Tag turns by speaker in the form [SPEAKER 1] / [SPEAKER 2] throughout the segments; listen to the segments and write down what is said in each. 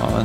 [SPEAKER 1] Ja,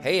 [SPEAKER 2] Hey,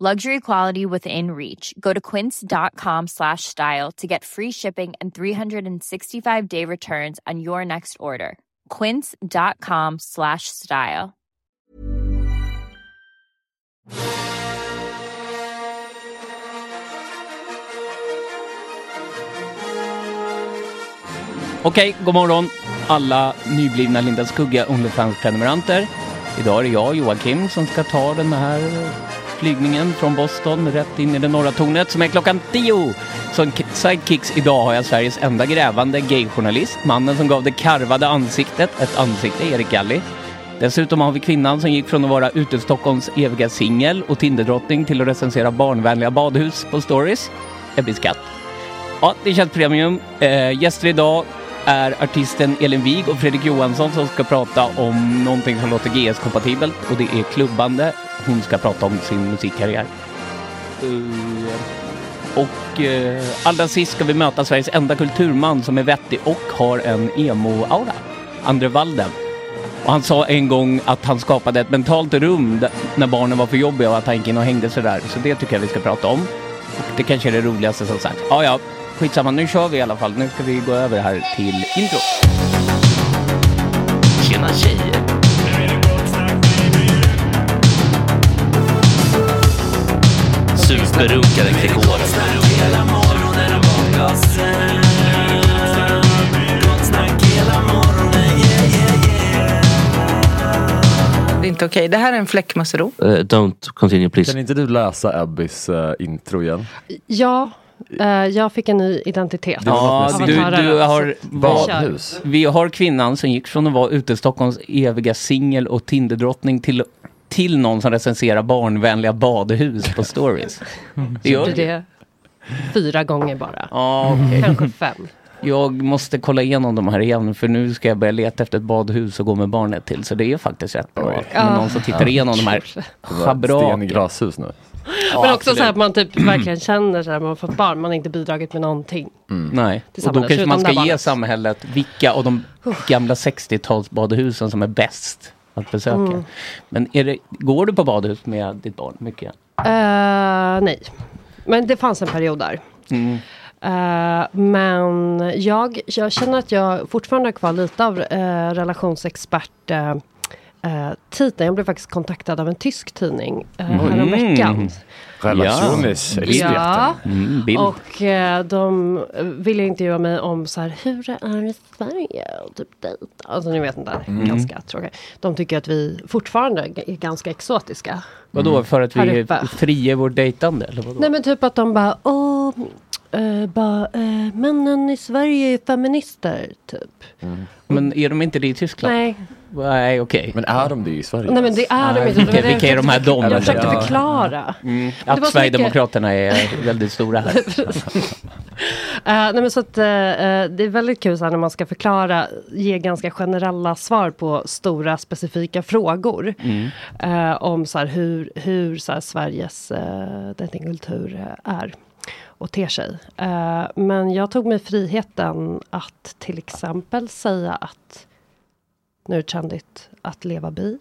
[SPEAKER 3] Luxury quality within reach. Go to quince.com slash style to get free shipping and 365 day returns on your next order. Quince.com slash style.
[SPEAKER 4] Okej, god morgon alla nyblivna Lindas skugga Onlyfans-prenumeranter. Idag är det jag, Joakim, som ska ta den här flygningen från Boston rätt in i det norra tornet som är klockan 10. Som k- sidekicks idag har jag Sveriges enda grävande gayjournalist, mannen som gav det karvade ansiktet ett ansikte, Erik Galli. Dessutom har vi kvinnan som gick från att vara Ute-Stockholms eviga singel och Tinderdrottning till att recensera barnvänliga badhus på stories, Ebbe Skatt. Ja, det känns premium. Eh, gäster idag är artisten Elin Wig och Fredrik Johansson som ska prata om någonting som låter GS-kompatibelt och det är klubbande. Hon ska prata om sin musikkarriär. Eh, Och eh, allra sist ska vi möta Sveriges enda kulturman som är vettig och har en emo-aura. Andre Walden. Och han sa en gång att han skapade ett mentalt rum där- när barnen var för jobbiga och att han gick in och hängde sig där. Så det tycker jag vi ska prata om. Och det kanske är det roligaste som sagt. Ja, ja, skitsamma. Nu kör vi i alla fall. Nu ska vi gå över här till intro. Tjena tjejer!
[SPEAKER 5] Superrunkare Gregor.
[SPEAKER 6] Det är inte okej. Det här är en fläckmussero.
[SPEAKER 5] Uh, don't continue please.
[SPEAKER 7] Kan inte du läsa Abbys eh, intro igen?
[SPEAKER 8] Ja, eh, jag fick en ny identitet.
[SPEAKER 4] Ja,
[SPEAKER 8] Av
[SPEAKER 4] du,
[SPEAKER 8] avatarerna,
[SPEAKER 4] du har...
[SPEAKER 8] så vi kör.
[SPEAKER 4] Vi har kvinnan som gick från att vara Utestockholms eviga singel och Tinderdrottning till, till någon som recenserar barnvänliga badhus på stories. Det gör
[SPEAKER 8] Gjorde
[SPEAKER 4] du.
[SPEAKER 8] det fyra gånger bara.
[SPEAKER 4] Ja, okej.
[SPEAKER 8] Kanske fem.
[SPEAKER 4] Jag måste kolla igenom de här igen för nu ska jag börja leta efter ett badhus och gå med barnet till. Så det är faktiskt rätt bra med
[SPEAKER 8] Ja.
[SPEAKER 4] någon som tittar igenom de här
[SPEAKER 7] Sten i
[SPEAKER 4] schabraken.
[SPEAKER 7] glashus nu.
[SPEAKER 8] Men också så här att man typ verkligen känner så här, man har fått barn, man har inte bidragit med någonting.
[SPEAKER 7] Mm.
[SPEAKER 4] Nej,
[SPEAKER 8] Till
[SPEAKER 4] och då
[SPEAKER 8] samhället,
[SPEAKER 4] kanske man ska
[SPEAKER 8] förutom det
[SPEAKER 4] ge
[SPEAKER 8] barnet.
[SPEAKER 4] samhället vilka av de gamla 60-talsbadhusen som är bäst att besöka.
[SPEAKER 8] Mm.
[SPEAKER 4] Men är det, går du på badhus med ditt barn mycket?
[SPEAKER 8] Eh, nej, men det fanns en period där.
[SPEAKER 4] Mm.
[SPEAKER 8] Eh, men jag, jag känner att jag fortfarande har kvar lite av eh, relationsexpert eh, eh, titeln. Jag blev faktiskt kontaktad av en tysk tidning eh,
[SPEAKER 7] Mm.
[SPEAKER 8] häromveckan.
[SPEAKER 7] Relationsexperten.
[SPEAKER 8] Ja.
[SPEAKER 7] Mm, bild.
[SPEAKER 8] och eh, de ville intervjua mig om så här, hur det är i Sverige och typ dejta. Alltså ni vet den där
[SPEAKER 4] Mm.
[SPEAKER 8] ganska tråkiga. De tycker att vi fortfarande är ganska exotiska.
[SPEAKER 7] Mm.
[SPEAKER 4] Vadå, för att
[SPEAKER 8] Här
[SPEAKER 4] vi
[SPEAKER 8] uppe.
[SPEAKER 4] frier vårt dejtande? Eller vadå?
[SPEAKER 8] Nej men typ att de bara, åh, eh, bara, eh, männen i Sverige är feminister, typ.
[SPEAKER 7] Mm.
[SPEAKER 4] Men är de inte det i Tyskland?
[SPEAKER 8] Nej.
[SPEAKER 4] Nej, okej. Men
[SPEAKER 7] är de det i Sverige?
[SPEAKER 8] Nej men det är de inte. Det
[SPEAKER 4] Vilka,
[SPEAKER 8] var det jag
[SPEAKER 4] vilka är de här
[SPEAKER 8] försökte-
[SPEAKER 4] dom?
[SPEAKER 8] Jag försökte förklara.
[SPEAKER 4] Mm.
[SPEAKER 8] var så
[SPEAKER 4] Att
[SPEAKER 8] mycket-
[SPEAKER 4] Sverigedemokraterna är väldigt stora här.
[SPEAKER 8] Eh, nej men så att, eh, eh, det är väldigt kul så här när man ska förklara, ge ganska generella svar på stora specifika frågor.
[SPEAKER 4] Mm.
[SPEAKER 8] eh, om så här hur, hur så här Sveriges eh, datingkultur eh, är och ter sig. Eh, men jag tog mig friheten att till exempel säga att nu är det trendigt att leva bi.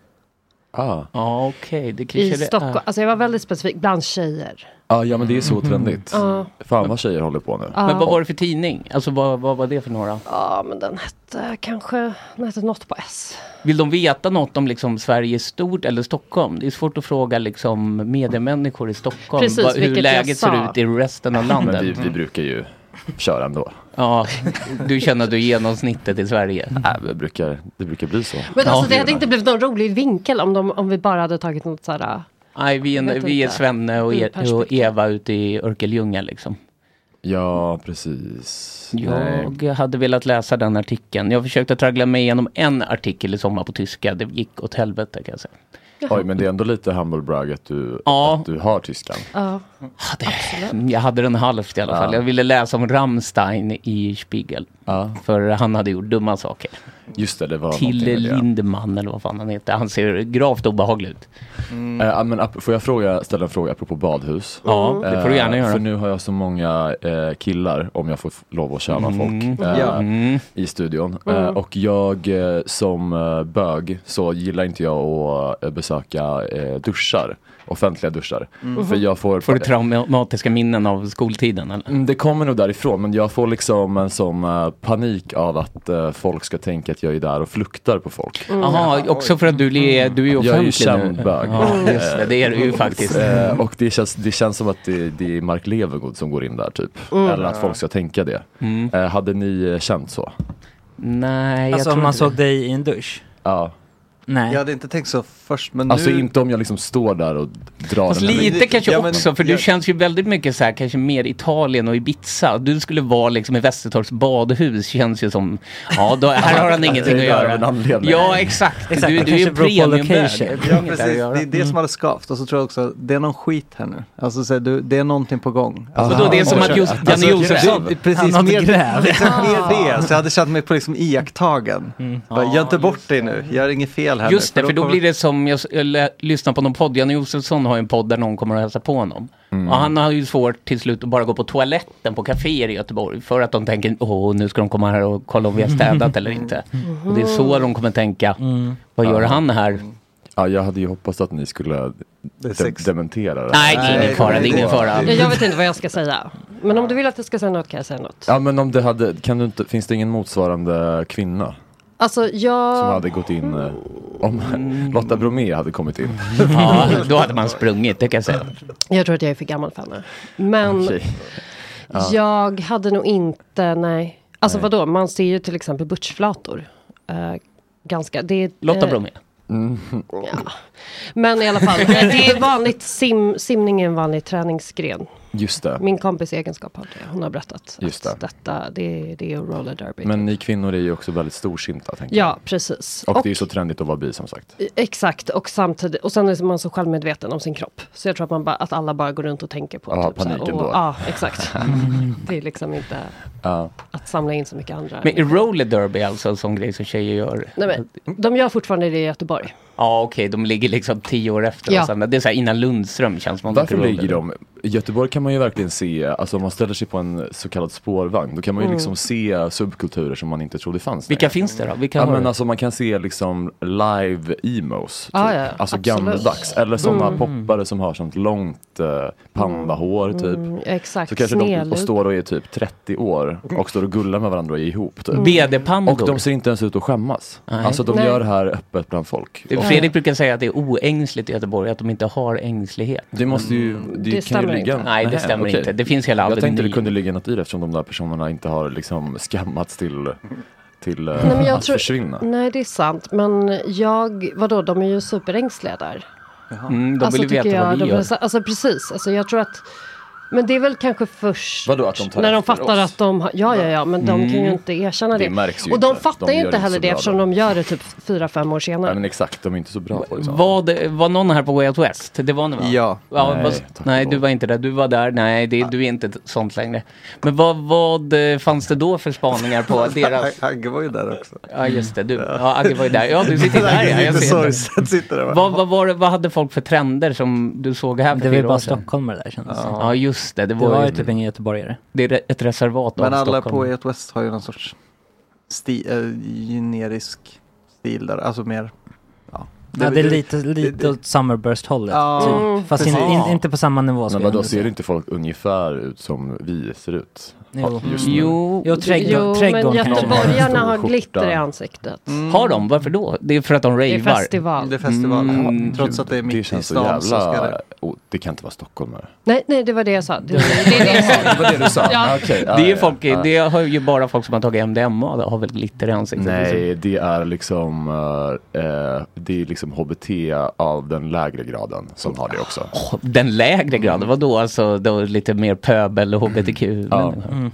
[SPEAKER 7] Ah.
[SPEAKER 4] Ja, okej. Det
[SPEAKER 8] I
[SPEAKER 4] kanske det
[SPEAKER 8] Stockholm,
[SPEAKER 4] är.
[SPEAKER 8] alltså jag var väldigt specifik, bland tjejer.
[SPEAKER 7] Ah, ja men det är så trendigt.
[SPEAKER 8] Mm. Ja.
[SPEAKER 7] Fan vad tjejer håller på nu.
[SPEAKER 8] Ja.
[SPEAKER 4] Men vad var det för tidning? Alltså vad, vad var det för några?
[SPEAKER 8] Ja, men den hette kanske, den hette något på S.
[SPEAKER 4] Vill de veta något om liksom Sverige i stort eller Stockholm? Det är svårt att fråga liksom mediemänniskor i Stockholm
[SPEAKER 8] Precis,
[SPEAKER 4] vad, hur
[SPEAKER 8] vilket jag
[SPEAKER 4] läget ser
[SPEAKER 8] sa.
[SPEAKER 4] ut i resten av
[SPEAKER 7] Men
[SPEAKER 4] landet.
[SPEAKER 7] vi, vi brukar ju köra ändå.
[SPEAKER 4] Ja, du känner att du är genomsnittet i Sverige.
[SPEAKER 7] Nej, det, brukar, det brukar bli så.
[SPEAKER 8] Men alltså det
[SPEAKER 7] Ja.
[SPEAKER 8] hade inte blivit någon rolig vinkel om, de, om vi bara hade tagit något äh. sådär.
[SPEAKER 4] Nej, vi
[SPEAKER 8] Jag
[SPEAKER 4] är,
[SPEAKER 8] vet
[SPEAKER 4] vi är
[SPEAKER 8] inte.
[SPEAKER 4] Svenne och,
[SPEAKER 8] Ur
[SPEAKER 4] er, och
[SPEAKER 8] perspektiv.
[SPEAKER 4] Eva ute i Örkelljunga liksom.
[SPEAKER 7] Ja, precis. Nej.
[SPEAKER 4] Jag hade velat läsa den artikeln. Jag försökte traggla mig igenom en artikel i sommar på tyska. Det gick åt helvete kan jag säga.
[SPEAKER 7] Oj, men det är ändå lite humble brag att du,
[SPEAKER 4] Ja.
[SPEAKER 7] att du har tyskan.
[SPEAKER 8] Ja.
[SPEAKER 4] Mm, Jag hade den halvt i alla fall.
[SPEAKER 7] Ja.
[SPEAKER 4] Jag ville läsa om Rammstein i Spiegel. För han hade gjort dumma saker.
[SPEAKER 7] Just det, det var
[SPEAKER 4] Till
[SPEAKER 7] någonting med det.
[SPEAKER 4] Lindemann eller vad fan han heter. Han ser gravt obehaglig ut.
[SPEAKER 7] Eh, men ap- får jag fråga, ställa en fråga apropå badhus?
[SPEAKER 4] Ja, det får du gärna
[SPEAKER 7] Eh,
[SPEAKER 4] göra.
[SPEAKER 7] För nu har jag så många eh, killar, om jag får f- lov att tjäna
[SPEAKER 4] Mm.
[SPEAKER 7] folk, eh,
[SPEAKER 4] Ja. Mm.
[SPEAKER 7] i studion. Eh, och jag eh, som eh, bög så gillar inte jag att eh, besöka eh, duschar, offentliga duschar.
[SPEAKER 4] Mm.
[SPEAKER 7] För jag får...
[SPEAKER 4] Får du traumatiska minnen av skoltiden? Eller?
[SPEAKER 7] Mm, Det kommer nog därifrån men jag får liksom en sån eh, panik av att eh, folk ska tänka att jag är där och fluktar på folk.
[SPEAKER 4] Jaha, Mm. också för att du, le, du är ju offentlig
[SPEAKER 7] Jag är ju
[SPEAKER 4] nu.
[SPEAKER 7] känd bög.
[SPEAKER 4] Ja, just det, det är du ju
[SPEAKER 7] Eh,
[SPEAKER 4] faktiskt.
[SPEAKER 7] eh, Och det känns, det känns som att det, det är Mark Levengood som går in där typ.
[SPEAKER 4] Mm.
[SPEAKER 7] Eller att folk ska tänka det. Eh, Hade ni eh, känt så?
[SPEAKER 4] Nej, jag
[SPEAKER 9] Alltså
[SPEAKER 4] tror
[SPEAKER 9] om man
[SPEAKER 4] inte
[SPEAKER 9] såg
[SPEAKER 4] det.
[SPEAKER 9] dig i en dusch?
[SPEAKER 7] Ja.
[SPEAKER 9] Nej.
[SPEAKER 10] Jag hade inte tänkt så först men
[SPEAKER 7] Alltså
[SPEAKER 10] nu...
[SPEAKER 7] inte om jag liksom står där och drar
[SPEAKER 4] Fast
[SPEAKER 7] den här-
[SPEAKER 4] lite kanske
[SPEAKER 7] Ja, men-
[SPEAKER 4] också, för du
[SPEAKER 7] jag-
[SPEAKER 4] känns ju väldigt mycket så här, kanske mer Italien och Ibiza. Du skulle vara liksom i Västertorps badhus, känns ju som, ja, då, här har han ingenting att
[SPEAKER 7] Det är av
[SPEAKER 4] göra.
[SPEAKER 7] en anledning.
[SPEAKER 4] Ja, exakt. Du, du är ju premiumbög.
[SPEAKER 10] Ja, precis. Det är det som hade skavt. Och så tror jag också, det är någon skit här nu. Alltså så här, du, det är någonting på gång. Alltså,
[SPEAKER 4] Vadå, det är som att Jos- Janne
[SPEAKER 10] Alltså,
[SPEAKER 4] Josefsson.
[SPEAKER 10] det- Precis,
[SPEAKER 4] Han har
[SPEAKER 10] mer,
[SPEAKER 4] ett gräv.
[SPEAKER 10] liksom, mer det. Så jag hade känt mig på liksom iakttagen. Bara,
[SPEAKER 4] Ja,
[SPEAKER 10] Gör inte bort dig nu, gör inget fel här
[SPEAKER 4] Mm. Just
[SPEAKER 10] nu.
[SPEAKER 4] det, för då
[SPEAKER 10] kommer-
[SPEAKER 4] blir det som, jag, jag lä- lyssnar på någon podd, Janne Josefsson har ju en podd där någon kommer och hälsar på honom.
[SPEAKER 10] Mm.
[SPEAKER 4] Och han har ju svårt till slut att bara gå på toaletten på kaféer i Göteborg för att de tänker, åh nu ska de komma här och kolla om vi har städat eller inte. Och det är så de kommer tänka, vad gör
[SPEAKER 7] Mm. Ja.
[SPEAKER 4] han här?
[SPEAKER 7] Ja, jag hade ju hoppats att ni skulle de dementera det.
[SPEAKER 4] Nej, det är ingen Nej, fara, det är det- ingen fara.
[SPEAKER 8] Ja, jag vet inte vad jag ska säga. Men om du vill att jag ska säga något kan jag säga något.
[SPEAKER 7] Ja, men om det hade, kan du inte, finns det ingen motsvarande kvinna?
[SPEAKER 8] Alltså jag...
[SPEAKER 7] Som hade gått in, eh, om Lotta Bromé hade kommit in.
[SPEAKER 4] Mm. Ja, då hade man sprungit, det kan jag säga.
[SPEAKER 8] Jag tror att jag är för gammal för henne. Men
[SPEAKER 7] Okej. Ja.
[SPEAKER 8] jag hade nog inte, nej. Alltså
[SPEAKER 7] Nej.
[SPEAKER 8] vadå, man ser ju till exempel butchflator. Eh, ganska, det är...
[SPEAKER 4] Lotta
[SPEAKER 8] eh,
[SPEAKER 4] Bromé.
[SPEAKER 8] Men i alla fall, eh, det är vanligt, sim, simning är en vanlig träningsgren.
[SPEAKER 7] Just det.
[SPEAKER 8] Min kompis i egenskap har det, hon har berättat.
[SPEAKER 7] Just
[SPEAKER 8] att Detta, det, är- det är roller derby.
[SPEAKER 7] Men ni kvinnor är ju också väldigt storsinta. Tänker jag.
[SPEAKER 8] Ja, precis.
[SPEAKER 7] Och,
[SPEAKER 8] Och-
[SPEAKER 7] det är ju så trendigt att vara bi som sagt.
[SPEAKER 8] Exakt, och samtidigt, och sen är man så självmedveten om sin kropp. Så jag tror att, man bara, att alla bara går runt och tänker på typ
[SPEAKER 7] Ja,
[SPEAKER 8] så här,
[SPEAKER 7] paniken
[SPEAKER 8] och-
[SPEAKER 7] då.
[SPEAKER 8] Ja, exakt. Det är liksom inte
[SPEAKER 7] Ja.
[SPEAKER 8] att samla in så mycket andra.
[SPEAKER 4] Men är roller derby alltså en sån grej som tjejer gör?
[SPEAKER 8] Nej, men, de gör fortfarande det i Göteborg.
[SPEAKER 4] Ja, okej, de ligger liksom tio år efter.
[SPEAKER 8] Ja.
[SPEAKER 4] Ja. Sen, det är så här innan Lundström känns man
[SPEAKER 7] Varför ligger de? I Göteborg kan man ju verkligen se, alltså om man ställer sig på en så kallad spårvagn, då kan man ju
[SPEAKER 4] Mm.
[SPEAKER 7] liksom se subkulturer som man inte trodde fanns.
[SPEAKER 4] Vilka
[SPEAKER 7] längre.
[SPEAKER 4] finns det då? Vilka
[SPEAKER 7] ja,
[SPEAKER 4] har
[SPEAKER 7] men
[SPEAKER 4] du?
[SPEAKER 7] alltså man kan se liksom live emos, typ.
[SPEAKER 8] Ah, Ja, ja,
[SPEAKER 7] alltså
[SPEAKER 8] absolut.
[SPEAKER 7] gammaldags. Eller sådana
[SPEAKER 8] Mm.
[SPEAKER 7] poppare som har sånt långt eh, pandahår typ.
[SPEAKER 8] Mm, exakt,
[SPEAKER 7] Så kanske de och
[SPEAKER 8] snedlut.
[SPEAKER 7] står och är typ 30 år och står och gullar med varandra och är ihop. Typ.
[SPEAKER 4] BD-pandor.
[SPEAKER 7] Och de ser inte ens ut att skämmas. Alltså de
[SPEAKER 4] Nej.
[SPEAKER 7] gör det här öppet bland folk.
[SPEAKER 4] Det-
[SPEAKER 7] Och-
[SPEAKER 4] Fredrik brukar säga att det är oängsligt i Göteborg, att de inte har ängslighet.
[SPEAKER 7] Det måste ju, det,
[SPEAKER 8] Mm.
[SPEAKER 7] kan ju ligga...
[SPEAKER 4] Nej, det
[SPEAKER 7] Nähä,
[SPEAKER 4] stämmer
[SPEAKER 7] okej.
[SPEAKER 4] inte. Det finns hela
[SPEAKER 7] Jag tänkte det
[SPEAKER 4] Avenyn.
[SPEAKER 7] kunde ligga något i det eftersom de där personerna inte har liksom skammats till, till eh,
[SPEAKER 8] Nej, men jag
[SPEAKER 7] att
[SPEAKER 8] tror, Mm,
[SPEAKER 7] försvinna.
[SPEAKER 8] Nej, det är sant. Men jag, vadå, de är ju superängsliga där.
[SPEAKER 7] Mm, de vill ju
[SPEAKER 8] alltså, tycker
[SPEAKER 7] veta vad vi
[SPEAKER 8] de-
[SPEAKER 7] gör.
[SPEAKER 8] Alltså precis, alltså, jag tror att... Men det är väl kanske först
[SPEAKER 7] Vadå, att de tar
[SPEAKER 8] när de
[SPEAKER 7] efter
[SPEAKER 8] fattar
[SPEAKER 7] oss?
[SPEAKER 8] att de har... Ja, ja, ja, men de kan ju
[SPEAKER 7] Mm.
[SPEAKER 8] inte erkänna det.
[SPEAKER 7] Det märks ju
[SPEAKER 8] och de
[SPEAKER 7] inte.
[SPEAKER 8] fattar
[SPEAKER 7] De
[SPEAKER 8] ju
[SPEAKER 7] gör
[SPEAKER 8] inte
[SPEAKER 7] inte
[SPEAKER 8] heller
[SPEAKER 7] så
[SPEAKER 8] det
[SPEAKER 7] bra
[SPEAKER 8] eftersom de gör det typ fyra, fem år senare.
[SPEAKER 7] Nej men exakt, de är inte så bra liksom. på det. så.
[SPEAKER 4] Var, det, var någon här på Way Out West? Det var ni va?
[SPEAKER 7] Ja.
[SPEAKER 4] ja
[SPEAKER 7] Nej,
[SPEAKER 4] nej, nej du var inte där. Du var där. Nej, det, du är inte ett sånt längre. Men vad, vad eh, fanns det då för spaningar på deras...
[SPEAKER 10] Agge var ju där också.
[SPEAKER 4] Ja, just det. Du, ja, Agge var ju där. Ja, du sitter där. Ja, jag ser det.
[SPEAKER 10] sorgset sitter där. bara.
[SPEAKER 4] Vad, vad, var det, vad hade folk för trender som du såg här för
[SPEAKER 9] Det var ju
[SPEAKER 4] fyra år
[SPEAKER 9] bara
[SPEAKER 4] sedan?
[SPEAKER 9] stockholmare där kändes det som.
[SPEAKER 4] Ja, just det. Det var,
[SPEAKER 9] Det var ju
[SPEAKER 4] ju
[SPEAKER 9] typ ingen göteborgare.
[SPEAKER 4] Det är re- ett reservat
[SPEAKER 10] Men
[SPEAKER 4] av
[SPEAKER 10] alla
[SPEAKER 4] Stockholm.
[SPEAKER 10] på Way Out West har ju någon sorts sti, eh, generisk stil där, alltså mer... Ja,
[SPEAKER 9] Ja, det är lite, lite åt Summerburst-hållet.
[SPEAKER 10] Ja,
[SPEAKER 9] typ. Fast in,
[SPEAKER 10] precis.
[SPEAKER 9] in, inte på samma nivå.
[SPEAKER 7] Men
[SPEAKER 9] skulle jag
[SPEAKER 7] vadå,
[SPEAKER 9] nog
[SPEAKER 7] ser
[SPEAKER 9] säga.
[SPEAKER 7] inte folk ungefär ut som vi ser ut?
[SPEAKER 9] Jo.
[SPEAKER 7] Just nu.
[SPEAKER 4] Jo,
[SPEAKER 9] Jo, trädgård-
[SPEAKER 8] Jo,
[SPEAKER 9] trädgården
[SPEAKER 8] men
[SPEAKER 9] kanske.
[SPEAKER 8] göteborgarna
[SPEAKER 7] Stor
[SPEAKER 8] har
[SPEAKER 7] skjorta.
[SPEAKER 8] glitter i ansiktet.
[SPEAKER 4] Har de? Varför då? Det är för att de ravar.
[SPEAKER 8] Det är festival.
[SPEAKER 10] Mm. Det är festival,
[SPEAKER 4] Mm.
[SPEAKER 10] trots att det är mitt
[SPEAKER 7] Det
[SPEAKER 10] i
[SPEAKER 7] känns så
[SPEAKER 10] stan så ska
[SPEAKER 7] jävla...
[SPEAKER 10] det...
[SPEAKER 7] Oh, det kan inte vara stockholmare.
[SPEAKER 8] Nej, nej, det var det jag sa. Det, det är det jag sa.
[SPEAKER 7] Det var det du sa?
[SPEAKER 8] Ja.
[SPEAKER 7] Okej, ja,
[SPEAKER 4] Det, är ju
[SPEAKER 7] ja,
[SPEAKER 4] folk,
[SPEAKER 7] ja.
[SPEAKER 4] det har ju bara folk som har tagit MDMA har väl glitter i ansiktet.
[SPEAKER 7] Nej, det är liksom eh, eh, Det är liksom HBT av den lägre graden som har det också.
[SPEAKER 4] Den lägre graden, vadå? Alltså då lite mer pöbel och hbtq?
[SPEAKER 7] Ja.
[SPEAKER 4] människor.
[SPEAKER 9] Mm.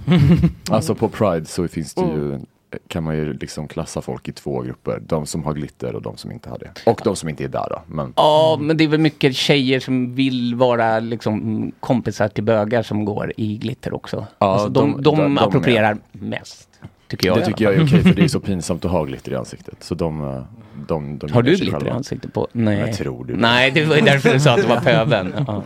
[SPEAKER 7] Alltså på Pride så finns det ju
[SPEAKER 4] Mm.
[SPEAKER 7] kan man ju liksom klassa folk i två grupper. De som har glitter och de som inte har det. Och de som inte är där då. Men
[SPEAKER 4] Ja, men det är väl mycket tjejer som vill vara liksom kompisar till bögar som går i glitter också.
[SPEAKER 7] Ja,
[SPEAKER 4] alltså, de, de,
[SPEAKER 7] de- de- de
[SPEAKER 4] approprierar
[SPEAKER 7] är-
[SPEAKER 4] mest, tycker jag. i
[SPEAKER 7] det
[SPEAKER 4] alla
[SPEAKER 7] tycker jag är
[SPEAKER 4] fall.
[SPEAKER 7] okej för det är så pinsamt att ha glitter i ansiktet. Så de, eh, de, de gillar
[SPEAKER 4] Har du
[SPEAKER 7] sig
[SPEAKER 4] glitter i
[SPEAKER 7] själva.
[SPEAKER 4] ansiktet på? Nej.
[SPEAKER 7] Jag tror det.
[SPEAKER 4] Nej, det var ju därför du sa att det var pöbeln. Ja.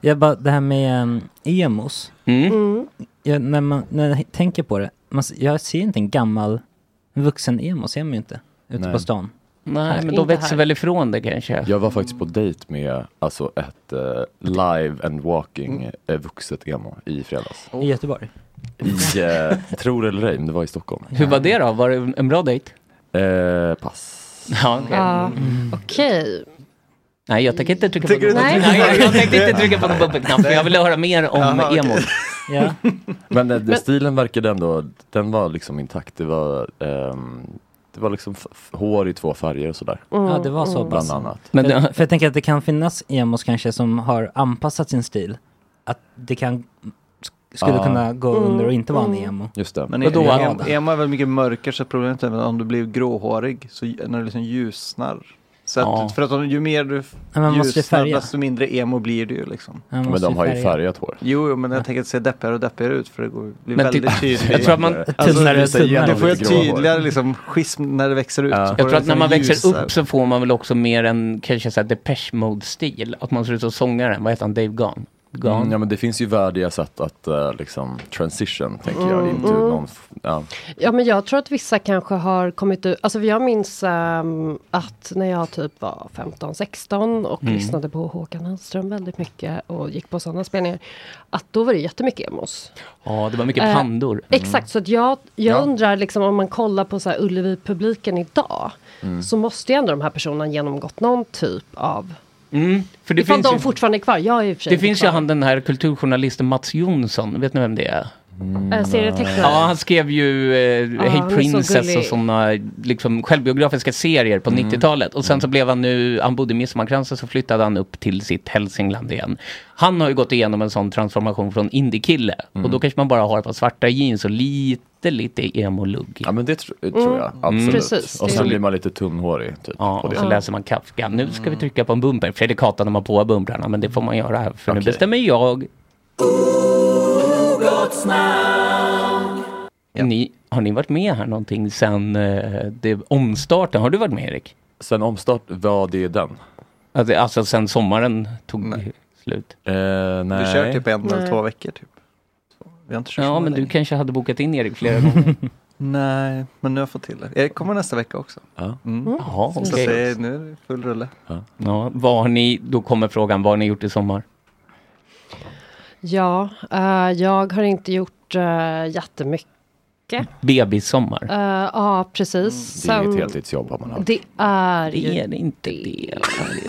[SPEAKER 9] Jag bara, det här med um, emos.
[SPEAKER 4] Mm.
[SPEAKER 9] Jag, när, man, när jag tänker på det, man, s- jag ser inte en gammal vuxen emo, ser man ju inte. Ute
[SPEAKER 7] Nej.
[SPEAKER 9] på stan.
[SPEAKER 4] Nej, men de växer väl ifrån det kanske.
[SPEAKER 7] Jag var faktiskt på dejt med alltså ett eh, live and walking eh, vuxet emo i fredags.
[SPEAKER 9] I Göteborg.
[SPEAKER 7] I, eh, tror eller ej, men det var i Stockholm.
[SPEAKER 4] Hur var det då? Var det en bra dejt?
[SPEAKER 7] Eh, pass.
[SPEAKER 4] Ja, okej.
[SPEAKER 8] Ja, Okej.
[SPEAKER 4] Nej, jag tänker inte trycka på
[SPEAKER 8] Tycker du
[SPEAKER 4] någon Nej,
[SPEAKER 8] inte trycka på
[SPEAKER 4] jag- jag
[SPEAKER 8] den?
[SPEAKER 4] tänkte inte trycka på någon bubbelknapp, för jag ville höra mer om
[SPEAKER 7] Jaha, okej.
[SPEAKER 4] emo.
[SPEAKER 9] Ja.
[SPEAKER 7] Men, eh,
[SPEAKER 4] Men-
[SPEAKER 7] stilen verkade ändå, den var liksom intakt. Det var ehm, Det var liksom f- f- hår i två färger och sådär.
[SPEAKER 9] Mm, Ja, det var så mm. pass.
[SPEAKER 7] Bland annat.
[SPEAKER 9] Men för, för jag tänker att det kan finnas emos kanske som har anpassat sin stil. Att det kan, sk- skulle
[SPEAKER 10] Ja.
[SPEAKER 9] kunna gå
[SPEAKER 10] Mm,
[SPEAKER 9] under och inte vara en
[SPEAKER 10] mm.
[SPEAKER 9] emo.
[SPEAKER 7] Just det.
[SPEAKER 10] Men
[SPEAKER 9] Vadå?
[SPEAKER 10] Vadå, emo, emo är väl mycket mörkare så problemet är väl om du blir gråhårig så ju- när du liksom ljusnar. Så att,
[SPEAKER 7] Ja.
[SPEAKER 10] För att om, ju mer du f-
[SPEAKER 9] Men man måste ju
[SPEAKER 10] ljusnar
[SPEAKER 9] färga.
[SPEAKER 10] desto mindre emo blir du ju liksom.
[SPEAKER 9] Man Men måste de ju har ju färga. färgat
[SPEAKER 7] hår.
[SPEAKER 10] Jo, jo, men jag tänker att det ser deppigare och deppigare ut för det går, blir
[SPEAKER 4] Men
[SPEAKER 10] väldigt
[SPEAKER 4] typ-
[SPEAKER 10] tydligt.
[SPEAKER 4] jag tror att man- Tunnare och tunnare.
[SPEAKER 10] Du får ju ett
[SPEAKER 4] Gråhårig.
[SPEAKER 10] tydligare liksom, schism när det växer ut.
[SPEAKER 4] Jag tror att när man växer upp så får man väl också mer en kanske såhär Depeche Mode-stil. Att man ser ut som sångaren, vad heter han, Dave Gahn? Gahn?
[SPEAKER 7] Mm, ja men det finns ju värdiga sätt att eh, liksom transition tänker jag.
[SPEAKER 8] Mm.
[SPEAKER 7] Into
[SPEAKER 8] Mm.
[SPEAKER 7] någon, f- ja.
[SPEAKER 8] Ja, men jag tror att vissa kanske har kommit ut. Alltså jag minns ehm, att när jag typ var 15-16 och
[SPEAKER 11] Mm.
[SPEAKER 8] lyssnade på Håkan Hellström väldigt mycket och gick på sådana spelningar. Att då var det jättemycket emos.
[SPEAKER 4] Ja, det var mycket
[SPEAKER 8] Eh,
[SPEAKER 4] pandor. Mm.
[SPEAKER 8] Exakt, så att jag, jag
[SPEAKER 4] Ja.
[SPEAKER 8] undrar liksom om man kollar på så här Ullevi-publiken idag.
[SPEAKER 4] Mm.
[SPEAKER 8] Så måste ju ändå de här personerna genomgått någon typ av...
[SPEAKER 4] Mm, för det
[SPEAKER 8] ifall
[SPEAKER 4] finns
[SPEAKER 8] de
[SPEAKER 4] ju-
[SPEAKER 8] fortfarande är kvar. Jag är i och för sig
[SPEAKER 4] Det
[SPEAKER 8] inte
[SPEAKER 4] finns ju
[SPEAKER 8] kvar.
[SPEAKER 4] han den här kulturjournalisten Mats Jonsson, vet ni vem det är?
[SPEAKER 8] Eh, serietecknare.
[SPEAKER 4] Ja, han skrev ju eh,
[SPEAKER 8] Ja, han är
[SPEAKER 4] Hate
[SPEAKER 8] så
[SPEAKER 4] Princess
[SPEAKER 8] gullig.
[SPEAKER 4] och sådana liksom, självbiografiska serier på
[SPEAKER 7] Mm.
[SPEAKER 4] 90-talet. Och sen så blev han nu, han bodde i Midsommarkransen så flyttade han upp till sitt Hälsingland igen. Han har ju gått igenom en sån transformation från indiekille. Och då
[SPEAKER 7] Mm.
[SPEAKER 4] kanske man bara har ett par svarta jeans och lite, lite emo-lugg.
[SPEAKER 7] ja men det tr- tror jag.
[SPEAKER 4] Mm.
[SPEAKER 7] Absolut.
[SPEAKER 4] Precis,
[SPEAKER 7] och
[SPEAKER 4] det-
[SPEAKER 7] sen blir man lite tunnhårig. Typ,
[SPEAKER 4] Ja,
[SPEAKER 7] på
[SPEAKER 4] och
[SPEAKER 7] det. Mm.
[SPEAKER 4] så läser man Kafka. Nu ska vi trycka på en bumper. Fredrik hatar när man på bumprarna, men det får man göra här. För nu bestämmer jag. Ni, har ni varit med här någonting sen eh, det, omstarten? Har du varit med Erik?
[SPEAKER 7] Sen omstart, vad det är den?
[SPEAKER 4] Alltså, alltså sen sommaren tog slut?
[SPEAKER 7] nej.
[SPEAKER 10] Du kör typ en eller två veckor typ. Vi har inte kört så
[SPEAKER 4] Ja, men
[SPEAKER 10] länge.
[SPEAKER 4] du kanske hade bokat in Erik flera gånger.
[SPEAKER 10] Nej, men nu har jag fått till det. Jag kommer nästa vecka också.
[SPEAKER 7] Ja.
[SPEAKER 10] Mm.
[SPEAKER 4] Jaha,
[SPEAKER 10] så
[SPEAKER 4] okej.
[SPEAKER 10] att det är, nu är det full rulle.
[SPEAKER 4] Ja, vad har ni, då kommer frågan, vad har ni gjort i sommar?
[SPEAKER 8] Ja, eh, jag har inte gjort uh, jättemycket.
[SPEAKER 4] Bebissommar?
[SPEAKER 8] Eh, Ja, precis.
[SPEAKER 4] Mm, Det är ett
[SPEAKER 8] Sen-
[SPEAKER 4] heltidsjobb har man haft.
[SPEAKER 8] Det är ju...
[SPEAKER 4] Det är det inte det.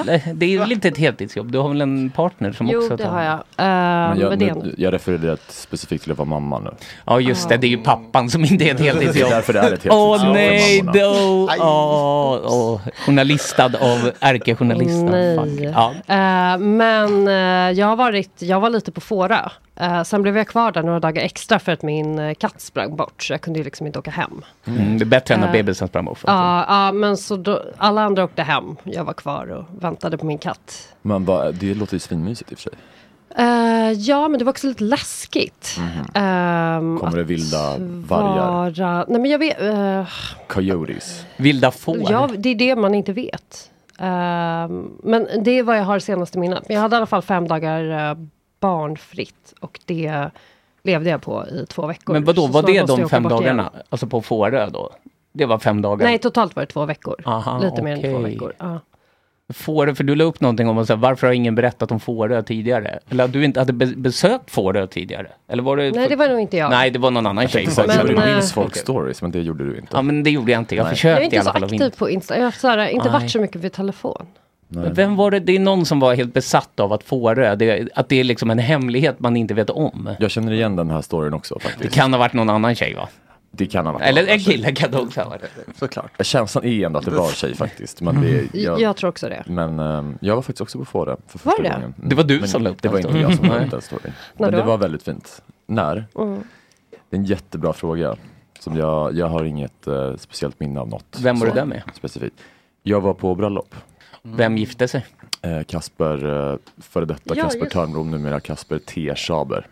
[SPEAKER 4] Eller, Det är väl inte ett heltidsjobb? Du har väl en partner som
[SPEAKER 8] Jo,
[SPEAKER 4] också
[SPEAKER 8] det
[SPEAKER 4] tar-
[SPEAKER 8] har jag. Eh,
[SPEAKER 7] Men
[SPEAKER 8] men
[SPEAKER 7] jag,
[SPEAKER 8] det är
[SPEAKER 7] nu, jag refererar specifikt till att vara mamma nu.
[SPEAKER 4] Ja just det, det är ju pappan som inte är ett heltidsjobb.
[SPEAKER 7] Det är därför det är ett
[SPEAKER 4] Åh
[SPEAKER 7] heltidsjobb för
[SPEAKER 4] nej,
[SPEAKER 7] mammorna.
[SPEAKER 4] då! Åh, åh. Hon är listad av ärkejournalisten.
[SPEAKER 8] Nej.
[SPEAKER 4] Fuck. Ja.
[SPEAKER 8] Eh, men eh, jag, har varit, jag var lite på Fåra. Eh, sen blev jag kvar där några dagar extra för att min eh, katt sprang bort. Så jag kunde ju liksom inte åka hem.
[SPEAKER 4] Mm, det är bättre än
[SPEAKER 8] Eh,
[SPEAKER 4] att bebisen sprang bort.
[SPEAKER 8] Ja, ja, men så då, alla andra åkte hem. Jag var kvar och väntade på min katt.
[SPEAKER 7] Men vad- det låter ju svinmysigt i och för sig.
[SPEAKER 8] Eh, ja, men det var också lite läskigt. Ehm,
[SPEAKER 7] Mhm. Kommer det
[SPEAKER 8] att
[SPEAKER 7] vilda vargar?
[SPEAKER 8] Vara... Nej, men jag vet... eh,
[SPEAKER 7] Coyotes?
[SPEAKER 4] Vilda får?
[SPEAKER 8] ja, det är det man inte vet. Ehm, men det är vad jag har senaste minnet. Men jag hade i alla fall fem dagar eh, barnfritt. Och det levde jag på i två veckor.
[SPEAKER 4] Men vadå,
[SPEAKER 8] Så
[SPEAKER 4] var
[SPEAKER 8] snart
[SPEAKER 4] det
[SPEAKER 8] måste jag
[SPEAKER 4] de
[SPEAKER 8] åka
[SPEAKER 4] fem
[SPEAKER 8] bort igen.
[SPEAKER 4] dagarna? Alltså på Fårö då? Det var fem dagar?
[SPEAKER 8] Nej, totalt var det två veckor.
[SPEAKER 4] Aha,
[SPEAKER 8] lite mer än två
[SPEAKER 4] okej.
[SPEAKER 8] veckor. ja.
[SPEAKER 4] Fårö, för du la upp någonting om att säga, varför har ingen berättat om Fårö tidigare? Eller att du inte hade be- besökt Fårö tidigare? Eller var det
[SPEAKER 8] Nej, det var nog inte jag.
[SPEAKER 4] Nej, det var någon annan
[SPEAKER 7] Jag
[SPEAKER 4] tjej.
[SPEAKER 7] tänkte säga,
[SPEAKER 8] Men,
[SPEAKER 7] du minns
[SPEAKER 8] eh,
[SPEAKER 7] folk stories, men det gjorde du inte.
[SPEAKER 4] Ja, men det gjorde jag inte. Jag
[SPEAKER 7] Nej.
[SPEAKER 8] Jag är
[SPEAKER 4] försökte i
[SPEAKER 8] inte så
[SPEAKER 4] alla fall. att
[SPEAKER 8] aktiv på Insta. Jag har så här, inte
[SPEAKER 4] Nej.
[SPEAKER 8] varit så mycket vid telefon.
[SPEAKER 4] Men Vem var det? Det är någon som var helt besatt av att Fårö, det, att det är liksom en hemlighet man inte vet om.
[SPEAKER 7] Jag känner igen den här storyn också faktiskt.
[SPEAKER 4] Det kan ha varit någon annan tjej va?
[SPEAKER 7] Det kan ha varit
[SPEAKER 4] Eller en kille kan det också ha varit.
[SPEAKER 10] Såklart.
[SPEAKER 7] Känslan är ändå att det var en tjej faktiskt. Men det,
[SPEAKER 8] Jag, jag tror också det.
[SPEAKER 7] Men ehm, jag var faktiskt också på Fårö för första
[SPEAKER 8] det?
[SPEAKER 7] gången.
[SPEAKER 4] Det var du
[SPEAKER 7] men
[SPEAKER 4] som la upp
[SPEAKER 7] Det
[SPEAKER 4] den
[SPEAKER 7] var inte
[SPEAKER 4] storyn.
[SPEAKER 7] jag som la
[SPEAKER 4] Nej.
[SPEAKER 7] upp den storyn.
[SPEAKER 8] När
[SPEAKER 7] Men det
[SPEAKER 8] då?
[SPEAKER 7] var väldigt fint. När?
[SPEAKER 8] Mm.
[SPEAKER 7] Det är en jättebra fråga. Som jag, jag har inget eh, speciellt minne av något.
[SPEAKER 4] Vem var
[SPEAKER 7] så
[SPEAKER 4] du där med? Mm.
[SPEAKER 7] Specifikt. Jag var på bröllop.
[SPEAKER 4] Vem gifte sig?
[SPEAKER 7] Eh, Kasper, eh, före detta
[SPEAKER 4] Ja,
[SPEAKER 7] Kasper
[SPEAKER 4] just.
[SPEAKER 7] Törnblom, numera Kasper T. Schaber.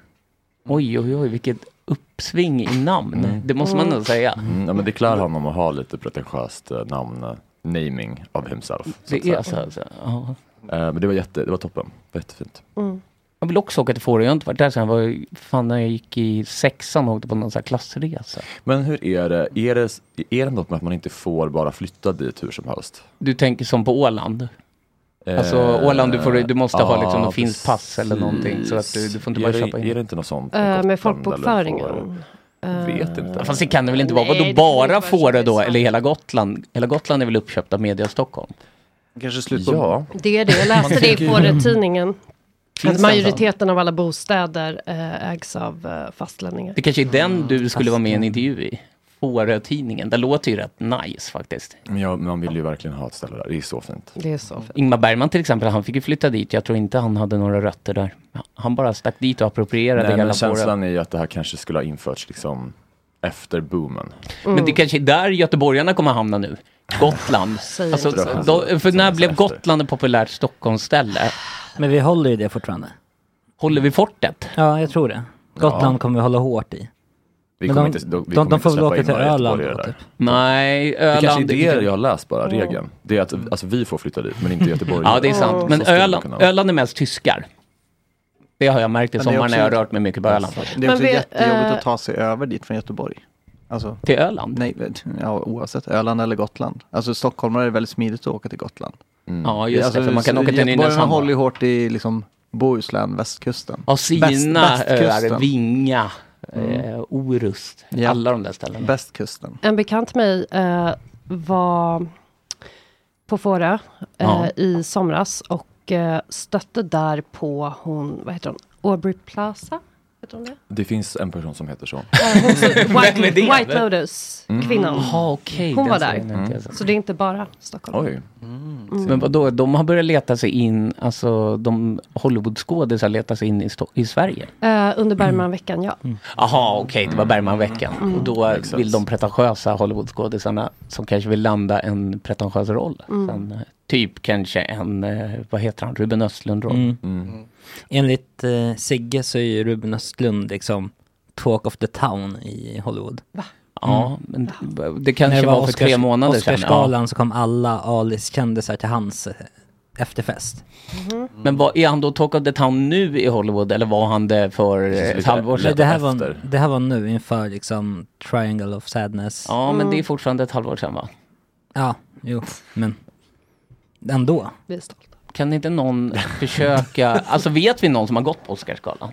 [SPEAKER 4] Oj, oj, oj, vilket uppsving i namn. Det måste man nog säga.
[SPEAKER 7] Mm, ja, men det klär honom att ha lite pretentiöst eh, namn, eh, naming of himself. så
[SPEAKER 4] Det
[SPEAKER 7] att säga.
[SPEAKER 4] är så alltså. Ja.
[SPEAKER 7] Eh, men det var, jätte, det var toppen, det var jättefint.
[SPEAKER 8] Mm.
[SPEAKER 4] Jag vill också åka till Fårö, jag har inte varit där sen jag var, fan när jag gick i sexan och åkte på någon sån här klassresa.
[SPEAKER 7] Men hur är det, är det, är det något med att man inte får bara flytta dit hur som helst?
[SPEAKER 4] Du tänker som på Åland? Alltså
[SPEAKER 7] Eh,
[SPEAKER 4] Åland, du, får, du måste ha liksom,
[SPEAKER 7] ja,
[SPEAKER 4] något finskt pass eller någonting. Så att du, du får inte bara
[SPEAKER 7] är
[SPEAKER 4] köpa in.
[SPEAKER 7] Det, är det inte något sånt?
[SPEAKER 8] Eh, med
[SPEAKER 7] folkbokföringen?
[SPEAKER 8] folkbokföringen. Eh,
[SPEAKER 7] Vet inte.
[SPEAKER 4] Fast det kan det väl inte vara? Vadå
[SPEAKER 8] Nej, det kan inte
[SPEAKER 4] bara
[SPEAKER 8] vara
[SPEAKER 4] Fårö då? Eller hela Gotland? Hela Gotland är väl uppköpt av Media Stockholm?
[SPEAKER 10] Kanske slut
[SPEAKER 7] på- Ja.
[SPEAKER 8] Det är det, jag läste det i Fårö-tidningen.
[SPEAKER 4] Finns
[SPEAKER 8] Att
[SPEAKER 4] det en
[SPEAKER 8] majoriteten av alla bostäder eh, ägs av eh, fastlänningar.
[SPEAKER 4] Det kanske är den du skulle vara med i en intervju i? Fårö-tidningen. Det låter ju rätt nice faktiskt.
[SPEAKER 7] Men jag- man vill ju verkligen ha ett ställe där. Det är så fint.
[SPEAKER 8] Det är så fint.
[SPEAKER 4] Ingmar Bergman till exempel, han fick ju flytta dit. Jag tror inte han hade några rötter där. Han bara stack dit och approprierade
[SPEAKER 7] Nej, men
[SPEAKER 4] hela Fårö.
[SPEAKER 7] känslan är ju att det här kanske skulle ha införts liksom efter boomen.
[SPEAKER 4] Men
[SPEAKER 7] Mm.
[SPEAKER 4] det kanske är där göteborgarna kommer hamna nu. Gotland.
[SPEAKER 9] Säg
[SPEAKER 4] alltså,
[SPEAKER 9] inte så.
[SPEAKER 4] då, för när blev Gotland ett populärt Stockholmsställe?
[SPEAKER 9] Men vi håller ju det fortfarande.
[SPEAKER 4] Håller vi fortet?
[SPEAKER 9] Ja, jag tror det. Gotland kommer vi hålla hårt i.
[SPEAKER 7] Vi
[SPEAKER 9] Men
[SPEAKER 7] kommer
[SPEAKER 9] de,
[SPEAKER 7] inte- då- vi
[SPEAKER 9] de,
[SPEAKER 7] kommer
[SPEAKER 9] de
[SPEAKER 7] inte
[SPEAKER 9] får väl
[SPEAKER 7] släppa
[SPEAKER 9] åka
[SPEAKER 7] in
[SPEAKER 9] till
[SPEAKER 7] några
[SPEAKER 9] Öland
[SPEAKER 7] göteborgare Mm. där.
[SPEAKER 9] då, typ.
[SPEAKER 4] Nej,
[SPEAKER 7] Det kanske är
[SPEAKER 4] Öland-
[SPEAKER 7] det jag har läst bara, regeln. Det är att alltså, vi får flytta dit, men inte Göteborg.
[SPEAKER 4] Ja, det är
[SPEAKER 7] Så
[SPEAKER 10] Mm.
[SPEAKER 4] sant. Men
[SPEAKER 7] skulle det
[SPEAKER 4] Öland,
[SPEAKER 7] kunna vara.
[SPEAKER 4] Öland är mest tyskar. Det har jag märkt i
[SPEAKER 10] Men det är
[SPEAKER 4] sommar när jag har
[SPEAKER 10] också-
[SPEAKER 4] rört mig mycket på Öland.
[SPEAKER 10] Det är också
[SPEAKER 8] vi-
[SPEAKER 10] jättejobbigt
[SPEAKER 8] eh,
[SPEAKER 10] att ta sig över dit från Göteborg. Alltså,
[SPEAKER 4] till Öland?
[SPEAKER 10] Nej, ja, oavsett. Öland eller Gotland. Alltså stockholmare är det väldigt smidigt att åka till Gotland.
[SPEAKER 4] Mm. Ja, just det, för man kan åka till
[SPEAKER 10] göteborgarna
[SPEAKER 4] Nynäshamn.
[SPEAKER 10] håller ju hårt i liksom Bohuslän, västkusten.
[SPEAKER 4] Ja, Sina
[SPEAKER 10] västkusten.
[SPEAKER 4] öar, Vinga, eh,
[SPEAKER 10] Mm.
[SPEAKER 4] Orust,
[SPEAKER 10] Ja.
[SPEAKER 4] alla de där ställena.
[SPEAKER 10] Västkusten.
[SPEAKER 8] En bekant med mig eh, var på Fårö eh,
[SPEAKER 4] Ja.
[SPEAKER 8] i somras och eh, stötte där på hon, vad heter hon, Aubrey Plaza? Heter hon det?
[SPEAKER 7] Det finns en person som heter så.
[SPEAKER 8] Eh, hon som-
[SPEAKER 4] Vem är
[SPEAKER 8] White,
[SPEAKER 4] det?
[SPEAKER 8] White Lotus,
[SPEAKER 7] Mm.
[SPEAKER 8] kvinnan.
[SPEAKER 4] Jaha, okej,
[SPEAKER 8] hon
[SPEAKER 4] den
[SPEAKER 8] var
[SPEAKER 4] ser
[SPEAKER 8] där.
[SPEAKER 4] jag inte ens.
[SPEAKER 8] Så det är inte bara Stockholm.
[SPEAKER 7] Oj.
[SPEAKER 8] Mm.
[SPEAKER 4] Men vadå, de har börjat leta sig in, alltså de Hollywoodskådisar letar sig in i, Sto- i Sverige.
[SPEAKER 8] Eh, under Bergmanveckan, ja.
[SPEAKER 4] Mm. Jaha, okej, det var Bergmanveckan.
[SPEAKER 8] Mm.
[SPEAKER 4] Och då vill de pretentiösa Hollywoodskådisarna som kanske vill landa en pretentiös roll.
[SPEAKER 9] Mm.
[SPEAKER 4] Sen, eh, typ kanske en, eh, vad heter han, Ruben Östlund-roll.
[SPEAKER 9] Mm. Enligt eh, Sigge så är ju Ruben Östlund liksom talk of the town i Hollywood.
[SPEAKER 4] Ja,
[SPEAKER 9] Mm.
[SPEAKER 4] men det- det kanske
[SPEAKER 9] När
[SPEAKER 4] var, för tre månader sedan. Ja.
[SPEAKER 9] Oscarsgalan så kom alla Alis kändisar till hans eh, efterfest.
[SPEAKER 4] Men vad, är han då talk of the town nu i Hollywood eller var han det för eh, ett halvår
[SPEAKER 9] Nej,
[SPEAKER 4] sedan?
[SPEAKER 9] det, här var, det här var nu inför liksom Triangle of Sadness.
[SPEAKER 4] Ja, men
[SPEAKER 8] Mm.
[SPEAKER 4] det är fortfarande ett halvår sedan va?
[SPEAKER 9] Ja, jo, men ändå.
[SPEAKER 8] Vi är stolta.
[SPEAKER 4] Kan inte någon försöka, alltså vet vi någon som har gått på Oscarsgalan?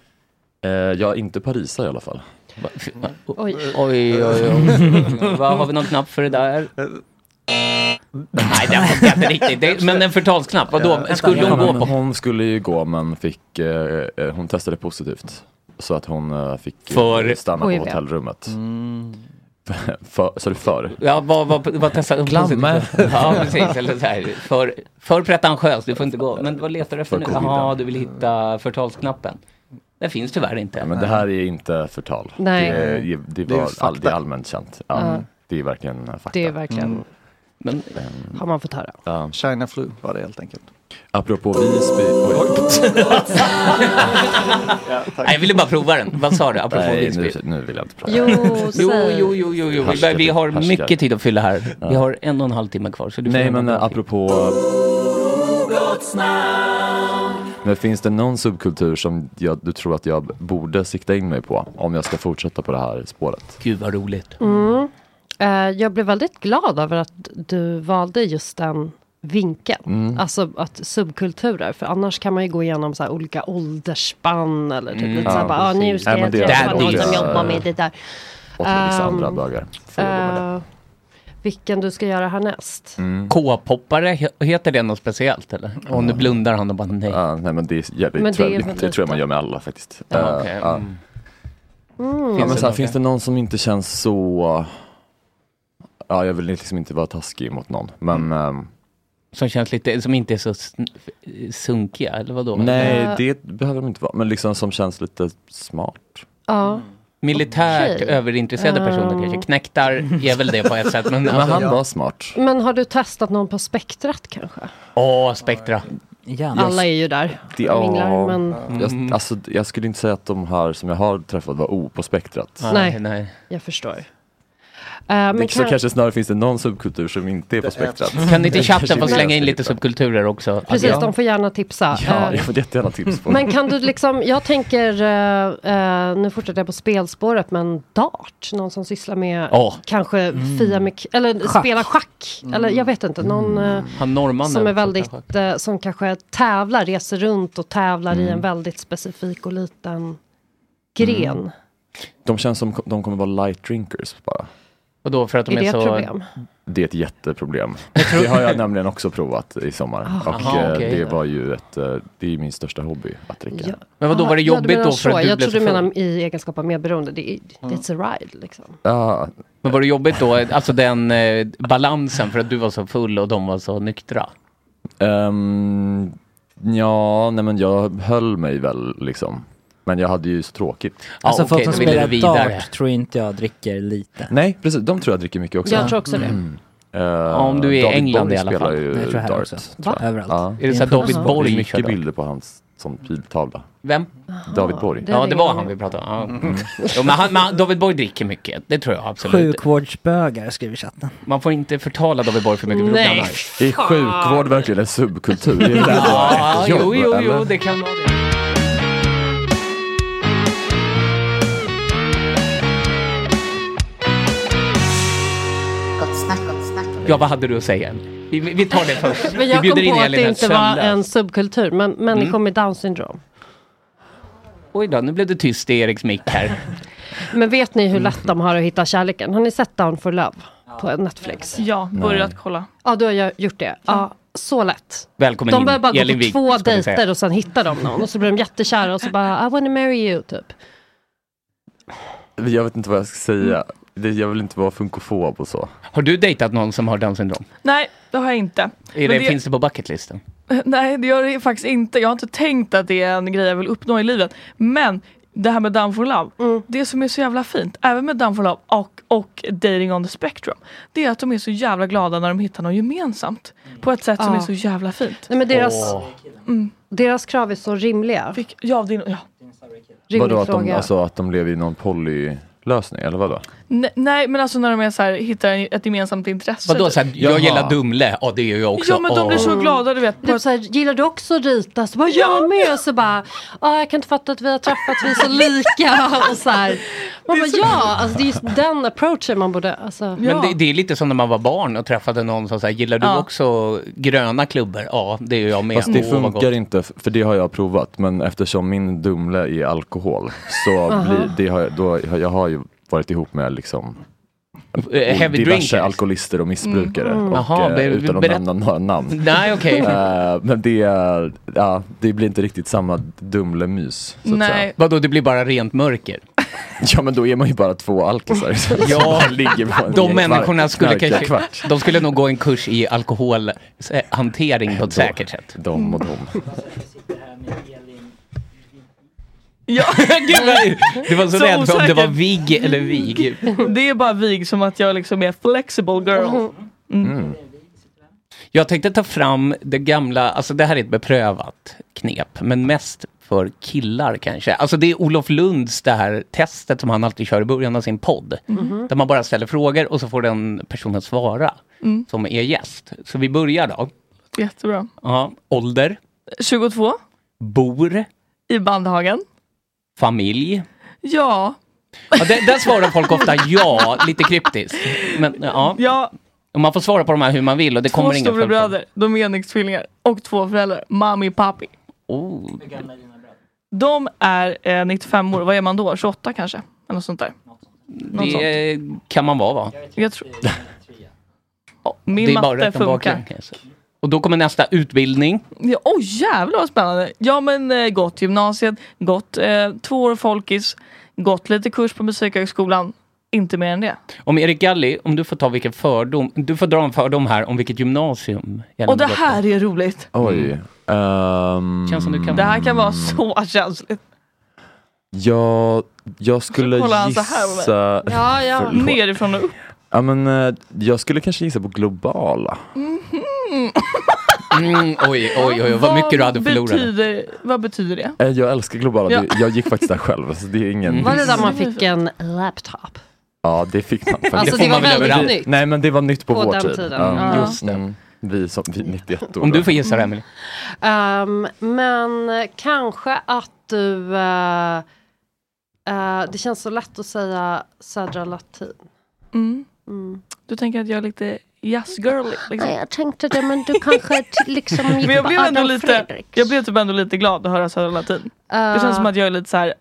[SPEAKER 7] Eh, ja, inte Parisa i alla fall.
[SPEAKER 4] Oj, oj, oj. oj. Va, har vi någon knapp för det där? Nej, det var inte riktigt. Det, men en förtalsknapp, vadå? Skulle hon gå på?
[SPEAKER 7] Hon skulle ju gå men fick, eh, eh, hon testade positivt. Så att hon eh, fick eh,
[SPEAKER 4] För- Mm.
[SPEAKER 7] stanna
[SPEAKER 4] Oj,
[SPEAKER 7] på
[SPEAKER 4] ja.
[SPEAKER 7] hotellrummet. för, sa du för?
[SPEAKER 4] Ja, vad, vad, vad testade hon?
[SPEAKER 7] Glamme.
[SPEAKER 4] Ja, precis. Eller så här. För, för pretentiös, du får inte gå. Men vad letar du efter
[SPEAKER 7] För
[SPEAKER 4] nu?
[SPEAKER 7] covid.
[SPEAKER 4] Jaha, du vill hitta förtalsknappen. Den finns tyvärr inte.
[SPEAKER 7] Men det här är inte förtal.
[SPEAKER 4] Nej.
[SPEAKER 7] Det, är- det,
[SPEAKER 4] Det är
[SPEAKER 7] var,
[SPEAKER 4] ju
[SPEAKER 7] all, det är allmänt känt. Ja,
[SPEAKER 8] Ja.
[SPEAKER 7] Det är verkligen eh, fakta.
[SPEAKER 8] Det är verkligen,
[SPEAKER 4] Mm. Men, Mm.
[SPEAKER 8] har man fått höra.
[SPEAKER 10] China flu var det helt enkelt.
[SPEAKER 7] Apropå Visby.
[SPEAKER 4] Nej, jag ville bara prova den. Vad sa du? Apropå
[SPEAKER 7] Nej, nu,
[SPEAKER 4] Visby.
[SPEAKER 7] nu vill jag inte prata.
[SPEAKER 4] Jo, jo,
[SPEAKER 8] säg.
[SPEAKER 4] jo, jo, jo, jo. Vi, bör- vi har
[SPEAKER 7] Härskar.
[SPEAKER 4] mycket tid att fylla här. Vi
[SPEAKER 7] Ja.
[SPEAKER 4] har en och en halv timme kvar. Så du får
[SPEAKER 7] Nej,
[SPEAKER 4] gärna
[SPEAKER 7] men
[SPEAKER 4] prata.
[SPEAKER 7] eh, apropå... Men finns det någon subkultur som jag, du tror att jag borde sikta in mig på om jag ska fortsätta på det här spåret?
[SPEAKER 4] Gud vad roligt.
[SPEAKER 8] Mm. Eh, jag blev väldigt glad över att du valde just den vinkeln.
[SPEAKER 7] Mm.
[SPEAKER 8] Alltså att subkulturer, för annars kan man ju gå igenom så här olika åldersspann eller typ
[SPEAKER 7] Mm.
[SPEAKER 8] lite så här,
[SPEAKER 7] Ja,
[SPEAKER 8] bara, ah, nu
[SPEAKER 7] precis.
[SPEAKER 8] ska
[SPEAKER 7] Nej,
[SPEAKER 8] jag
[SPEAKER 7] men det är
[SPEAKER 8] träffa
[SPEAKER 7] väl
[SPEAKER 8] någon
[SPEAKER 7] olika-
[SPEAKER 8] som jobbar med det där.
[SPEAKER 7] Och vissa
[SPEAKER 8] Ehm,
[SPEAKER 7] andra bögar.
[SPEAKER 8] eh, vilken du ska göra härnäst?
[SPEAKER 7] Mm.
[SPEAKER 4] K-poppare, he- heter det något speciellt eller? Och nu blundar han och bara nej.
[SPEAKER 7] nej, men det, ja, det,
[SPEAKER 8] Men
[SPEAKER 7] tror
[SPEAKER 8] det är
[SPEAKER 7] jag, det,
[SPEAKER 8] väl
[SPEAKER 7] det tror jag man
[SPEAKER 8] lite-
[SPEAKER 7] gör med alla faktiskt.
[SPEAKER 4] Ja,
[SPEAKER 7] Eh,
[SPEAKER 4] okej,
[SPEAKER 7] ja.
[SPEAKER 4] mm.
[SPEAKER 8] Mm.
[SPEAKER 7] Ja, men så här,
[SPEAKER 4] det
[SPEAKER 7] finns det någon som inte känns så... Ja, jag vill liksom inte vara taskig mot någon,
[SPEAKER 4] Mm.
[SPEAKER 7] men... ehm,
[SPEAKER 4] Som känns lite, som inte är så sn- f- sunkiga eller vadå?
[SPEAKER 7] nej, det behöver de inte vara. Men liksom som känns lite smart. Mm.
[SPEAKER 8] Ja.
[SPEAKER 4] Militärt
[SPEAKER 8] Okej.
[SPEAKER 4] överintresserade personer kanske.
[SPEAKER 8] Ehm.
[SPEAKER 4] Knäktar är väl det på ett sätt. Men,
[SPEAKER 7] Men
[SPEAKER 4] alltså-
[SPEAKER 7] han var smart.
[SPEAKER 8] Men har du testat någon på spektrat kanske?
[SPEAKER 4] Åh, Spektra.
[SPEAKER 8] Alla är ju där
[SPEAKER 7] Det,
[SPEAKER 8] och minglar, men...
[SPEAKER 7] jag, alltså, jag skulle inte säga att de här som jag har träffat var O på spektrat.
[SPEAKER 8] Nej, jag förstår. Eh, men
[SPEAKER 7] Det, så
[SPEAKER 8] kan-
[SPEAKER 7] kanske snarare finns det någon subkultur som inte är på spektrat.
[SPEAKER 4] Kan inte
[SPEAKER 7] Det
[SPEAKER 4] chatten få
[SPEAKER 7] kanske
[SPEAKER 4] slänga in
[SPEAKER 7] inte är
[SPEAKER 4] lite
[SPEAKER 7] det.
[SPEAKER 4] subkulturer också?
[SPEAKER 8] Precis,
[SPEAKER 4] Ja.
[SPEAKER 8] de får gärna tipsa.
[SPEAKER 7] Ja,
[SPEAKER 8] Eh,
[SPEAKER 7] jag får jättegärna tips på
[SPEAKER 8] Men kan du liksom, jag tänker, eh, eh, nu fortsätter jag på spelspåret, men dart, någon som sysslar med
[SPEAKER 4] Ja.
[SPEAKER 8] kanske
[SPEAKER 11] Mm.
[SPEAKER 8] fia med, k- eller spela schack, eller jag vet inte,
[SPEAKER 11] Mm.
[SPEAKER 8] någon eh,
[SPEAKER 4] Han norrmannen.
[SPEAKER 8] som är
[SPEAKER 4] som kanske-
[SPEAKER 8] väldigt, eh, som kanske tävlar, reser runt och tävlar i
[SPEAKER 7] Mm.
[SPEAKER 8] en väldigt specifik och
[SPEAKER 11] Mm.
[SPEAKER 8] liten gren.
[SPEAKER 4] Mm.
[SPEAKER 7] De känns som de kommer vara light drinkers bara.
[SPEAKER 4] Och då för att de är,
[SPEAKER 8] Är det
[SPEAKER 4] så...
[SPEAKER 8] ett problem?
[SPEAKER 7] Det är ett jätteproblem. Det har jag nämligen också provat i sommar.
[SPEAKER 8] Ah.
[SPEAKER 7] och
[SPEAKER 4] Aha,
[SPEAKER 7] eh,
[SPEAKER 4] okej.
[SPEAKER 7] det var ju ett, eh, det är ju min största hobby att dricka.
[SPEAKER 8] Ja.
[SPEAKER 4] Men vadå,
[SPEAKER 8] Ja,
[SPEAKER 4] var det
[SPEAKER 8] ja, du
[SPEAKER 4] jobbigt
[SPEAKER 8] menar
[SPEAKER 4] då för
[SPEAKER 8] så.
[SPEAKER 4] att du
[SPEAKER 8] Jag
[SPEAKER 4] blev
[SPEAKER 8] tror du
[SPEAKER 4] för
[SPEAKER 8] menar i egenskap av medberoende. Det är,
[SPEAKER 11] Mm.
[SPEAKER 8] it's a ride liksom.
[SPEAKER 7] Ja.
[SPEAKER 4] Men var det jobbigt då, alltså den eh, balansen för att du var så full och de var så nyktra?
[SPEAKER 7] Ehm, ja, nej men jag höll mig väl liksom. Men jag hade ju så tråkigt.
[SPEAKER 9] Alltså folk som spelar dart tror inte jag dricker lite.
[SPEAKER 7] Nej, precis. De tror jag dricker mycket också.
[SPEAKER 9] Jag tror också det.
[SPEAKER 7] Eh,
[SPEAKER 4] Om du är i
[SPEAKER 7] David
[SPEAKER 4] England
[SPEAKER 7] Bowie
[SPEAKER 4] i alla
[SPEAKER 7] spelar
[SPEAKER 4] fall.
[SPEAKER 7] Ju
[SPEAKER 4] Det tror jag här
[SPEAKER 7] dart,
[SPEAKER 4] också.
[SPEAKER 7] tror
[SPEAKER 4] Va?
[SPEAKER 7] jag.
[SPEAKER 4] Överallt. Är det så här David
[SPEAKER 7] Det
[SPEAKER 4] Borg
[SPEAKER 7] är
[SPEAKER 4] kör
[SPEAKER 7] mycket
[SPEAKER 4] dart?
[SPEAKER 7] bilder på hans som pivtavla.
[SPEAKER 4] Vem?
[SPEAKER 7] David Borg.
[SPEAKER 4] Ja, det var han vi pratade om. Ja. Mm. Jo, men han, men David Borg dricker mycket, det tror jag absolut.
[SPEAKER 9] Sjukvårdsbögar skriver chatten.
[SPEAKER 4] Man får inte förtala David Borg för mycket. för då blir han
[SPEAKER 9] Nej,
[SPEAKER 4] arg.
[SPEAKER 7] Är sjukvård verkligen en subkultur? Är det där
[SPEAKER 4] Ja,
[SPEAKER 7] ett jobb,
[SPEAKER 4] jo, jo, jo,
[SPEAKER 7] eller?
[SPEAKER 4] det kan vara det.
[SPEAKER 11] Gott snack, gott snack.
[SPEAKER 4] Ja, vad hade du att säga? Vi, vi tar det först.
[SPEAKER 8] Men
[SPEAKER 4] vi
[SPEAKER 8] jag
[SPEAKER 4] bjuder
[SPEAKER 8] kom
[SPEAKER 4] in
[SPEAKER 8] på att
[SPEAKER 4] Elin
[SPEAKER 8] det
[SPEAKER 4] här
[SPEAKER 8] inte var
[SPEAKER 4] sömnlös.
[SPEAKER 8] en subkultur, men människor
[SPEAKER 4] Mm.
[SPEAKER 8] med down syndrom.
[SPEAKER 4] Oj då, nu blev det tyst i Eriks mick här.
[SPEAKER 8] Men vet ni hur
[SPEAKER 4] Mm.
[SPEAKER 8] lätt de har att hitta kärleken? Har ni sett Down for Love på Netflix?
[SPEAKER 6] Ja, börjat Nej. kolla.
[SPEAKER 8] Ja, du har jag gjort det. Ja, så lätt.
[SPEAKER 4] Välkommen
[SPEAKER 8] de
[SPEAKER 4] in,
[SPEAKER 8] behöver bara gå
[SPEAKER 4] Elin
[SPEAKER 8] på
[SPEAKER 4] Wik,
[SPEAKER 8] två
[SPEAKER 4] ska vi säga.
[SPEAKER 8] dejter och sen hittar de någon och så blir de jättekära och så bara I wanna marry you typ.
[SPEAKER 7] Jag vet inte vad jag ska säga. Det, jag vill inte vara funkofob och så.
[SPEAKER 4] Har du dejtat någon som har Downs syndrom?
[SPEAKER 6] Nej, det har jag inte.
[SPEAKER 4] Är
[SPEAKER 6] Men
[SPEAKER 4] det, Finns det på bucketlisten?
[SPEAKER 6] Nej, det gör det faktiskt inte. Jag har inte tänkt att det är en grej jag vill uppnå i livet. Men det här med Down for Love, det som är så jävla fint, även med Down for Love och, och Dating on the Spectrum, det är att de är så jävla glada när de hittar något gemensamt. På ett sätt som
[SPEAKER 8] Ja.
[SPEAKER 6] är så jävla fint.
[SPEAKER 8] Nej, men deras- Åh.
[SPEAKER 6] mm.
[SPEAKER 8] Deras krav är så rimliga.
[SPEAKER 6] ja, det är, ja.
[SPEAKER 8] Rimlig
[SPEAKER 7] Vadå, att de,
[SPEAKER 8] fråga.
[SPEAKER 7] alltså, att de lever i någon polylösning eller vadå?
[SPEAKER 6] Ne- nej, men alltså när de är så här, hittar en- ett gemensamt intresse.
[SPEAKER 4] Vadå
[SPEAKER 6] typ.
[SPEAKER 4] såhär, jag gillar Dumle, ja det gör jag också.
[SPEAKER 6] Ja men de blir så
[SPEAKER 4] Åh.
[SPEAKER 6] glada du vet.
[SPEAKER 8] Typ såhär, gillar du också att rita? Så bara, jag med! Så bara, ah, jag kan inte fatta att vi har träffat, vi är så lika. Och så här. Man bara, ja, alltså, det är just den approachen man borde... Alltså,
[SPEAKER 4] Men det, det är lite som när man var barn och träffade någon som sa, gillar du
[SPEAKER 8] Ja.
[SPEAKER 4] också gröna klubbor? Ja, det gör jag med.
[SPEAKER 7] Fast det
[SPEAKER 4] Åh, vad gott.
[SPEAKER 7] funkar inte, f- för det har jag provat. Men eftersom min Dumle är alkohol så
[SPEAKER 4] Aha.
[SPEAKER 7] blir, det har, jag- då, har- jag har ju varit ihop med liksom
[SPEAKER 4] Eh, heavy
[SPEAKER 7] diverse
[SPEAKER 4] drinkers.
[SPEAKER 7] alkoholister och missbrukare.
[SPEAKER 4] Mm. Mm.
[SPEAKER 7] Och,
[SPEAKER 4] Jaha,
[SPEAKER 7] eh,
[SPEAKER 4] be-
[SPEAKER 7] utan att
[SPEAKER 4] berätt-
[SPEAKER 7] nämna några namn.
[SPEAKER 4] Nej, okej.
[SPEAKER 7] Eh, men det, är- ja, det blir inte riktigt samma Dumle-mys. så att
[SPEAKER 6] Nej.
[SPEAKER 7] säga.
[SPEAKER 4] Vadå, det blir bara rent mörker?
[SPEAKER 7] Ja men då är man ju bara två alkisar. som
[SPEAKER 4] Ja,
[SPEAKER 7] bara ligger på en
[SPEAKER 4] de
[SPEAKER 7] knark-
[SPEAKER 4] människorna skulle kanske,
[SPEAKER 7] knarkarkvart.
[SPEAKER 4] de skulle nog gå en kurs i alkoholhantering på ett säkert sätt.
[SPEAKER 7] De och de.
[SPEAKER 6] Ja.
[SPEAKER 4] Gud, vad- du var så, rädd för om det var
[SPEAKER 6] osäker.
[SPEAKER 4] vigg eller vig.
[SPEAKER 6] Det är bara vig som att jag liksom är flexible girl.
[SPEAKER 4] Mm. Jag tänkte ta fram det gamla, alltså det här är ett beprövat knep, men mest för killar kanske. Alltså det är Olof Lunds det här testet som han alltid kör i början av sin podd.
[SPEAKER 12] Mhm.
[SPEAKER 4] Där man bara ställer frågor och så får den personen svara
[SPEAKER 6] Mm.
[SPEAKER 4] som är gäst. Så vi börjar då.
[SPEAKER 6] Jättebra.
[SPEAKER 4] Ja, ålder,
[SPEAKER 6] 22,
[SPEAKER 4] bor,
[SPEAKER 6] i Bandhagen.
[SPEAKER 4] familj.
[SPEAKER 6] Ja,
[SPEAKER 4] Ja, där, där svarar folk ofta ja, lite kryptiskt. Men, ja.
[SPEAKER 6] ja.
[SPEAKER 4] Och man får svara på de här hur man vill och det
[SPEAKER 6] två
[SPEAKER 4] kommer inga följdfrågor.
[SPEAKER 6] storebröder, de är enäggstvillingar och två föräldrar, mami och papi.
[SPEAKER 4] Oh.
[SPEAKER 6] De är eh, 95 år, vad är man då? 28 kanske? Eller något sånt där. Något sånt.
[SPEAKER 4] Det kan man vara va?
[SPEAKER 6] Jag tror... Ja, min
[SPEAKER 4] det är bara
[SPEAKER 6] matte
[SPEAKER 4] rätten baklänges.
[SPEAKER 6] funkar.
[SPEAKER 4] Och då kommer nästa utbildning.
[SPEAKER 6] Ja, oh, jävlar vad spännande! Ja men eh, gått gymnasiet, gått eh, två år folkis, gått lite kurs på Musikhögskolan, inte mer än det.
[SPEAKER 4] Om Erik Galli, om du får ta vilken fördom, du får dra en fördom här om vilket gymnasium. Ellen
[SPEAKER 6] och det
[SPEAKER 4] går på. Mm.
[SPEAKER 6] här är roligt!
[SPEAKER 7] Oj. ehm,
[SPEAKER 4] Känns som du kan-
[SPEAKER 6] Det här kan vara så känsligt.
[SPEAKER 7] Jag, jag skulle
[SPEAKER 6] Kolla han så
[SPEAKER 7] gissa...
[SPEAKER 6] här på mig. Ja, ja.
[SPEAKER 7] Förlåt.
[SPEAKER 6] Nerifrån och upp.
[SPEAKER 7] Ja, men, eh, jag skulle kanske gissa på globala.
[SPEAKER 4] Mm, oj, oj, oj, vad
[SPEAKER 6] Mhm. Vad
[SPEAKER 4] mycket du hade förlorat.
[SPEAKER 6] betyder, vad betyder det?
[SPEAKER 7] Eh, Jag älskar globala,
[SPEAKER 6] Ja.
[SPEAKER 7] det, jag gick faktiskt där själv. Så det är ingen...
[SPEAKER 8] Var det där man
[SPEAKER 6] Mm.
[SPEAKER 8] fick en laptop?
[SPEAKER 7] Ja, det fick man faktiskt.
[SPEAKER 8] Alltså, det Det får var man väl väldigt överallt. nytt.
[SPEAKER 7] Nej, men det var nytt på,
[SPEAKER 8] På
[SPEAKER 7] vår
[SPEAKER 8] den
[SPEAKER 7] tid.
[SPEAKER 8] tiden.
[SPEAKER 7] Ja.
[SPEAKER 8] Mm. Just
[SPEAKER 7] Mm. Vi som, vi 91 år.
[SPEAKER 4] Om du
[SPEAKER 7] då.
[SPEAKER 4] får gissa det, Emelie.
[SPEAKER 8] Ehm, men kanske att du... eh, eh, det känns så lätt att säga södra latin.
[SPEAKER 6] Mm.
[SPEAKER 8] Mm.
[SPEAKER 6] Du tänker att jag är lite jazzgirly? Liksom.
[SPEAKER 8] Jag tänkte det, men du kanske liksom
[SPEAKER 6] Men
[SPEAKER 8] gick
[SPEAKER 6] jag
[SPEAKER 8] på
[SPEAKER 6] blev, ändå
[SPEAKER 8] Adam
[SPEAKER 6] lite,
[SPEAKER 8] Fredrik. Ah.
[SPEAKER 6] jag blev typ ändå lite glad att höra Södra Latin. Det känns som att jag är lite så här.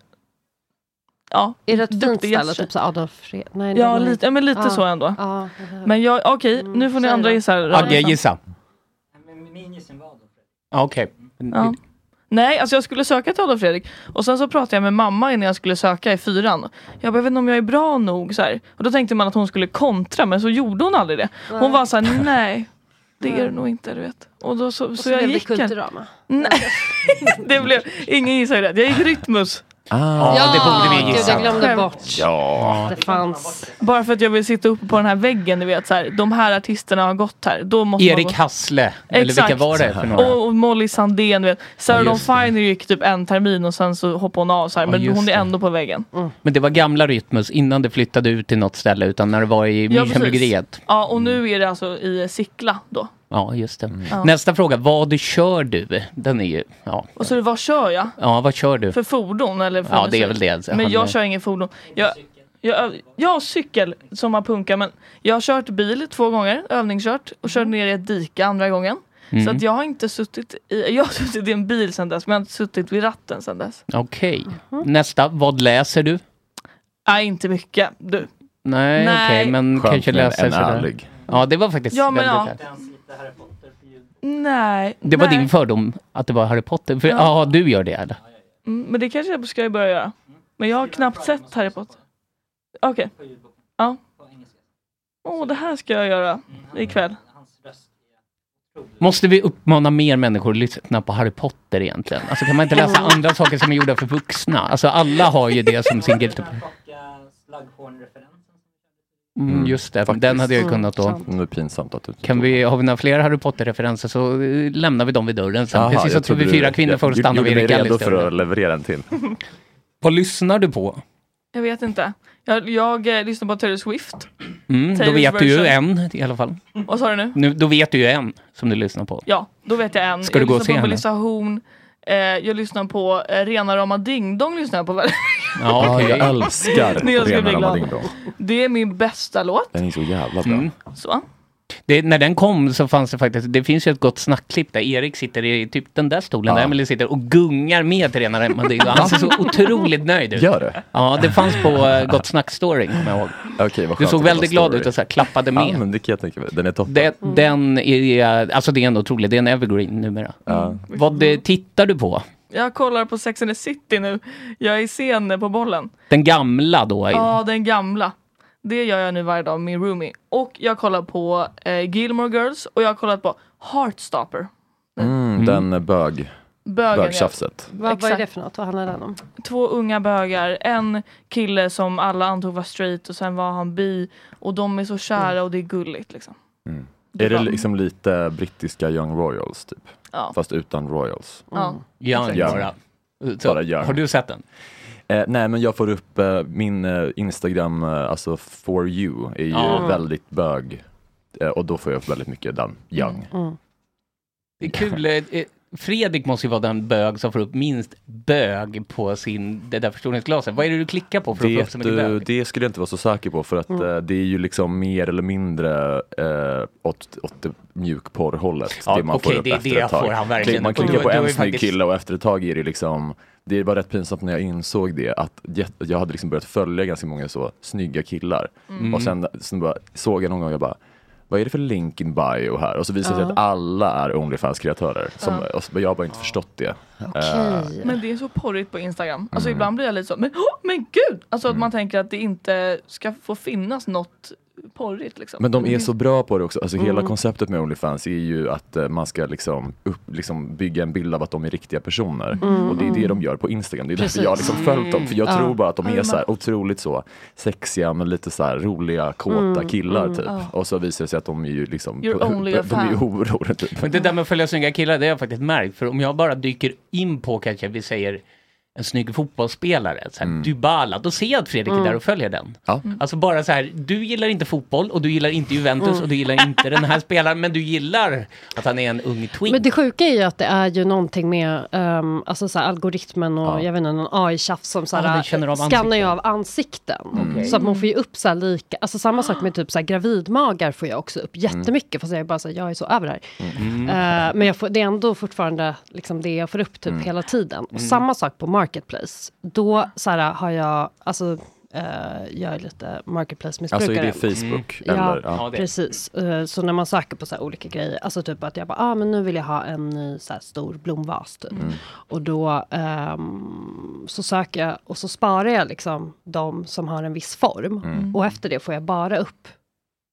[SPEAKER 6] ja,
[SPEAKER 8] Är det ett fint
[SPEAKER 6] duktiga
[SPEAKER 8] ställe?
[SPEAKER 6] tjej.
[SPEAKER 8] Typ så här Adolf Fredrik? Nej, Ah. Mm, det
[SPEAKER 6] Ja,
[SPEAKER 8] var
[SPEAKER 6] lite,
[SPEAKER 8] inte-
[SPEAKER 6] ja, men lite
[SPEAKER 8] Ja.
[SPEAKER 6] så ändå.
[SPEAKER 8] Ja.
[SPEAKER 6] Men jag, okej, nu får ni andra gissa. här.
[SPEAKER 4] Agge, gissa. Okej.
[SPEAKER 6] Ja. Nej, alltså jag skulle söka till Adolf Fredrik och sen så pratade jag med mamma innan jag skulle söka i fyran. Jag bara, jag vet inte om jag är bra nog så här. Och då tänkte man att hon skulle kontra men så gjorde hon aldrig det.
[SPEAKER 8] Nej.
[SPEAKER 6] Hon var så här, nej, det är det nog inte du vet. Och då så, så,
[SPEAKER 8] Och så
[SPEAKER 6] jag
[SPEAKER 8] blev det
[SPEAKER 6] gick en-
[SPEAKER 8] Kulturama.
[SPEAKER 6] Nej, det blev, ingen gissade rätt. Jag gick Rytmus.
[SPEAKER 4] Ja, Ah, det borde vi gissa.
[SPEAKER 8] Gud, jag glömde bort.
[SPEAKER 4] Ja.
[SPEAKER 8] Det fanns.
[SPEAKER 6] Bara för att jag vill sitta uppe på den här väggen, du vet så här, de här artisterna har gått här. Då måste man
[SPEAKER 4] Erik
[SPEAKER 6] gå...
[SPEAKER 4] Hassle. Eller
[SPEAKER 6] Exakt.
[SPEAKER 4] vilka var det för några?
[SPEAKER 6] Och, och Molly Sandén, du vet. Sarah
[SPEAKER 4] Ja,
[SPEAKER 6] Dawn
[SPEAKER 4] just det.
[SPEAKER 6] Finer gick typ en termin och sen så hoppade hon av så här,
[SPEAKER 4] Ja,
[SPEAKER 6] men
[SPEAKER 4] just
[SPEAKER 6] hon är
[SPEAKER 4] det. Mm.
[SPEAKER 6] ändå på väggen.
[SPEAKER 4] Men det var gamla Rytmus innan det flyttade ut till något ställe utan när det var i
[SPEAKER 6] Ja,
[SPEAKER 4] Myrenbryggeriet.
[SPEAKER 6] precis. ja, och
[SPEAKER 4] Mm.
[SPEAKER 6] nu är det alltså i Sickla då.
[SPEAKER 4] Ja, just det.
[SPEAKER 6] Mm. Ja.
[SPEAKER 4] Nästa fråga, vad kör du? Den är ju, ja.
[SPEAKER 6] Och så är det, vad kör jag?
[SPEAKER 4] Ja, vad kör du?
[SPEAKER 6] För fordon eller? För
[SPEAKER 4] Ja,
[SPEAKER 6] musik?
[SPEAKER 4] det är väl det. Alltså,
[SPEAKER 6] Men
[SPEAKER 4] han
[SPEAKER 6] jag
[SPEAKER 4] är-
[SPEAKER 6] kör ingen fordon. Jag, jag, öv- jag har cykel som har punka men jag har kört bil två gånger, övningskört och kört ner i ett dike andra gången. Så
[SPEAKER 4] Mm.
[SPEAKER 6] att jag har inte suttit i, jag har suttit i en bil sedan dess men jag har inte suttit vid ratten sedan dess.
[SPEAKER 4] Okej. Nästa, vad läser du?
[SPEAKER 6] Nej, inte mycket. Du.
[SPEAKER 4] Nej,
[SPEAKER 6] Nej.
[SPEAKER 4] okej, men
[SPEAKER 7] Skönt
[SPEAKER 4] kanske
[SPEAKER 7] med
[SPEAKER 4] läser
[SPEAKER 7] en
[SPEAKER 4] sådär.
[SPEAKER 7] ärlig.
[SPEAKER 4] Ja, det var faktiskt
[SPEAKER 6] Ja, men
[SPEAKER 4] väldigt
[SPEAKER 6] ja.
[SPEAKER 4] ärligt.
[SPEAKER 6] Nej.
[SPEAKER 4] Det var
[SPEAKER 6] nej.
[SPEAKER 4] din fördom att det var Harry Potter? För,
[SPEAKER 6] Ja.
[SPEAKER 4] ja, du gör det eller?
[SPEAKER 6] Mm, Men det kanske jag ska börja göra. Men jag har knappt sett Harry Potter. Okej. Ja. Åh, det här ska jag göra ikväll.
[SPEAKER 4] Måste vi uppmana mer människor att lyssna på Harry Potter egentligen? Alltså kan man inte läsa andra saker som är gjorda för vuxna? Alltså alla har ju det som sin guilty pleasure. Mm, just det, den hade jag ju kunnat då.
[SPEAKER 8] Mm.
[SPEAKER 7] Det är pinsamt att du...
[SPEAKER 4] Kan vi, har vi några fler Harry Potter-referenser så eh, lämnar vi dem vid dörren sen.
[SPEAKER 7] Aha,
[SPEAKER 4] Precis så
[SPEAKER 7] jag
[SPEAKER 4] tror vi
[SPEAKER 7] trodde
[SPEAKER 4] fyra
[SPEAKER 7] du-
[SPEAKER 4] kvinnor
[SPEAKER 7] jag
[SPEAKER 4] får
[SPEAKER 7] gjorde
[SPEAKER 4] stanna vid
[SPEAKER 7] mig
[SPEAKER 4] Erik
[SPEAKER 7] redo
[SPEAKER 4] Ellis
[SPEAKER 7] för
[SPEAKER 4] dörren.
[SPEAKER 7] att leverera en till.
[SPEAKER 4] Vad lyssnar du på?
[SPEAKER 6] Jag vet inte. Jag, jag eh, lyssnar på Taylor Swift.
[SPEAKER 4] Mm, då
[SPEAKER 6] Taylor's
[SPEAKER 4] vet du ju
[SPEAKER 6] version.
[SPEAKER 4] en i alla fall.
[SPEAKER 6] Vad sa du nu?
[SPEAKER 4] Nu, då vet du ju en som du lyssnar på.
[SPEAKER 6] Ja, då vet jag en.
[SPEAKER 4] Ska du
[SPEAKER 6] jag
[SPEAKER 4] gå och
[SPEAKER 6] lyssnar
[SPEAKER 4] se
[SPEAKER 6] på
[SPEAKER 4] henne?
[SPEAKER 6] Melissa Horn. Eh, jag lyssnar på eh, Rena Rama Ding Dong. Lyssnar jag på varje-
[SPEAKER 7] Ja, jag älskar
[SPEAKER 6] Nu jag ska
[SPEAKER 7] Rena
[SPEAKER 6] bli
[SPEAKER 7] Rama
[SPEAKER 6] glad.
[SPEAKER 7] Ding Dong.
[SPEAKER 6] Det är min bästa låt.
[SPEAKER 7] Den är så jävla bra.
[SPEAKER 4] Mm.
[SPEAKER 6] Så.
[SPEAKER 4] Det, när den kom så fanns det faktiskt, det finns ju ett gott snackklipp där Erik sitter i typ den där stolen där Emelie sitter och gungar med till rena Madrid och han ser så otroligt nöjd ut.
[SPEAKER 7] Gör det?
[SPEAKER 4] Ja, det fanns på eh, Gott Snack-storyn kommer jag ihåg.
[SPEAKER 7] Okej, vad
[SPEAKER 4] Du
[SPEAKER 7] skönt
[SPEAKER 4] såg
[SPEAKER 7] att det
[SPEAKER 4] väldigt
[SPEAKER 7] var
[SPEAKER 4] glad
[SPEAKER 7] story.
[SPEAKER 4] ut och så här klappade med.
[SPEAKER 7] Ja, men det kan jag tänka mig. Den är toppen.
[SPEAKER 4] Det, Den är, alltså det är en otrolig, det är en evergreen numera. Vad eh, tittar du på?
[SPEAKER 6] Jag kollar på Sex and the City nu. Jag är sen på bollen.
[SPEAKER 4] Den gamla då?
[SPEAKER 6] Ja, den gamla. Det gör jag nu varje dag med min roomie. Och jag kollar på eh, Gilmore Girls och jag har kollat på Heartstopper.
[SPEAKER 7] Mm, den bög...
[SPEAKER 6] Bögen, ja.
[SPEAKER 7] Bögtjafset.
[SPEAKER 8] Vad, vad är
[SPEAKER 6] Exakt.
[SPEAKER 8] det för något? Vad handlar den om?
[SPEAKER 6] Två unga bögar, en kille som alla antog var straight och sen var han bi. Och de är så kära och det är gulligt liksom.
[SPEAKER 7] Mm. Är det liksom lite brittiska Young Royals typ?
[SPEAKER 6] Ja.
[SPEAKER 7] Fast utan Royals.
[SPEAKER 6] Ja.
[SPEAKER 4] Young
[SPEAKER 7] Young.
[SPEAKER 4] bara. Så,
[SPEAKER 7] Bara young.
[SPEAKER 4] har du sett den?
[SPEAKER 7] Eh, nej men jag får upp eh, min eh, Instagram, eh, alltså for you, är ju
[SPEAKER 4] Ja.
[SPEAKER 7] väldigt bög. Eh, och då får jag upp väldigt mycket den, young.
[SPEAKER 4] Det är kul. eh, eh, Fredrik måste ju vara den bög som får upp minst bög på sin, det där förstoringsglaset. Vad är det du klickar på för att få upp så
[SPEAKER 7] Det,
[SPEAKER 4] mycket
[SPEAKER 7] du,
[SPEAKER 4] bög?
[SPEAKER 7] det skulle jag inte vara så säker på för att
[SPEAKER 4] Mm.
[SPEAKER 7] eh, det är ju liksom mer eller mindre eh, åt, åt det mjukporrhållet.
[SPEAKER 4] Ja,
[SPEAKER 7] det man
[SPEAKER 4] okej,
[SPEAKER 7] får upp
[SPEAKER 4] det är
[SPEAKER 7] efter
[SPEAKER 4] det
[SPEAKER 7] ett tag.
[SPEAKER 4] får han verkligen.
[SPEAKER 7] Man
[SPEAKER 4] Då-
[SPEAKER 7] klickar
[SPEAKER 4] då
[SPEAKER 7] på
[SPEAKER 4] är
[SPEAKER 7] en
[SPEAKER 4] vi
[SPEAKER 7] snygg
[SPEAKER 4] faktiskt-
[SPEAKER 7] kille och efter ett tag är det liksom det var rätt pinsamt när jag insåg det att jätte- jag hade liksom börjat följa ganska många så snygga killar
[SPEAKER 4] Mm.
[SPEAKER 7] och sen, sen bara, såg jag någon gång jag bara vad är det för link in bio här? Och så visar det sig
[SPEAKER 6] Ja.
[SPEAKER 7] att alla är Onlyfans-kreatörer. Som,
[SPEAKER 6] Ja.
[SPEAKER 7] och så- Jag har bara inte förstått det. Eh,
[SPEAKER 6] Men det är så porrigt på Instagram. Alltså
[SPEAKER 7] Mm.
[SPEAKER 6] ibland blir jag lite så, men, åh, men gud! Alltså att man tänker att det inte ska få finnas något porrigt liksom.
[SPEAKER 7] Men de är så bra på det också. Alltså, Hela
[SPEAKER 6] Mm.
[SPEAKER 7] konceptet med Onlyfans är ju att eh, man ska liksom upp, liksom bygga en bild av att de är riktiga personer.
[SPEAKER 6] Mm.
[SPEAKER 7] Och det är det de gör på Instagram. Det är
[SPEAKER 6] Precis.
[SPEAKER 7] därför jag har liksom följt dem. För jag
[SPEAKER 6] Mm. Ja.
[SPEAKER 7] tror bara att de
[SPEAKER 6] Ja,
[SPEAKER 7] är så
[SPEAKER 6] men-
[SPEAKER 7] här otroligt så sexiga men lite så här roliga, kåta
[SPEAKER 4] Mm.
[SPEAKER 7] killar
[SPEAKER 4] Mm.
[SPEAKER 7] typ.
[SPEAKER 4] Ja.
[SPEAKER 7] Och så visar det sig att de är ju liksom
[SPEAKER 4] You're only a
[SPEAKER 7] de, de är ju
[SPEAKER 4] fan.
[SPEAKER 7] horor typ.
[SPEAKER 4] Men det där med att följa snygga killar, det har jag faktiskt märkt. För om jag bara dyker in på kanske, vi säger en snygg fotbollsspelare, så här, Dybala, då ser jag att Fredrik
[SPEAKER 8] Mm.
[SPEAKER 4] är där och följer den.
[SPEAKER 7] Mm. Ja.
[SPEAKER 4] Alltså bara så här, du gillar inte fotboll och du gillar inte Juventus
[SPEAKER 8] Mm.
[SPEAKER 4] och du gillar inte den här spelaren, men du gillar att han är en ung twink.
[SPEAKER 8] Men det sjuka är ju att det är ju någonting med ehm, alltså så här algoritmen och jag vet inte, någon AI-tjafs som så
[SPEAKER 4] Ja,
[SPEAKER 8] här,
[SPEAKER 4] den känner av
[SPEAKER 8] skannar ju
[SPEAKER 4] ansikten.
[SPEAKER 8] av ansikten.
[SPEAKER 4] Okej.
[SPEAKER 8] Så att man får ju upp så här lika, alltså samma sak med typ så här gravidmagar får jag också
[SPEAKER 4] Mm.
[SPEAKER 8] upp jättemycket, fast jag är bara så här, jag är så över det här.
[SPEAKER 7] Mm.
[SPEAKER 8] Eh, men jag får, det är ändå fortfarande liksom det jag får upp typ hela tiden. Och
[SPEAKER 4] Mm.
[SPEAKER 8] samma sak på Marketplace, då så här, har jag, alltså eh, jag är lite Marketplace-missbrukare. Mm.
[SPEAKER 7] Alltså, är det Facebook
[SPEAKER 8] Ja,
[SPEAKER 7] eller- ja.
[SPEAKER 8] precis. Eh, så när man söker på så här olika grejer, alltså typ att jag bara, ah, men nu vill jag ha en ny så här, stor blomvas typ.
[SPEAKER 7] Mm.
[SPEAKER 8] Och då ehm, så söker jag och så sparar jag liksom de som har en viss form.
[SPEAKER 4] Mm.
[SPEAKER 8] Och efter det får jag bara upp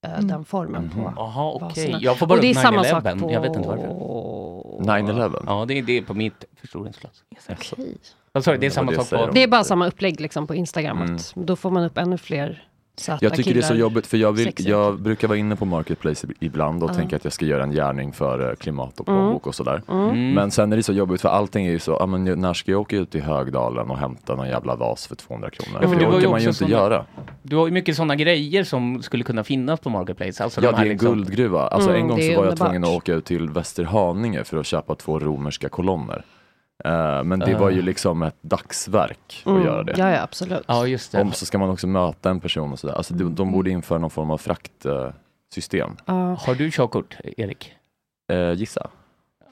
[SPEAKER 8] eh, den formen
[SPEAKER 7] Mm-hmm.
[SPEAKER 8] på
[SPEAKER 4] Jaha, okej.
[SPEAKER 8] vaserna.
[SPEAKER 4] Jag får bara
[SPEAKER 8] och det är
[SPEAKER 4] upp
[SPEAKER 8] samma sak
[SPEAKER 4] 9-11.
[SPEAKER 8] på...
[SPEAKER 4] Jag vet inte varför.
[SPEAKER 7] 9-11?
[SPEAKER 4] Ja, det är det på mitt förstoringsglas.
[SPEAKER 8] Okej.
[SPEAKER 4] Vad sa du, det är
[SPEAKER 7] Ja,
[SPEAKER 4] samma
[SPEAKER 7] det
[SPEAKER 4] sak
[SPEAKER 7] säger
[SPEAKER 4] på...
[SPEAKER 7] de.
[SPEAKER 8] Det är bara samma upplägg liksom på Instagram.
[SPEAKER 7] Mm.
[SPEAKER 8] Att då får man upp ännu fler söta
[SPEAKER 7] Jag tycker det är så
[SPEAKER 8] killar.
[SPEAKER 7] jobbigt för jag, vill,
[SPEAKER 8] Sexiga
[SPEAKER 7] jag brukar vara inne på Marketplace ib- ibland och
[SPEAKER 8] Ja.
[SPEAKER 7] tänka att jag ska göra en gärning för eh, klimat och plånbok och sådär.
[SPEAKER 8] Mm. Mm.
[SPEAKER 7] Men sen är det så jobbigt för allting är ju så, ah, men när ska jag åka ut till Högdalen och hämta någon jävla vas för 200 kronor?
[SPEAKER 4] Ja, för
[SPEAKER 7] det
[SPEAKER 4] du har ju
[SPEAKER 7] orkar man ju inte
[SPEAKER 4] också såna-
[SPEAKER 7] göra.
[SPEAKER 4] Du har ju mycket sådana grejer som skulle kunna finnas på Marketplace. Alltså
[SPEAKER 7] ja,
[SPEAKER 4] de
[SPEAKER 7] det
[SPEAKER 4] här
[SPEAKER 7] är en
[SPEAKER 4] liksom-
[SPEAKER 7] guldgruva. Alltså,
[SPEAKER 4] Mm,
[SPEAKER 7] en gång
[SPEAKER 4] det
[SPEAKER 7] så
[SPEAKER 4] är
[SPEAKER 7] var jag
[SPEAKER 4] underbart.
[SPEAKER 7] tvungen att åka ut till Västerhaninge för att köpa två romerska kolonner. Eh, men det var ju
[SPEAKER 8] Ah.
[SPEAKER 7] liksom ett dagsverk
[SPEAKER 8] Mm,
[SPEAKER 7] att göra det.
[SPEAKER 8] ja, ja, absolut. Ja, just det.
[SPEAKER 7] Om så ska man också möta en person och sådär. Alltså, de, de borde införa någon form av fraktsystem. Eh,
[SPEAKER 8] Ja.
[SPEAKER 4] Har du körkort, Erik?
[SPEAKER 7] gissa.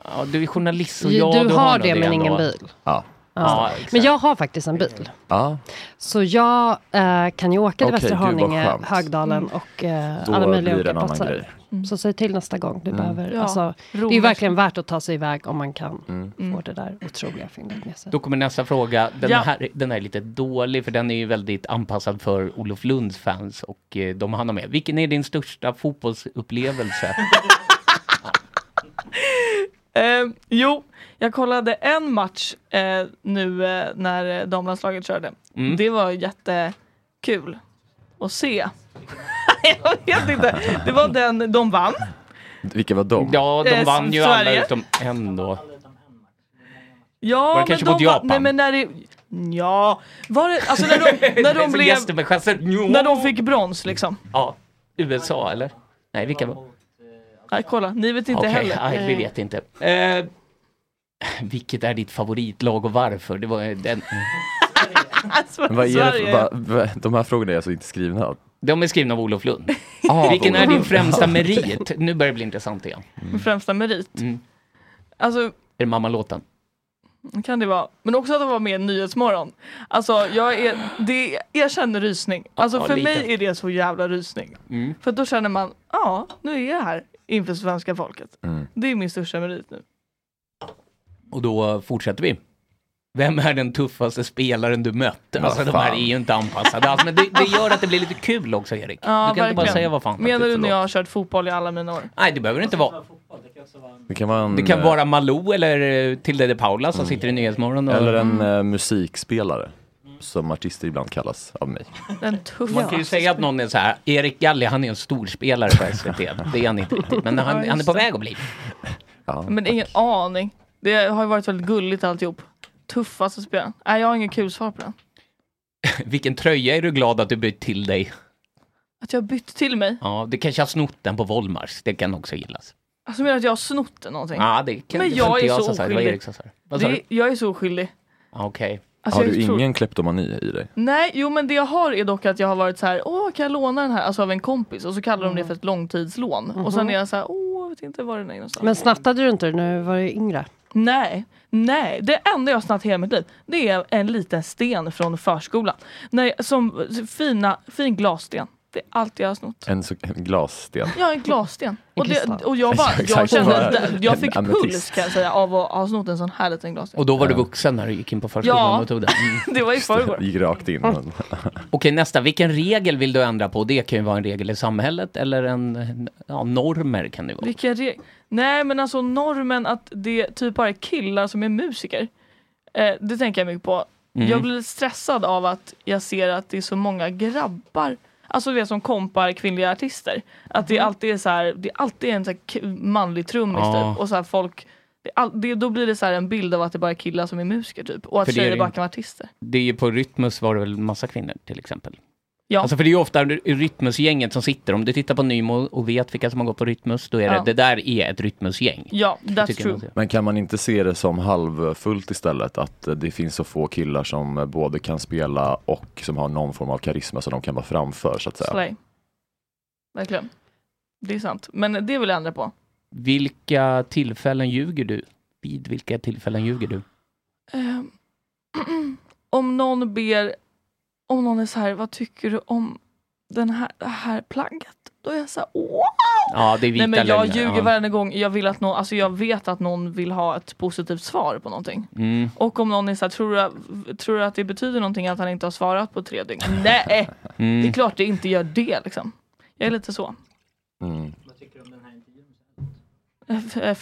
[SPEAKER 4] Ja, du är journalist och
[SPEAKER 8] Du-
[SPEAKER 4] ja,
[SPEAKER 8] du har
[SPEAKER 4] nog
[SPEAKER 8] det, men
[SPEAKER 4] ändå.
[SPEAKER 8] ingen bil.
[SPEAKER 7] Ja.
[SPEAKER 8] Ja. Men jag har faktiskt en bil.
[SPEAKER 7] Ja.
[SPEAKER 8] Så jag eh, kan ju åka till
[SPEAKER 7] Okej, gud, vad
[SPEAKER 8] Västerhaninge,
[SPEAKER 7] skönt.
[SPEAKER 8] Högdalen och eh,
[SPEAKER 7] Då
[SPEAKER 8] alla möjliga
[SPEAKER 7] blir det en
[SPEAKER 8] olika
[SPEAKER 7] annan
[SPEAKER 8] platser.
[SPEAKER 7] grej.
[SPEAKER 8] Så säg till nästa gång du
[SPEAKER 7] Mm.
[SPEAKER 8] behöver.
[SPEAKER 4] Ja,
[SPEAKER 8] Alltså, det är ju
[SPEAKER 4] romersk-
[SPEAKER 8] verkligen värt att ta sig iväg om man kan
[SPEAKER 7] Mm.
[SPEAKER 8] få det där otroliga fyndet med sig.
[SPEAKER 4] Då kommer nästa fråga. Den,
[SPEAKER 8] Ja.
[SPEAKER 4] här, den här är lite dålig, för den är ju väldigt anpassad för Olof Lunds fans och eh, de han har med. Vilken är din största fotbollsupplevelse?
[SPEAKER 6] Eh, jo, jag kollade en match eh, nu eh, när eh, damlandslaget körde.
[SPEAKER 4] Mm.
[SPEAKER 6] Det var jättekul att se. jag vet inte. Det var den de vann.
[SPEAKER 7] Vilka var de?
[SPEAKER 4] Ja, de
[SPEAKER 6] Eh,
[SPEAKER 4] vann ju
[SPEAKER 6] Sverige.
[SPEAKER 4] alla utom en då.
[SPEAKER 6] Ja,
[SPEAKER 4] Var det
[SPEAKER 6] men
[SPEAKER 4] kanske
[SPEAKER 6] de
[SPEAKER 4] mot
[SPEAKER 6] vann-
[SPEAKER 4] Japan?
[SPEAKER 6] Nej, men när det... Ja, var det... Alltså när de, när
[SPEAKER 4] Det är
[SPEAKER 6] de
[SPEAKER 4] som
[SPEAKER 6] blev...
[SPEAKER 4] gästen med chansen. Jo.
[SPEAKER 6] När de fick brons liksom.
[SPEAKER 4] Ja, USA eller? Nej, vilka var?
[SPEAKER 6] Nej, kolla. Ni vet inte
[SPEAKER 4] Okej,
[SPEAKER 6] heller.
[SPEAKER 4] nej, vi vet inte. Eh, vilket är ditt favoritlag och varför? Det var eh, den...
[SPEAKER 6] Alltså,
[SPEAKER 7] Men vad är det för,
[SPEAKER 6] Sverige.
[SPEAKER 7] va, va, de här frågorna är alltså inte skrivna av?
[SPEAKER 4] De är skrivna av Olof Lund.
[SPEAKER 7] Ah,
[SPEAKER 4] Vilken
[SPEAKER 7] Olof
[SPEAKER 4] är din
[SPEAKER 7] Lund.
[SPEAKER 4] främsta
[SPEAKER 7] Ja, okej.
[SPEAKER 4] merit? Nu börjar det bli intressant igen.
[SPEAKER 6] Min främsta merit.
[SPEAKER 4] Mm.
[SPEAKER 6] Alltså,
[SPEAKER 4] Är det mammalåten?
[SPEAKER 6] kan det vara. Men också att vara med i Nyhetsmorgon. Alltså, jag, är, det, jag känner rysning. Alltså
[SPEAKER 4] Ja,
[SPEAKER 6] för
[SPEAKER 4] lite.
[SPEAKER 6] mig är det så jävla rysning.
[SPEAKER 4] Mm.
[SPEAKER 6] För då känner man, ja, nu är jag här inför svenska folket.
[SPEAKER 7] Mm.
[SPEAKER 6] Det är min största merit nu.
[SPEAKER 4] Och då fortsätter vi. Vem är den tuffaste spelaren du mött?
[SPEAKER 7] Vad
[SPEAKER 4] Alltså de här
[SPEAKER 7] fan.
[SPEAKER 4] är ju inte anpassade alls, men det, det gör att det blir lite kul också Erik.
[SPEAKER 6] Ja,
[SPEAKER 4] du kan
[SPEAKER 6] verkligen.
[SPEAKER 4] inte bara säga vad fan.
[SPEAKER 6] Menar du när jag har kört fotboll i alla mina år?
[SPEAKER 4] Nej, det behöver det inte vara.
[SPEAKER 7] Det kan vara en,
[SPEAKER 4] Det
[SPEAKER 6] Mm.
[SPEAKER 4] kan
[SPEAKER 7] eh,
[SPEAKER 4] vara Malou eller eh, Tilde de Paula som sitter i Nyhetsmorgon. Och... Mm.
[SPEAKER 7] Eller en
[SPEAKER 6] mm.
[SPEAKER 7] eh, musikspelare, som artister ibland kallas av mig.
[SPEAKER 6] Den tuffaste.
[SPEAKER 4] Man kan ju säga att någon är så här, Erik Galli han är en storspelare på SVT. Det är han inte riktigt, men
[SPEAKER 6] Ja,
[SPEAKER 4] han,
[SPEAKER 6] just
[SPEAKER 4] han är på
[SPEAKER 6] det.
[SPEAKER 4] väg att bli.
[SPEAKER 7] Ja.
[SPEAKER 6] Men ingen aning. Det har ju varit väldigt gulligt alltihop. Tuffaste spelaren. Nej, jag har inget kul svar på den.
[SPEAKER 4] Vilken tröja är du glad att du bytt till dig?
[SPEAKER 6] Att jag har bytt till mig.
[SPEAKER 4] Ja, du kanske har snott den på Volmars. Det kan också gillas.
[SPEAKER 6] Alltså menar du att jag har snott någonting?
[SPEAKER 4] Ja, det kan
[SPEAKER 6] Men
[SPEAKER 4] det
[SPEAKER 6] jag
[SPEAKER 4] inte
[SPEAKER 6] är
[SPEAKER 4] jag
[SPEAKER 6] så
[SPEAKER 4] som sa, det var Erik
[SPEAKER 6] oskyldig.
[SPEAKER 4] som sa det. Vad sa
[SPEAKER 6] Det, jag är så oskyldig.
[SPEAKER 4] Okej.
[SPEAKER 6] Alltså,
[SPEAKER 7] har
[SPEAKER 6] jag
[SPEAKER 7] du
[SPEAKER 6] tror-
[SPEAKER 7] ingen kleptomani i dig?
[SPEAKER 6] Nej, jo men det jag har är dock att jag har varit så här, åh kan jag låna den här? Alltså av en kompis och så kallar
[SPEAKER 8] Mm.
[SPEAKER 6] de det för ett långtidslån. Och sen är jag så här, åh jag vet inte var den är någonstans.
[SPEAKER 8] Mhm. Men snattade du inte när du var yngre?
[SPEAKER 6] Nej, nej. Det enda jag har snattat hela mitt liv, det är en liten sten från förskolan. Nej, som fina, fin glassten. Det är allt jag har snott.
[SPEAKER 7] En, så- en glassten?
[SPEAKER 6] Ja, en glassten.
[SPEAKER 7] En
[SPEAKER 6] Och, det,
[SPEAKER 7] kristall.
[SPEAKER 6] och jag, bara, jag,
[SPEAKER 7] Exakt, bara
[SPEAKER 6] kände, jag
[SPEAKER 7] en
[SPEAKER 6] fick
[SPEAKER 7] ametist.
[SPEAKER 6] puls kan jag säga av att ha snott en sån här liten glassten.
[SPEAKER 4] Och då var du vuxen när du gick in på förskolan
[SPEAKER 6] Ja.
[SPEAKER 4] och tog den? Mm.
[SPEAKER 6] Det var i förrgår.
[SPEAKER 7] Gick rakt in.
[SPEAKER 6] Mm.
[SPEAKER 4] Okej, nästa. Vilken regel vill du ändra på? Det kan ju vara en regel i samhället eller en, ja, normer kan det vara.
[SPEAKER 6] Vilka re- Nej men alltså normen att det typ bara är killar som är musiker. Eh, det tänker jag mycket på.
[SPEAKER 4] Mm.
[SPEAKER 6] Jag blir stressad av att jag ser att det är så många grabbar, alltså det som kompar kvinnliga artister. Att det
[SPEAKER 4] Mm.
[SPEAKER 6] alltid är så här, det är alltid en så här k- manlig trummis
[SPEAKER 4] Ja.
[SPEAKER 6] typ. Och så här folk, det är all, det, då blir det så här en bild av att det bara är killar som är musiker typ. Och att
[SPEAKER 4] För det är
[SPEAKER 6] tjejer
[SPEAKER 4] det
[SPEAKER 6] bara
[SPEAKER 4] inte.
[SPEAKER 6] kan vara artister.
[SPEAKER 4] Det är ju på Rytmus var det väl massa kvinnor till exempel?
[SPEAKER 6] Ja.
[SPEAKER 4] Alltså för det är ju ofta Rytmusgänget som sitter, om du tittar på Nymo och vet vilka som har gått på Rytmus, då är det,
[SPEAKER 6] Ja.
[SPEAKER 4] det där är ett Rytmusgäng.
[SPEAKER 6] Ja,
[SPEAKER 4] Det
[SPEAKER 6] that's
[SPEAKER 4] tycker jag
[SPEAKER 6] true.
[SPEAKER 4] nog.
[SPEAKER 7] Men kan man inte se det som halvfullt istället? Att eh, det finns så få killar som eh, både kan spela och som har någon form av karisma som de kan vara framför så att säga.
[SPEAKER 6] Slay. Verkligen. Det är sant. Men det vill jag ändra på.
[SPEAKER 4] Vilka tillfällen ljuger du? Vid vilka tillfällen ljuger du?
[SPEAKER 6] Ehm, om någon ber, om någon är så här, vad tycker du om den här, det här plagget? Då är jag så här, åh!
[SPEAKER 4] Ja, det är vita
[SPEAKER 6] Nej men jag
[SPEAKER 4] lögner,
[SPEAKER 6] ljuger
[SPEAKER 4] ja.
[SPEAKER 6] varje gång jag vill att någon, alltså jag vet att någon vill ha ett positivt svar på någonting.
[SPEAKER 4] Mm.
[SPEAKER 6] Och om någon är såhär, tror du, tror du att det betyder någonting att han inte har svarat på tre dygn? Nej!
[SPEAKER 4] Mm.
[SPEAKER 6] Det är klart det inte gör det liksom. Jag är lite så.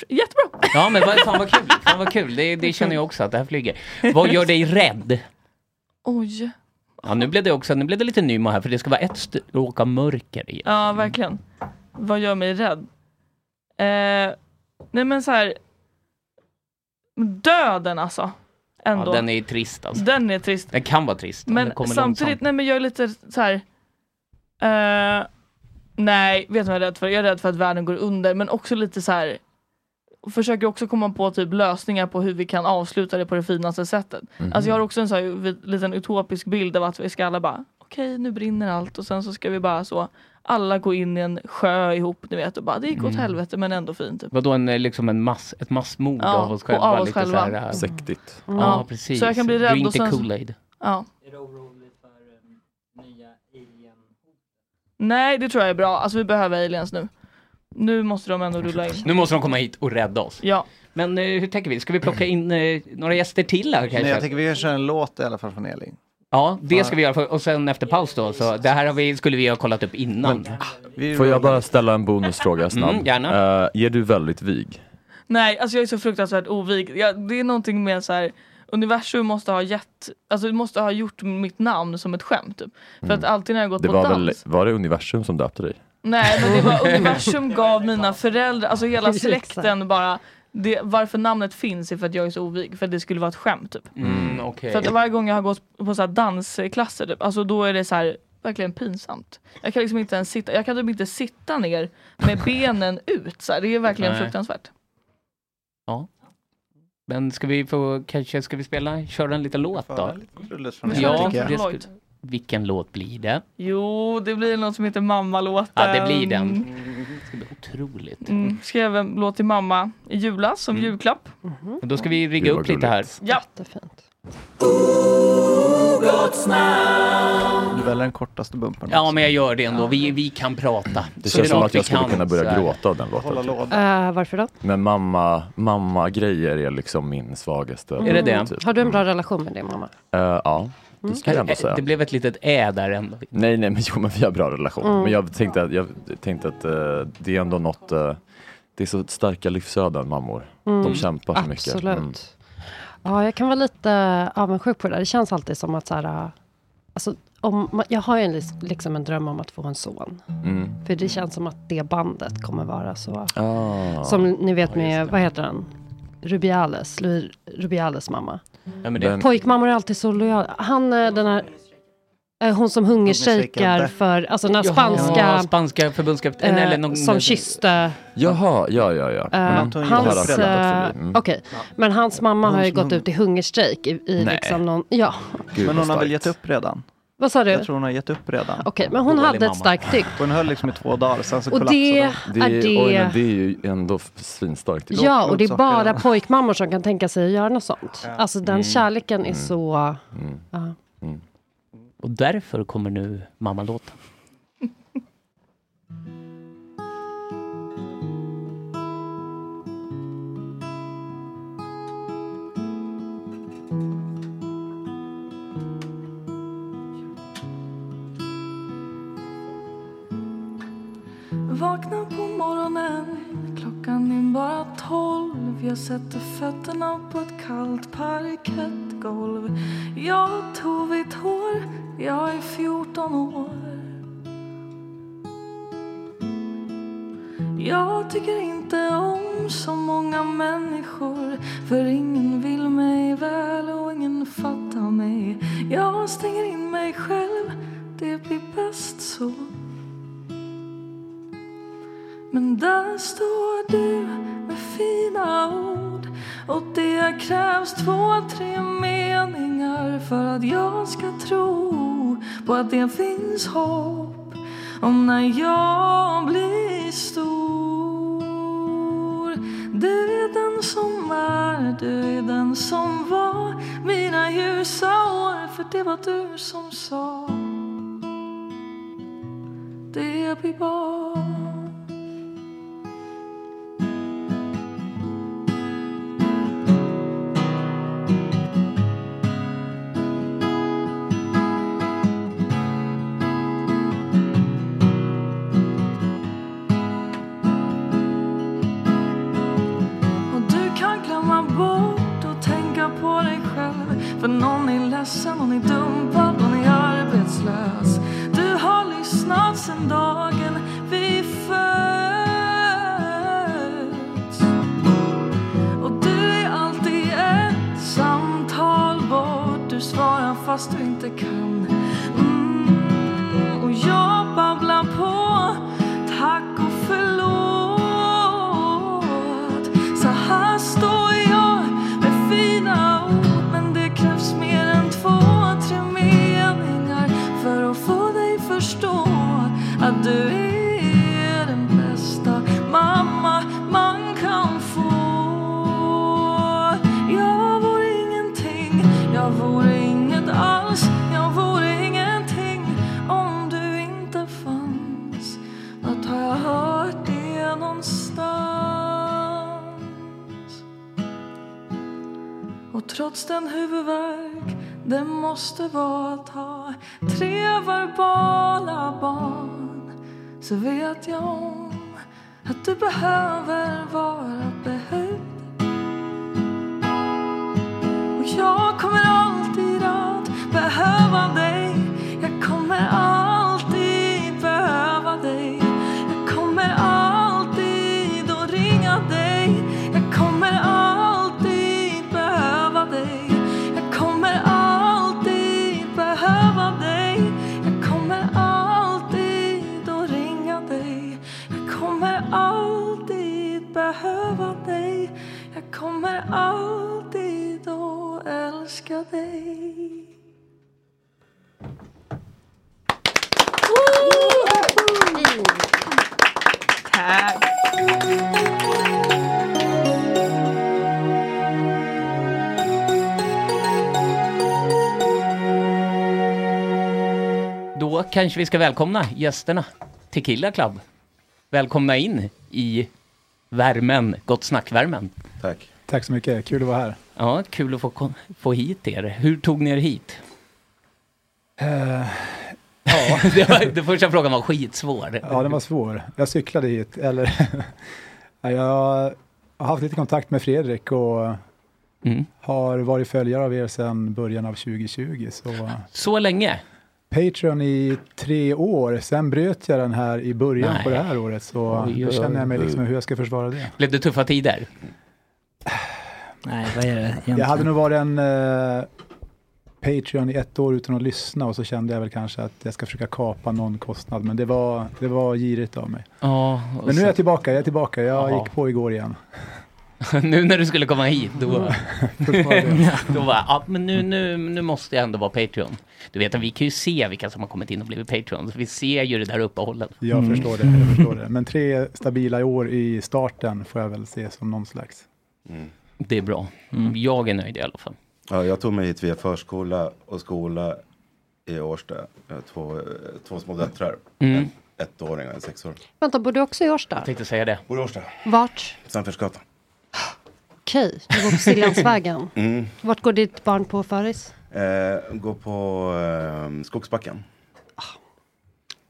[SPEAKER 6] Jättebra!
[SPEAKER 4] Ja men vad, fan vad kul, fan vad kul. Det, det känner jag också att det här flyger. Vad gör dig rädd?
[SPEAKER 6] Oj.
[SPEAKER 4] Ja nu blev det också, nu blev det lite nymo här för det ska vara ett stråk av mörker i.
[SPEAKER 6] Ja, verkligen. Vad gör mig rädd? Eh, nej men så här. Döden alltså. Ändå.
[SPEAKER 4] Ja, den är trist alltså.
[SPEAKER 6] Den är trist.
[SPEAKER 4] Den kan vara trist. om den
[SPEAKER 6] Men
[SPEAKER 4] kommer
[SPEAKER 6] samtidigt,
[SPEAKER 4] långsamt.
[SPEAKER 6] nej men jag är lite så här. Eh, nej, vet du vad jag är rädd för? Jag är rädd för att världen går under, men också lite så här. Försöker också komma på typ lösningar på hur vi kan avsluta det på det finaste sättet.
[SPEAKER 12] Mhm.
[SPEAKER 6] Alltså jag har också en så här vit- liten utopisk bild av att vi ska alla bara okej nu brinner allt och sen så ska vi bara så alla gå in i en sjö ihop ni vet och bara det gick åt
[SPEAKER 4] Mm.
[SPEAKER 6] helvete men ändå fint. Typ.
[SPEAKER 4] Vadå, en, eh, liksom en mass, ett massmord
[SPEAKER 6] Ja,
[SPEAKER 4] av oss
[SPEAKER 6] och
[SPEAKER 4] själva?
[SPEAKER 6] av oss
[SPEAKER 4] lite
[SPEAKER 6] själva. Mm.
[SPEAKER 4] Så här, äh,
[SPEAKER 7] Sektigt.
[SPEAKER 4] Ja,
[SPEAKER 6] Ja.
[SPEAKER 4] precis.
[SPEAKER 6] Så jag kan bli rädd
[SPEAKER 4] Drink
[SPEAKER 6] och
[SPEAKER 4] the
[SPEAKER 6] sen så-
[SPEAKER 4] Kool-Aid.
[SPEAKER 6] Ja. Nej det tror jag är bra, alltså vi behöver aliens nu. Nu måste de ändå rulla in.
[SPEAKER 4] Nu måste de komma hit och rädda oss.
[SPEAKER 6] Ja.
[SPEAKER 4] Men eh, hur tänker vi? Ska vi plocka in eh, några gäster till här kanske?
[SPEAKER 10] Nej, jag tänker vi kan köra en låt i alla fall från Elin.
[SPEAKER 4] Ja, det ska vi göra. för- Och sen efter paus då, så det här har vi, skulle vi ha kollat upp innan.
[SPEAKER 7] Får jag bara ställa en bonusfråga snabb?
[SPEAKER 4] Mm, gärna.
[SPEAKER 7] Eh, är du väldigt vig?
[SPEAKER 6] Nej, alltså jag är så fruktansvärt ovig. Jag, det är någonting med så här. Universum måste ha gett, alltså det måste ha gjort mitt namn som ett skämt. Typ. För
[SPEAKER 7] Mm.
[SPEAKER 6] att alltid när jag gått
[SPEAKER 7] Det
[SPEAKER 6] på
[SPEAKER 7] var,
[SPEAKER 6] dans.
[SPEAKER 7] väl, var det universum som döpte dig?
[SPEAKER 6] Nej men det var universum gav mina föräldrar, alltså hela släkten bara. Det, varför namnet finns är för att jag är så ovig, för att det skulle vara ett skämt typ.
[SPEAKER 4] Mm, okej.
[SPEAKER 6] Så att varje gång jag har gått på så här dansklasser typ, alltså då är det så här verkligen pinsamt. Jag kan liksom inte ens sitta, jag kan typ inte sitta ner med benen ut så här. Det är verkligen
[SPEAKER 4] Nej.
[SPEAKER 6] fruktansvärt.
[SPEAKER 4] Ja. Men ska vi få, kanske ska vi spela, köra en liten låt då?
[SPEAKER 6] från den här,
[SPEAKER 4] Ja,
[SPEAKER 6] tycker jag.
[SPEAKER 4] det skulle, vilken låt blir det?
[SPEAKER 6] Jo, det blir något som heter Mamma-låten.
[SPEAKER 4] Ja, det blir den.
[SPEAKER 8] Mm.
[SPEAKER 4] Det ska bli otroligt.
[SPEAKER 6] Mm, skrev en låt till mamma i julas som julklapp.
[SPEAKER 4] Men Mm. Då ska vi rigga upp lite här.
[SPEAKER 6] Ja.
[SPEAKER 10] Du väljer den kortaste bumpern.
[SPEAKER 4] Ja, men jag gör det ändå. Vi, vi kan prata.
[SPEAKER 7] Det
[SPEAKER 4] Så
[SPEAKER 7] känns
[SPEAKER 4] är
[SPEAKER 7] som
[SPEAKER 4] något
[SPEAKER 7] att jag
[SPEAKER 4] vi
[SPEAKER 7] skulle
[SPEAKER 4] kan,
[SPEAKER 7] kunna börja
[SPEAKER 4] så här.
[SPEAKER 7] gråta av den låten. typ.
[SPEAKER 8] Eh, varför då?
[SPEAKER 7] Men mamma, mamma grejer är liksom min svagaste. typ.
[SPEAKER 8] Mm. Har du en bra relation med din mamma?
[SPEAKER 7] Eh, ja, det
[SPEAKER 8] Mm.
[SPEAKER 7] skulle jag ändå
[SPEAKER 8] Eh,
[SPEAKER 7] säga.
[SPEAKER 8] det
[SPEAKER 4] blev ett litet ä där ändå.
[SPEAKER 7] Nej, nej, men jo, men vi har bra relation.
[SPEAKER 8] Mm.
[SPEAKER 7] Men jag tänkte att, jag tänkte att eh, det är ändå något, eh, det är så starka livsöden mammor.
[SPEAKER 8] Mm.
[SPEAKER 7] De kämpar så mycket. Mm.
[SPEAKER 8] Absolut. Ja, jag kan vara lite avundsjuk på det där. Det känns alltid som att så här, äh, alltså, om man, jag har ju en, lis- liksom en dröm om att få en son.
[SPEAKER 7] Mm.
[SPEAKER 8] För det känns som att det bandet kommer vara så.
[SPEAKER 7] Ah.
[SPEAKER 8] Som ni vet med, vad heter han? Rubiales, Louis Rubiales mamma.
[SPEAKER 4] Ja, men det- Den-
[SPEAKER 8] Pojkmammor är alltid så lojala. Han, eh, den här, eh, hon som hungerstrejkar för, alltså den här
[SPEAKER 4] Jaha,
[SPEAKER 8] spanska,
[SPEAKER 4] spanska förbundskapten.
[SPEAKER 8] eh,
[SPEAKER 4] eller någon,
[SPEAKER 8] som kysste
[SPEAKER 7] Jaha, ja, ja, ja.
[SPEAKER 8] Eh,
[SPEAKER 7] Mm. Det har
[SPEAKER 8] hans,
[SPEAKER 7] jag kollat
[SPEAKER 8] eh,
[SPEAKER 7] förbi. Mm.
[SPEAKER 8] okej. Men hans mamma
[SPEAKER 10] Hon
[SPEAKER 8] har ju
[SPEAKER 10] som
[SPEAKER 8] gått
[SPEAKER 10] hon-
[SPEAKER 8] ut i hungerstrejk i, i
[SPEAKER 10] Nej.
[SPEAKER 8] liksom någon, ja.
[SPEAKER 7] Gud,
[SPEAKER 10] men
[SPEAKER 7] vad
[SPEAKER 10] hon har väl
[SPEAKER 7] starkt.
[SPEAKER 10] gett upp redan?
[SPEAKER 8] Vad sa du?
[SPEAKER 10] Jag tror hon har gett upp redan.
[SPEAKER 8] Okej, men hon Dålig hade ett mamma. starkt tyck.
[SPEAKER 10] Hon höll liksom i två dagar, sen så
[SPEAKER 8] Och
[SPEAKER 10] kollapsade
[SPEAKER 8] det
[SPEAKER 10] hon.
[SPEAKER 8] Det är- är det- oj, men
[SPEAKER 7] Det är ju ändå f- svinstarkt.
[SPEAKER 8] Ja, och det är bara pojkmammor som kan tänka sig att göra något sånt. Alltså den
[SPEAKER 4] Mm.
[SPEAKER 8] kärleken är så... Ja.
[SPEAKER 4] Och därför kommer nu mammalåten.
[SPEAKER 6] Vakna på morgonen, klockan är bara tolv. Jag sätter fötterna på ett kallt parkettgolv. Jag har tovigt hår, jag är 14 år. Jag tycker inte om så många människor för ingen vill mig väl och ingen fattar mig. Jag stänger in mig själv, det blir bäst så. Men där står du med fina ord och det krävs två, tre meningar för att jag ska tro på att det finns hopp om när jag blir stor. Du är den som är, du är den som var
[SPEAKER 12] mina ljusa år för det var du som sa det vi var
[SPEAKER 6] Och du kan glömma bort och tänka på dig själv För någon är ledsen, någon är dumpad, någon är arbetslös
[SPEAKER 12] Du har lyssnat sen dagen vi föds Och du är alltid ett samtal bort Du svarar fast du inte kan mm, Och jag babblar på Tack och förlåt Så här står jag med fina ord Men det krävs mer än två, tre meningar För att få dig förstå att du är den bästa mamma man kan få Jag vore ingenting, jag vore inget alls Jag vore ingenting om du inte fanns Vart har jag hört det någonstans?
[SPEAKER 6] Och trots den huvudvärk
[SPEAKER 12] Det måste vara att ha tre verbala barn Så vet jag om att du behöver vara behövd Och jag kommer alltid att behöva dig Jag kommer alltid behöva dig Jag kommer alltid att ringa dig Jag kommer alltid behöva dig jag kommer alltid behöva dig Jag kommer alltid att ringa dig Jag kommer alltid behöva dig Jag kommer alltid att älska dig Tack!
[SPEAKER 4] Då kanske vi ska välkomna gästerna. Tequila Club. Välkomna in i värmen, Gott Snack-värmen.
[SPEAKER 13] Tack. Tack så mycket, kul att vara här.
[SPEAKER 4] Ja, kul att få, kon- få hit er. Hur tog ni er hit?
[SPEAKER 13] Eh,
[SPEAKER 4] det var, den första frågan var skitsvår.
[SPEAKER 13] ja, den var svår. Jag cyklade hit, eller... Ja, jag har haft lite kontakt med Fredrik och
[SPEAKER 4] Mm.
[SPEAKER 13] har varit följare av er sedan början av 2020. Så...
[SPEAKER 4] Så länge?
[SPEAKER 13] Patreon i tre år, sen bröt jag den här i början på det här året, så
[SPEAKER 4] Oj,
[SPEAKER 13] då
[SPEAKER 4] oj,
[SPEAKER 13] känner jag mig
[SPEAKER 4] oj.
[SPEAKER 13] liksom hur jag ska försvara det.
[SPEAKER 4] Blev det tuffa tider?
[SPEAKER 9] Nej, vad är det egentligen?
[SPEAKER 13] Jag hade nog varit en eh, Patreon i ett år utan att lyssna och så kände jag väl kanske att jag ska försöka kapa någon kostnad, men det var, det var girigt av mig.
[SPEAKER 4] Ja. och
[SPEAKER 13] Men nu är
[SPEAKER 4] så-
[SPEAKER 13] jag tillbaka, jag är tillbaka. Jag
[SPEAKER 4] Jaha.
[SPEAKER 13] gick på igår igen.
[SPEAKER 4] nu när du skulle komma hit, då...
[SPEAKER 13] Fortfarande.
[SPEAKER 4] då var ja, men nu, nu, nu måste jag ändå vara Patreon. Du vet att vi kan ju se vilka som har kommit in och blivit Patreon. Så vi ser ju det där uppehållet.
[SPEAKER 13] Jag förstår det, jag förstår det. Men tre stabila år i starten får jag väl se som någon slags.
[SPEAKER 4] Det är bra. Jag är nöjd i alla fall.
[SPEAKER 14] Ja, jag tog mig hit via förskola och skola i Årsta. Jag har två, eh, två små döttrar.
[SPEAKER 4] Mm.
[SPEAKER 14] En ettåring och en sexåring.
[SPEAKER 8] Vänta, bor du också i Årsta?
[SPEAKER 4] tänkte säga det.
[SPEAKER 14] Bor i Årsta?
[SPEAKER 8] Vart?
[SPEAKER 14] Sandfjärdsgatan.
[SPEAKER 8] Okej, du går på Siljansvägen.
[SPEAKER 14] Mm.
[SPEAKER 8] Vart går ditt barn på föris?
[SPEAKER 14] Eh, går på eh, Skogsbacken.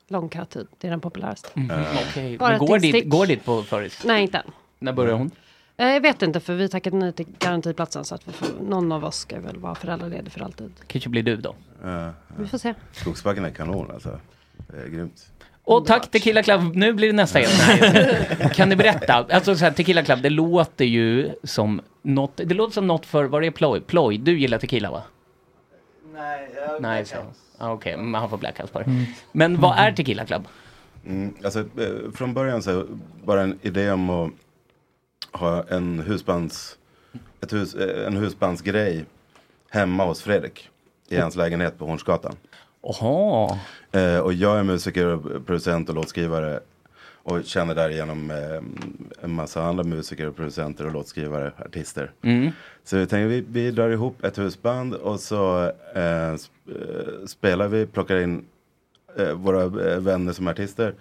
[SPEAKER 8] Långkötid, typ. det är den populäraste.
[SPEAKER 14] Eh,
[SPEAKER 4] Okej,
[SPEAKER 8] Bara
[SPEAKER 4] men
[SPEAKER 8] ett
[SPEAKER 4] går
[SPEAKER 8] instick.
[SPEAKER 4] dit, går dit på förut?
[SPEAKER 8] Nej, inte än.
[SPEAKER 4] När börjar hon?
[SPEAKER 8] Eh, Jag vet inte, för vi tackade nej till garantiplatsen så att vi får, någon av oss ska väl vara föräldraledig för alltid.
[SPEAKER 4] Kanske blir du då.
[SPEAKER 14] eh,
[SPEAKER 8] Vi får se.
[SPEAKER 14] Skogsbacken är kanon alltså. Det är grymt.
[SPEAKER 4] Och tack Tequila Club, nu blir det nästa gäst. Nej, jag skojar. Kan ni berätta? Alltså så här, Tequila Club, det låter ju som något, det låter som något för, vad är ploj? Ploj, du gillar tequila va? Nej, jag Nej, så. Ah, Okej, men han får blackouts på det.
[SPEAKER 14] Mm.
[SPEAKER 4] Men vad är Tequila Club?
[SPEAKER 14] Mm, alltså, eh, från början så bara en idé om att ha en husbands, ett hus, eh, en husbandsgrej hemma hos Fredrik. I hans lägenhet på Hornsgatan.
[SPEAKER 4] Oha.
[SPEAKER 14] Eh, och jag är musiker och producent och låtskrivare. Och känner därigenom eh, en massa andra musiker och producenter och låtskrivare, artister.
[SPEAKER 4] Mm.
[SPEAKER 14] Så vi tänkte vi, vi drar ihop ett husband och så eh, sp- eh, spelar vi, plockar in eh, våra eh, vänner som artister.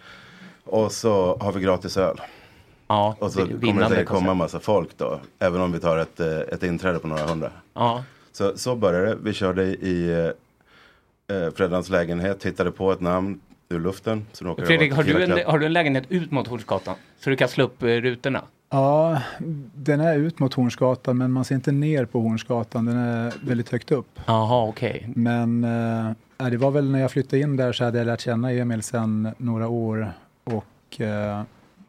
[SPEAKER 14] Och så har vi gratis öl.
[SPEAKER 4] Ja,
[SPEAKER 14] och så
[SPEAKER 4] vi-
[SPEAKER 14] kommer det
[SPEAKER 4] vinnande
[SPEAKER 14] säkert komma
[SPEAKER 4] koncept.
[SPEAKER 14] en massa folk då. Även om vi tar ett, eh, ett inträde på några hundra.
[SPEAKER 4] Ja.
[SPEAKER 14] Så, så började det. Vi körde i eh, eh, Freddans lägenhet, hittade på ett namn ur luften. Så råkade det
[SPEAKER 4] Fredrik,
[SPEAKER 14] vara
[SPEAKER 4] har du,
[SPEAKER 14] Tequila
[SPEAKER 4] en,
[SPEAKER 14] Club.
[SPEAKER 4] har du en lägenhet ut mot Hornsgatan? Så du kan slå upp eh, rutorna?
[SPEAKER 13] Ja, den är ut mot Hornsgatan men man ser inte ner på Hornsgatan. Den är väldigt högt upp.
[SPEAKER 4] Jaha, okej.
[SPEAKER 13] Men eh, ja, det var väl när jag flyttade in där så hade jag lärt känna Emil sedan några år. Och eh,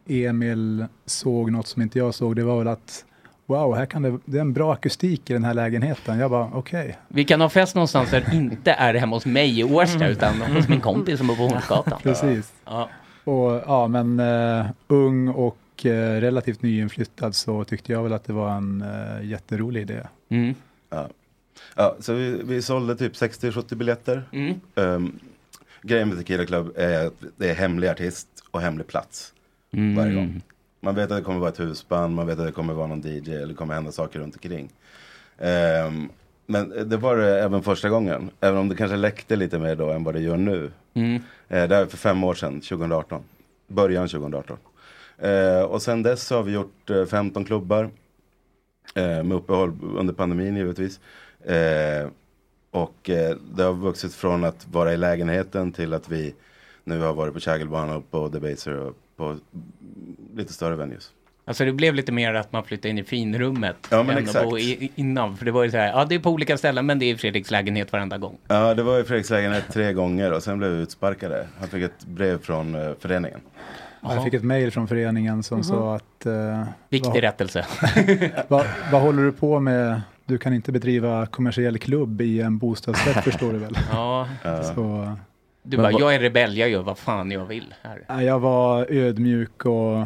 [SPEAKER 13] Emil såg något som inte jag såg. Det var väl att wow, här kan det, det är en bra akustik i den här lägenheten. Jag bara okej.
[SPEAKER 4] Vi kan ha fest någonstans där det inte är hemma hos mig i Årsta utan hos min kompis som bor på Hornsgatan.
[SPEAKER 13] Precis.
[SPEAKER 4] Ja.
[SPEAKER 13] Och, ja, men eh, ung och eh, relativt nyinflyttad så tyckte jag väl att det var en eh, jätterolig idé.
[SPEAKER 4] Mm.
[SPEAKER 14] Ja. Ja, så vi, vi sålde typ 60-70 biljetter.
[SPEAKER 4] Mm.
[SPEAKER 14] Ehm, grejen med Tequila Club är att det är hemlig artist och hemlig plats.
[SPEAKER 4] Mm.
[SPEAKER 14] Varje gång. Man vet att det kommer vara ett husband, man vet att det kommer vara någon DJ eller det kommer hända saker runt omkring. Ehm, men det var det även första gången. Även om det kanske läckte lite mer då än vad det gör nu.
[SPEAKER 4] Mm.
[SPEAKER 14] Eh, det här är för fem år sedan, 2018. Början 2018. Eh, och sen dess så har vi gjort eh, 15 klubbar. Eh, med uppehåll under pandemin givetvis. Eh, och eh, det har vuxit från att vara i lägenheten till att vi nu har varit på Kägelbanan och på Debaser och på lite större venues.
[SPEAKER 4] Alltså det blev lite mer att man flyttade in i finrummet.
[SPEAKER 14] Ja, men
[SPEAKER 4] än att
[SPEAKER 14] exakt.
[SPEAKER 4] bo i, innan. För det var ju så här, ja det är på olika ställen men det är i Fredriks lägenhet varenda gång.
[SPEAKER 14] Ja, det var i Fredriks lägenhet tre gånger och sen blev vi utsparkade. Han fick ett brev från eh, föreningen.
[SPEAKER 13] Jag fick ett mejl från föreningen som
[SPEAKER 14] Mhm.
[SPEAKER 13] sa att... Eh,
[SPEAKER 14] Viktig
[SPEAKER 4] rättelse.
[SPEAKER 13] vad, vad håller du på med? Du kan inte bedriva kommersiell klubb i en bostadsrätt förstår du väl?
[SPEAKER 4] Ja.
[SPEAKER 13] Så,
[SPEAKER 4] Du
[SPEAKER 13] Men
[SPEAKER 4] bara,
[SPEAKER 13] vad-
[SPEAKER 4] jag är rebell, jag gör vad fan jag vill här.
[SPEAKER 13] Nej, Jag var ödmjuk och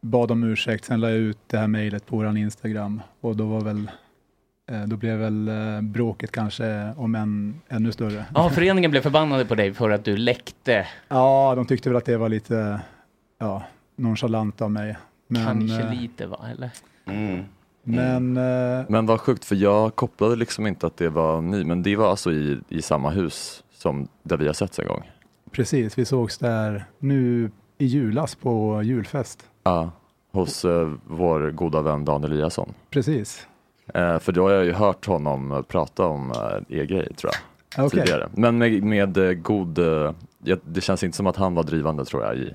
[SPEAKER 13] bad om ursäkt. Sen la jag ut det här mejlet på vår Instagram och då var väl eh, då blev väl eh, bråket kanske om en ännu större.
[SPEAKER 4] Ja, föreningen blev förbannade på dig för att du läckte.
[SPEAKER 13] Ja, de tyckte väl att det var lite ja, nonchalant av mig. Men,
[SPEAKER 4] Kanske
[SPEAKER 13] eh,
[SPEAKER 4] lite va, eller?
[SPEAKER 13] Men eh,
[SPEAKER 7] Men vad sjukt för jag kopplade liksom inte att det var ni, men det var alltså i, i samma hus som där vi har setts en gång.
[SPEAKER 13] precis, vi sågs där nu i julas på julfest.
[SPEAKER 7] Ja, hos eh, vår goda vän Dan Eliasson.
[SPEAKER 13] Precis.
[SPEAKER 7] Eh, för då har jag ju hört honom eh, prata om eh, er grej tror jag.
[SPEAKER 13] Okej.
[SPEAKER 7] Tidigare. Men med, med eh, god, eh, ja, det känns inte som att han var drivande tror jag i,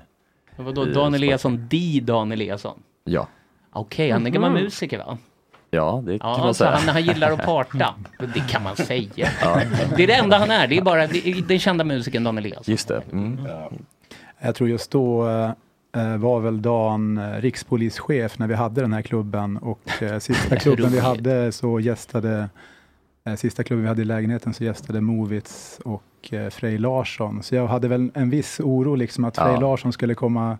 [SPEAKER 4] Men Vadå,
[SPEAKER 7] i
[SPEAKER 4] Dan
[SPEAKER 7] Spark.
[SPEAKER 4] Eliasson, di Dan Eliasson?
[SPEAKER 7] ja.
[SPEAKER 4] Okej, han är gammal
[SPEAKER 7] Mhm.
[SPEAKER 4] musiker va?
[SPEAKER 7] Ja, det kan
[SPEAKER 4] Ja,
[SPEAKER 7] man
[SPEAKER 4] så
[SPEAKER 7] säga.
[SPEAKER 4] han, han gillar att parta. Det kan man säga. Det är det enda han är, det är bara det är den kända musikern Dan Eliasson.
[SPEAKER 7] Just det. Mm.
[SPEAKER 4] Mm.
[SPEAKER 13] Jag tror just då eh, var väl Dan eh, rikspolischef när vi hade den här klubben och eh, sista klubben vi hade så gästade eh, Sista klubben vi hade i lägenheten så gästade Movits och eh, Frej Larsson. Så jag hade väl en viss oro liksom att Frej
[SPEAKER 4] Ja.
[SPEAKER 13] Larsson skulle komma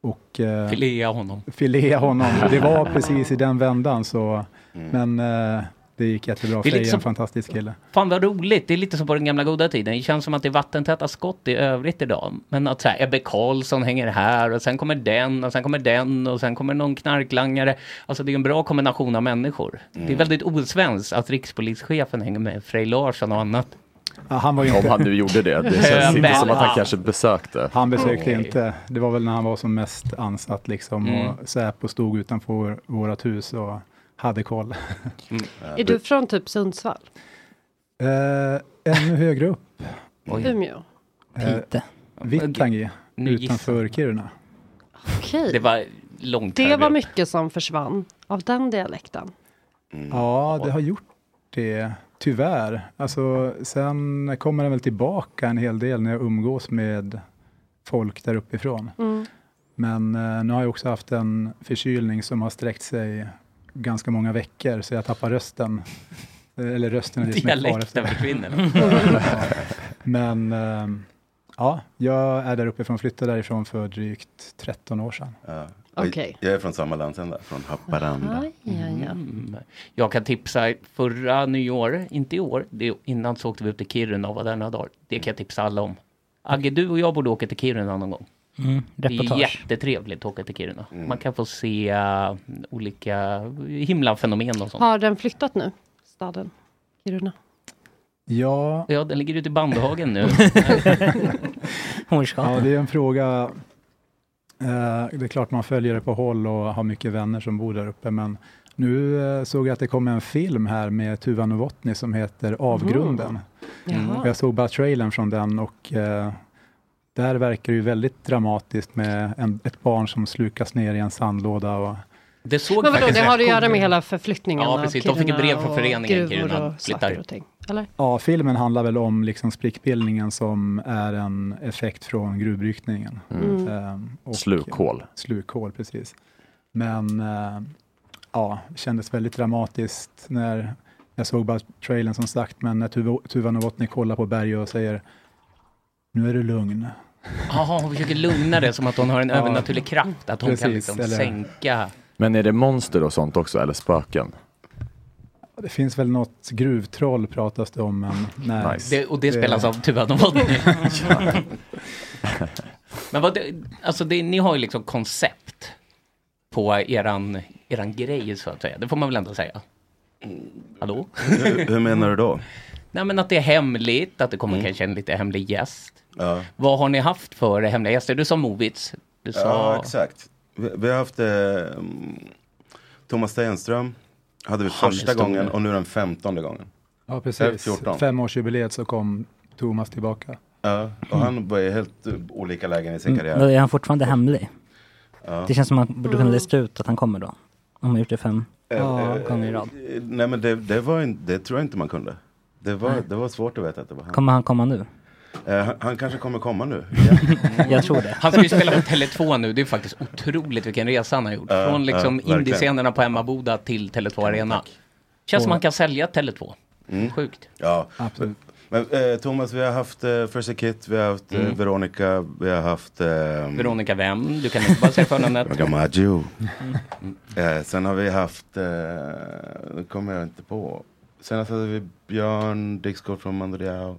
[SPEAKER 13] och eh,
[SPEAKER 4] Filea honom.
[SPEAKER 13] filea honom. Det var precis i den vändan så, men eh, det gick jättebra.
[SPEAKER 4] Mm. Det är
[SPEAKER 13] Frej är
[SPEAKER 4] liksom-
[SPEAKER 13] en fantastisk kille.
[SPEAKER 4] Fan vad roligt, det är lite som på den gamla goda tiden. Det känns som att det är vattentäta skott i övrigt idag. Men att så här, Ebbe Carlsson hänger här och sen kommer den och sen kommer den och sen kommer någon knarklangare. Alltså det är en bra kombination av människor. Det är
[SPEAKER 7] Mm.
[SPEAKER 4] väldigt osvenskt att rikspolischefen hänger med Frej Larsson och annat.
[SPEAKER 13] han var ju
[SPEAKER 7] Om
[SPEAKER 13] inte-
[SPEAKER 7] han nu gjorde det, det känns inte
[SPEAKER 4] Men-
[SPEAKER 7] som att han kanske besökte.
[SPEAKER 13] Han besökte
[SPEAKER 7] Mm.
[SPEAKER 13] inte. Det var väl när han var som mest ansatt liksom.
[SPEAKER 7] Mm.
[SPEAKER 13] Och Säpo stod utanför vårt hus och hade koll.
[SPEAKER 8] Är du från typ Sundsvall?
[SPEAKER 13] Eh, ännu högre upp.
[SPEAKER 8] Umeå?
[SPEAKER 13] Eh, Vittangi,
[SPEAKER 4] Nu gissar
[SPEAKER 13] utanför Kiruna.
[SPEAKER 8] Okej.
[SPEAKER 4] Det var långt
[SPEAKER 8] Det
[SPEAKER 4] högre
[SPEAKER 8] var
[SPEAKER 4] upp.
[SPEAKER 8] mycket som försvann av den dialekten.
[SPEAKER 13] Ja, det har gjort det, tyvärr. Alltså, sen kommer den väl tillbaka en hel del när jag umgås med folk där uppifrån.
[SPEAKER 8] Mm.
[SPEAKER 13] Men eh, nu har jag också haft en förkylning som har sträckt sig ganska många veckor, så jag tappar rösten. Eh, Eller rösten är det som är kvar efter
[SPEAKER 4] Dialekten
[SPEAKER 13] det.
[SPEAKER 4] försvinner.
[SPEAKER 13] Men eh, ja, jag är där uppifrån, flyttade därifrån för drygt 13 år sedan.
[SPEAKER 14] Ja.
[SPEAKER 8] Och Okej.
[SPEAKER 14] Jag är från samma landsända, från Haparanda.
[SPEAKER 8] Aj, aj, aj.
[SPEAKER 4] Mm. Jag kan tipsa förra nyår, inte i år, det, innan så åkte vi upp till Kiruna och var där några dagar. Det kan jag tipsa alla om. Agge, du och jag borde åka till Kiruna någon gång.
[SPEAKER 9] Mm,
[SPEAKER 4] det är
[SPEAKER 9] reportage.
[SPEAKER 4] jättetrevligt att åka till Kiruna.
[SPEAKER 8] Mm.
[SPEAKER 4] Man kan få se eh, olika himlafenomen och sånt.
[SPEAKER 8] Har den flyttat nu? Staden Kiruna?
[SPEAKER 13] Ja.
[SPEAKER 4] Ja, den ligger ute i Bandhagen nu.
[SPEAKER 13] Ja, det är en fråga. Eh, Det är klart man följer det på håll och har mycket vänner som bor där uppe, men nu eh, såg jag att det kom en film här med Tuva Novotny som heter Avgrunden. Mm.
[SPEAKER 8] Mhm. Jaha.
[SPEAKER 13] Och Jag såg bara trailern från den och eh, där verkar det ju väldigt dramatiskt med en, ett barn som slukas ner i en sandlåda. Och,
[SPEAKER 4] Det såg
[SPEAKER 8] Men vadå,
[SPEAKER 4] faktiskt
[SPEAKER 8] det har
[SPEAKER 4] rätt
[SPEAKER 8] att göra
[SPEAKER 4] coolt
[SPEAKER 8] med
[SPEAKER 4] ut.
[SPEAKER 8] hela förflyttningen
[SPEAKER 4] Ja,
[SPEAKER 8] av
[SPEAKER 4] precis.
[SPEAKER 8] Kiruna
[SPEAKER 4] De fick ett brev från
[SPEAKER 8] och
[SPEAKER 4] föreningen
[SPEAKER 8] gruvor
[SPEAKER 4] Kiruna.
[SPEAKER 8] och
[SPEAKER 4] Flyttar.
[SPEAKER 8] saker och ting. Eller?
[SPEAKER 13] Ja, filmen handlar väl om liksom sprickbildningen som är en effekt från gruvbrytningen.
[SPEAKER 8] Mm.
[SPEAKER 13] Ehm,
[SPEAKER 7] Slukhål.
[SPEAKER 13] Slukhål, precis. Men eh, ja, det kändes väldigt dramatiskt när jag såg bara trailern som sagt, men när Tuva, Tuva Novotny kollar på Berge och säger nu är du lugn.
[SPEAKER 4] Jaha, hon försöker lugna det som att hon har en
[SPEAKER 13] Ja.
[SPEAKER 4] övernaturlig kraft. Att hon kan
[SPEAKER 13] Precis,
[SPEAKER 4] liksom
[SPEAKER 13] eller-
[SPEAKER 4] sänka.
[SPEAKER 7] Men är det monster och sånt också, eller spöken?
[SPEAKER 13] Det finns väl något gruvtroll pratas det om, men nej.
[SPEAKER 4] Det, och det spelas av Tuva Novotny. Men vad det, alltså det, ni har ju liksom koncept på eran, eran grej så att säga. Det får man väl ändå säga. Hallå?
[SPEAKER 14] Mm. hur, hur menar du då? Mm.
[SPEAKER 4] Nej men att det är hemligt, att det kommer kanske en lite hemlig gäst. Vad har ni haft för hemliga gäster? Du sa Movits. Du sa...
[SPEAKER 14] Ja, exakt. Vi, vi har haft eh, mm, Thomas Stenström. Hade vi
[SPEAKER 4] Han är
[SPEAKER 14] första
[SPEAKER 4] stor.
[SPEAKER 14] gången och nu den femtonde gången.
[SPEAKER 13] Ja,
[SPEAKER 14] Det är
[SPEAKER 13] precis.
[SPEAKER 14] 14.
[SPEAKER 13] Femårsjubileet så kom Thomas tillbaka.
[SPEAKER 14] Ja, och han var i helt eh, olika lägen i sin karriär.
[SPEAKER 9] Då Mm. är han fortfarande hemlig.
[SPEAKER 14] Ja.
[SPEAKER 9] Det känns som att man borde kunna lista ut att han kommer då. Om man gjort det fem
[SPEAKER 14] Eh, eh,
[SPEAKER 9] gånger i rad.
[SPEAKER 14] eh, Nej men det, det, var en, det tror jag inte man kunde. Det var,
[SPEAKER 9] Nej.
[SPEAKER 14] det var svårt att veta att det var han.
[SPEAKER 9] Kommer han komma nu?
[SPEAKER 14] Eh, han, han kanske kommer komma nu.
[SPEAKER 9] Mm. Jag tror det.
[SPEAKER 4] Han ska ju spela på Tele2 nu. Det är faktiskt otroligt vilken resa han har gjort.
[SPEAKER 14] Ja,
[SPEAKER 4] Från liksom
[SPEAKER 14] ja, verkligen.
[SPEAKER 4] indiescenerna på Emmaboda till Tele2 Arena. Känns som man kan sälja Tele2. Sjukt.
[SPEAKER 14] Mm. Ja.
[SPEAKER 13] Absolut.
[SPEAKER 14] Men eh, Thomas, vi har haft eh, Percy Kit, vi har haft eh,
[SPEAKER 4] Mm.
[SPEAKER 14] Veronica, vi har haft... Eh,
[SPEAKER 4] Veronica vem? Du kan inte bara säga förnamnet. Mm.
[SPEAKER 14] Veronica Maggio. Eh, sen har vi haft, eh, nu kommer jag inte på. Senast hade vi Björn Dixgård från Mandriao.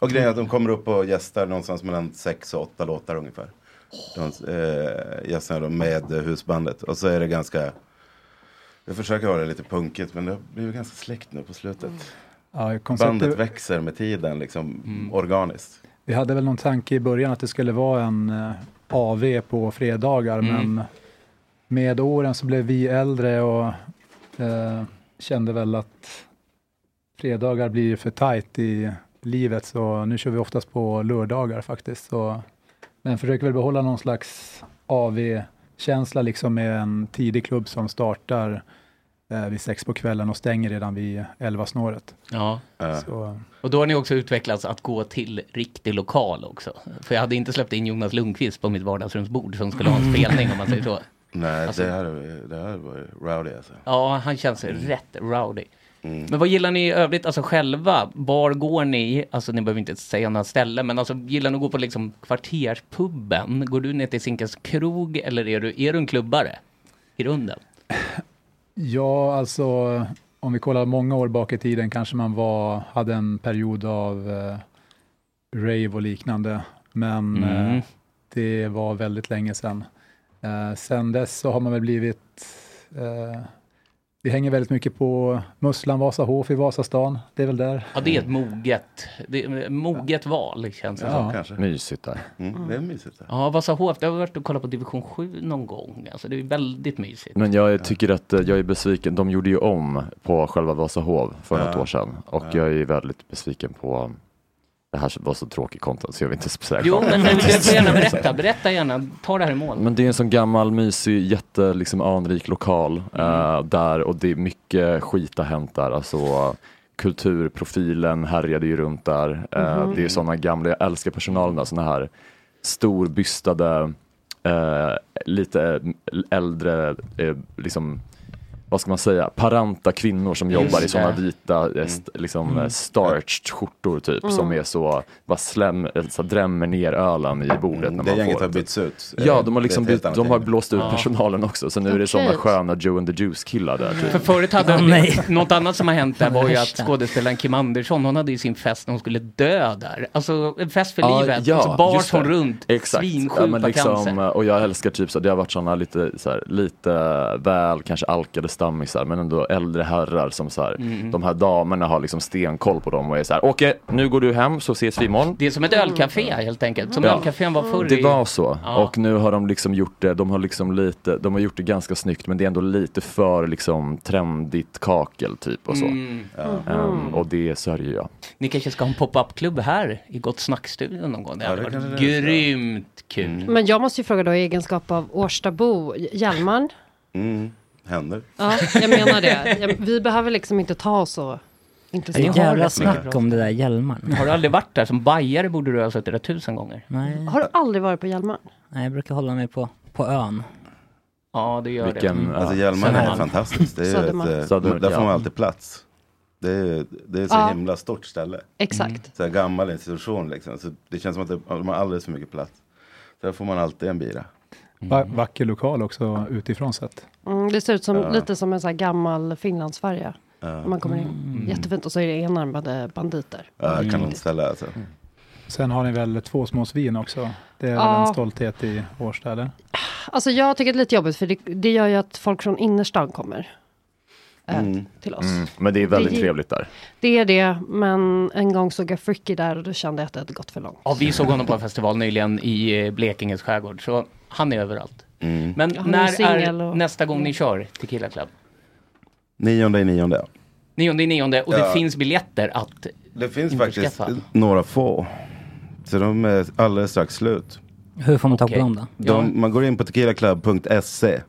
[SPEAKER 14] Och grejen är att de kommer upp och gästar någonstans mellan sex och åtta låtar ungefär. De eh, gästar dem med eh, husbandet. Och så är det ganska... Jag försöker ha det lite punkigt men det har blivit ganska släckt nu på slutet.
[SPEAKER 13] Ja, konceptet-
[SPEAKER 14] Bandet växer med tiden liksom organiskt.
[SPEAKER 13] Vi hade väl någon tanke i början att det skulle vara en eh, AV på fredagar,
[SPEAKER 14] Mm.
[SPEAKER 13] men med åren så blev vi äldre och eh, kände väl att fredagar blir ju för tajt i livet, så nu kör vi oftast på lördagar faktiskt. Så, men försöker väl behålla någon slags AV-känsla liksom med en tidig klubb som startar eh, vid sex på kvällen och stänger redan vid elva snåret.
[SPEAKER 4] Ja.
[SPEAKER 13] Så,
[SPEAKER 4] Och då har ni också utvecklats att gå till riktig lokal också. För jag hade inte släppt in Jonas Lundqvist på mitt vardagsrumsbord som skulle ha en spelning om man säger så.
[SPEAKER 14] Nej,
[SPEAKER 4] Alltså-
[SPEAKER 14] det, här, det här var ju rowdy alltså.
[SPEAKER 4] Ja, han känns rätt rowdy.
[SPEAKER 14] Mm.
[SPEAKER 4] Men vad gillar ni i övrigt, alltså själva? Var går ni? Alltså ni behöver inte säga några ställen, men alltså gillar ni att gå på liksom kvarterspubben? Går du ner till Zinkens krog eller är du, är du en klubbare? I grunden?
[SPEAKER 13] Ja, alltså om vi kollar många år bak i tiden kanske man var, hade en period av eh, rave och liknande, men
[SPEAKER 4] Mm.
[SPEAKER 13] eh, det var väldigt länge sedan. Eh, sen dess så har man väl blivit, eh, det hänger väldigt mycket på Musslan, Vasahof i Vasastan, det är väl där.
[SPEAKER 4] Ja, det är ett
[SPEAKER 14] Mm.
[SPEAKER 4] moget, det är ett moget val känns det som.
[SPEAKER 7] Mysigt där.
[SPEAKER 4] Mm.
[SPEAKER 14] Det är mysigt. där.
[SPEAKER 4] Ja, Vasahof, det har varit och kollat på division 7 någon gång. Alltså det är väldigt mysigt.
[SPEAKER 7] Men jag tycker att eh, jag är besviken. De gjorde ju om på själva Vasahov för
[SPEAKER 4] Ja.
[SPEAKER 7] något år sedan och jag är ju väldigt besviken på eh, det här var så tråkig content så jag vill inte säga
[SPEAKER 4] Jo,
[SPEAKER 7] klart.
[SPEAKER 4] men du, du får gärna berätta, berätta gärna, ta det här i mål.
[SPEAKER 7] Men det är en sån gammal mysig, jätte liksom, anrik lokal
[SPEAKER 14] Mm.
[SPEAKER 7] eh, där och det är mycket skit har hänt där. Alltså, kulturprofilen härjade ju runt där. Eh,
[SPEAKER 14] Mhm.
[SPEAKER 7] Det är ju såna gamla, jag älskar personalen där, såna här storbystade, eh, lite äldre, eh, liksom vad ska man säga, paranta kvinnor som
[SPEAKER 14] Just
[SPEAKER 7] jobbar i sådana
[SPEAKER 14] det.
[SPEAKER 7] vita, eh, st- liksom
[SPEAKER 14] Mm.
[SPEAKER 7] eh, starched skjortor typ
[SPEAKER 14] Mm.
[SPEAKER 7] som är så, bara släm, eh, så drämmer ner ölen i bordet.
[SPEAKER 14] Mm,
[SPEAKER 7] när
[SPEAKER 14] det
[SPEAKER 7] man
[SPEAKER 14] gänget
[SPEAKER 7] får
[SPEAKER 14] har
[SPEAKER 7] det.
[SPEAKER 14] bytts ut.
[SPEAKER 7] Ja, de har
[SPEAKER 14] Det är
[SPEAKER 7] liksom
[SPEAKER 14] ett helt
[SPEAKER 7] bytt,
[SPEAKER 14] annat
[SPEAKER 7] de har
[SPEAKER 14] gäng.
[SPEAKER 7] blåst ut
[SPEAKER 14] Ja.
[SPEAKER 7] personalen också, så nu är det sådana
[SPEAKER 4] Okej.
[SPEAKER 7] sköna Joe and the Juice killar där
[SPEAKER 4] För
[SPEAKER 7] typ.
[SPEAKER 4] förut hade liksom
[SPEAKER 7] Åh, nej.
[SPEAKER 4] något annat som har hänt där var ju att
[SPEAKER 7] Värsta.
[SPEAKER 4] skådespelaren Kim Andersson, hon hade ju sin fest när hon skulle dö där. Alltså en fest för
[SPEAKER 7] Ja,
[SPEAKER 4] livet,
[SPEAKER 7] ja,
[SPEAKER 4] alltså bars
[SPEAKER 7] just det.
[SPEAKER 4] hon runt,
[SPEAKER 7] Exakt.
[SPEAKER 4] svinsjuk
[SPEAKER 7] Ja, men
[SPEAKER 4] av
[SPEAKER 7] liksom,
[SPEAKER 4] cancer.
[SPEAKER 7] och jag älskar typ så, det har varit sådana lite, så här, lite väl kanske alkade stammisar men ändå äldre herrar som så här,
[SPEAKER 4] Mm.
[SPEAKER 7] de här damerna har liksom stenkoll på dem och är så här, okej nu går du hem så ses vi imorgon.
[SPEAKER 4] Det är som ett
[SPEAKER 8] Mm.
[SPEAKER 4] ölcafé helt enkelt, som
[SPEAKER 7] Ja.
[SPEAKER 4] ölcafén var förr i-
[SPEAKER 7] Det var så.
[SPEAKER 4] Ja.
[SPEAKER 7] Och nu har de liksom gjort det, de har liksom lite, de har gjort det ganska snyggt men det är ändå lite för liksom trendigt kakel typ och så.
[SPEAKER 4] Mm. Ja.
[SPEAKER 7] Ehm, och det sörjer jag.
[SPEAKER 4] Ni kanske ska ha en pop-up-klubb här i Gott Snack-studion någon gång. Det hade varit grymt kul.
[SPEAKER 7] Mm.
[SPEAKER 8] Men jag måste ju fråga då i egenskap av Årstabo, Hjalmar.
[SPEAKER 14] Mm, händer.
[SPEAKER 8] Ja, jag menar det. Jag, vi behöver liksom inte ta så
[SPEAKER 9] Det är
[SPEAKER 8] intressant.
[SPEAKER 9] ett jävla snack om det där Hjälmaren.
[SPEAKER 4] Har du aldrig varit där? Som bajare borde du ha suttit där tusen gånger.
[SPEAKER 7] Mm.
[SPEAKER 9] Nej.
[SPEAKER 8] Har du aldrig varit på Hjalmar?
[SPEAKER 9] Nej, jag brukar hålla mig på, på ön.
[SPEAKER 4] Ja, det Mm. gör det.
[SPEAKER 7] Vilken-
[SPEAKER 14] Alltså Hjälmaren är
[SPEAKER 9] Södermalm.
[SPEAKER 14] fantastiskt. Det är ju
[SPEAKER 8] Södermalm.
[SPEAKER 14] ett, eh,
[SPEAKER 7] Södermalm,
[SPEAKER 14] där får man
[SPEAKER 7] ja.
[SPEAKER 14] alltid plats. Det är, det är så
[SPEAKER 8] Ja.
[SPEAKER 14] himla stort ställe.
[SPEAKER 8] Exakt. Mm.
[SPEAKER 14] Så här gammal institution liksom. Så det känns som att det- de har alldeles för mycket plats. Så där får man alltid en bira.
[SPEAKER 13] Va- vacker lokal också utifrån sett.
[SPEAKER 8] Mm, det ser ut som,
[SPEAKER 14] Ja.
[SPEAKER 8] lite som en så här gammal Finlandsfärja.
[SPEAKER 14] Ja.
[SPEAKER 8] När man kommer in.
[SPEAKER 13] Mm.
[SPEAKER 8] Jättefint. Och så är det enarmade banditer.
[SPEAKER 14] Ja, kanonställe alltså.
[SPEAKER 13] Sen har ni väl tvåsmålsvin också? Det är väl
[SPEAKER 8] Ja.
[SPEAKER 13] en stolthet i Årsta, eller?
[SPEAKER 8] Alltså jag tycker det är lite jobbigt för det, det gör ju att folk från innerstan kommer. eh, Till
[SPEAKER 4] alltså.
[SPEAKER 8] oss.
[SPEAKER 7] Mm, Men det är väldigt
[SPEAKER 8] Det-
[SPEAKER 7] trevligt där.
[SPEAKER 8] Det är det, men en gång såg jag Fricky där och då kände jag att det hade gått för långt.
[SPEAKER 4] Ja, vi såg honom på en festival nyligen i eh, Blekinges skärgård, så han är överallt.
[SPEAKER 14] Mm.
[SPEAKER 4] Men
[SPEAKER 8] Ja, han är
[SPEAKER 4] när
[SPEAKER 8] singel
[SPEAKER 4] är
[SPEAKER 8] och-
[SPEAKER 4] nästa gång ni kör Tequila Club?
[SPEAKER 14] Nionde i nionde.
[SPEAKER 4] Nionde i nionde och det
[SPEAKER 14] Ja.
[SPEAKER 4] finns biljetter att
[SPEAKER 14] Det finns Mm.
[SPEAKER 4] faktiskt.
[SPEAKER 14] Några få. Så de är alldeles strax slut.
[SPEAKER 9] Hur får man tag på dem då?
[SPEAKER 14] De, Man går in på tequilaclub.se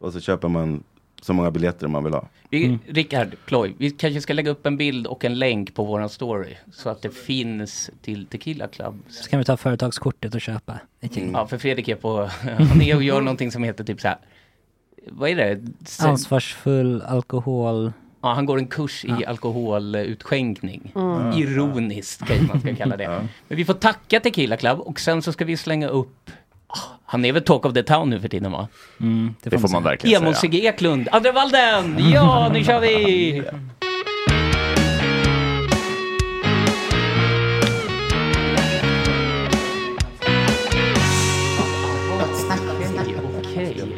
[SPEAKER 14] och så köper man så många biljetter man vill ha.
[SPEAKER 4] Vi, Rickard, Ploy, vi kanske ska lägga upp en bild och en länk på våran story så att det finns till Tequila Club.
[SPEAKER 9] Så kan vi ta företagskortet och köpa. typ ett gäng.
[SPEAKER 4] Ja, för Fredrik är på, han är och gör någonting som heter typ så här, vad är det? Se-
[SPEAKER 9] Ansvarsfull alkohol.
[SPEAKER 4] Ja, han går en kurs i alkoholutskänkning.
[SPEAKER 9] Mm.
[SPEAKER 4] Ironiskt kanske man ska kalla det. Men vi får tacka Tequila Club och sen så ska vi slänga upp Ah, han är väl talk of the town nu för tiden va?
[SPEAKER 9] Mm, det,
[SPEAKER 7] får man verkligen
[SPEAKER 4] Emil
[SPEAKER 7] säga.
[SPEAKER 4] Sigge Eklund, Andra Walden! Ja, nu kör vi! Okej.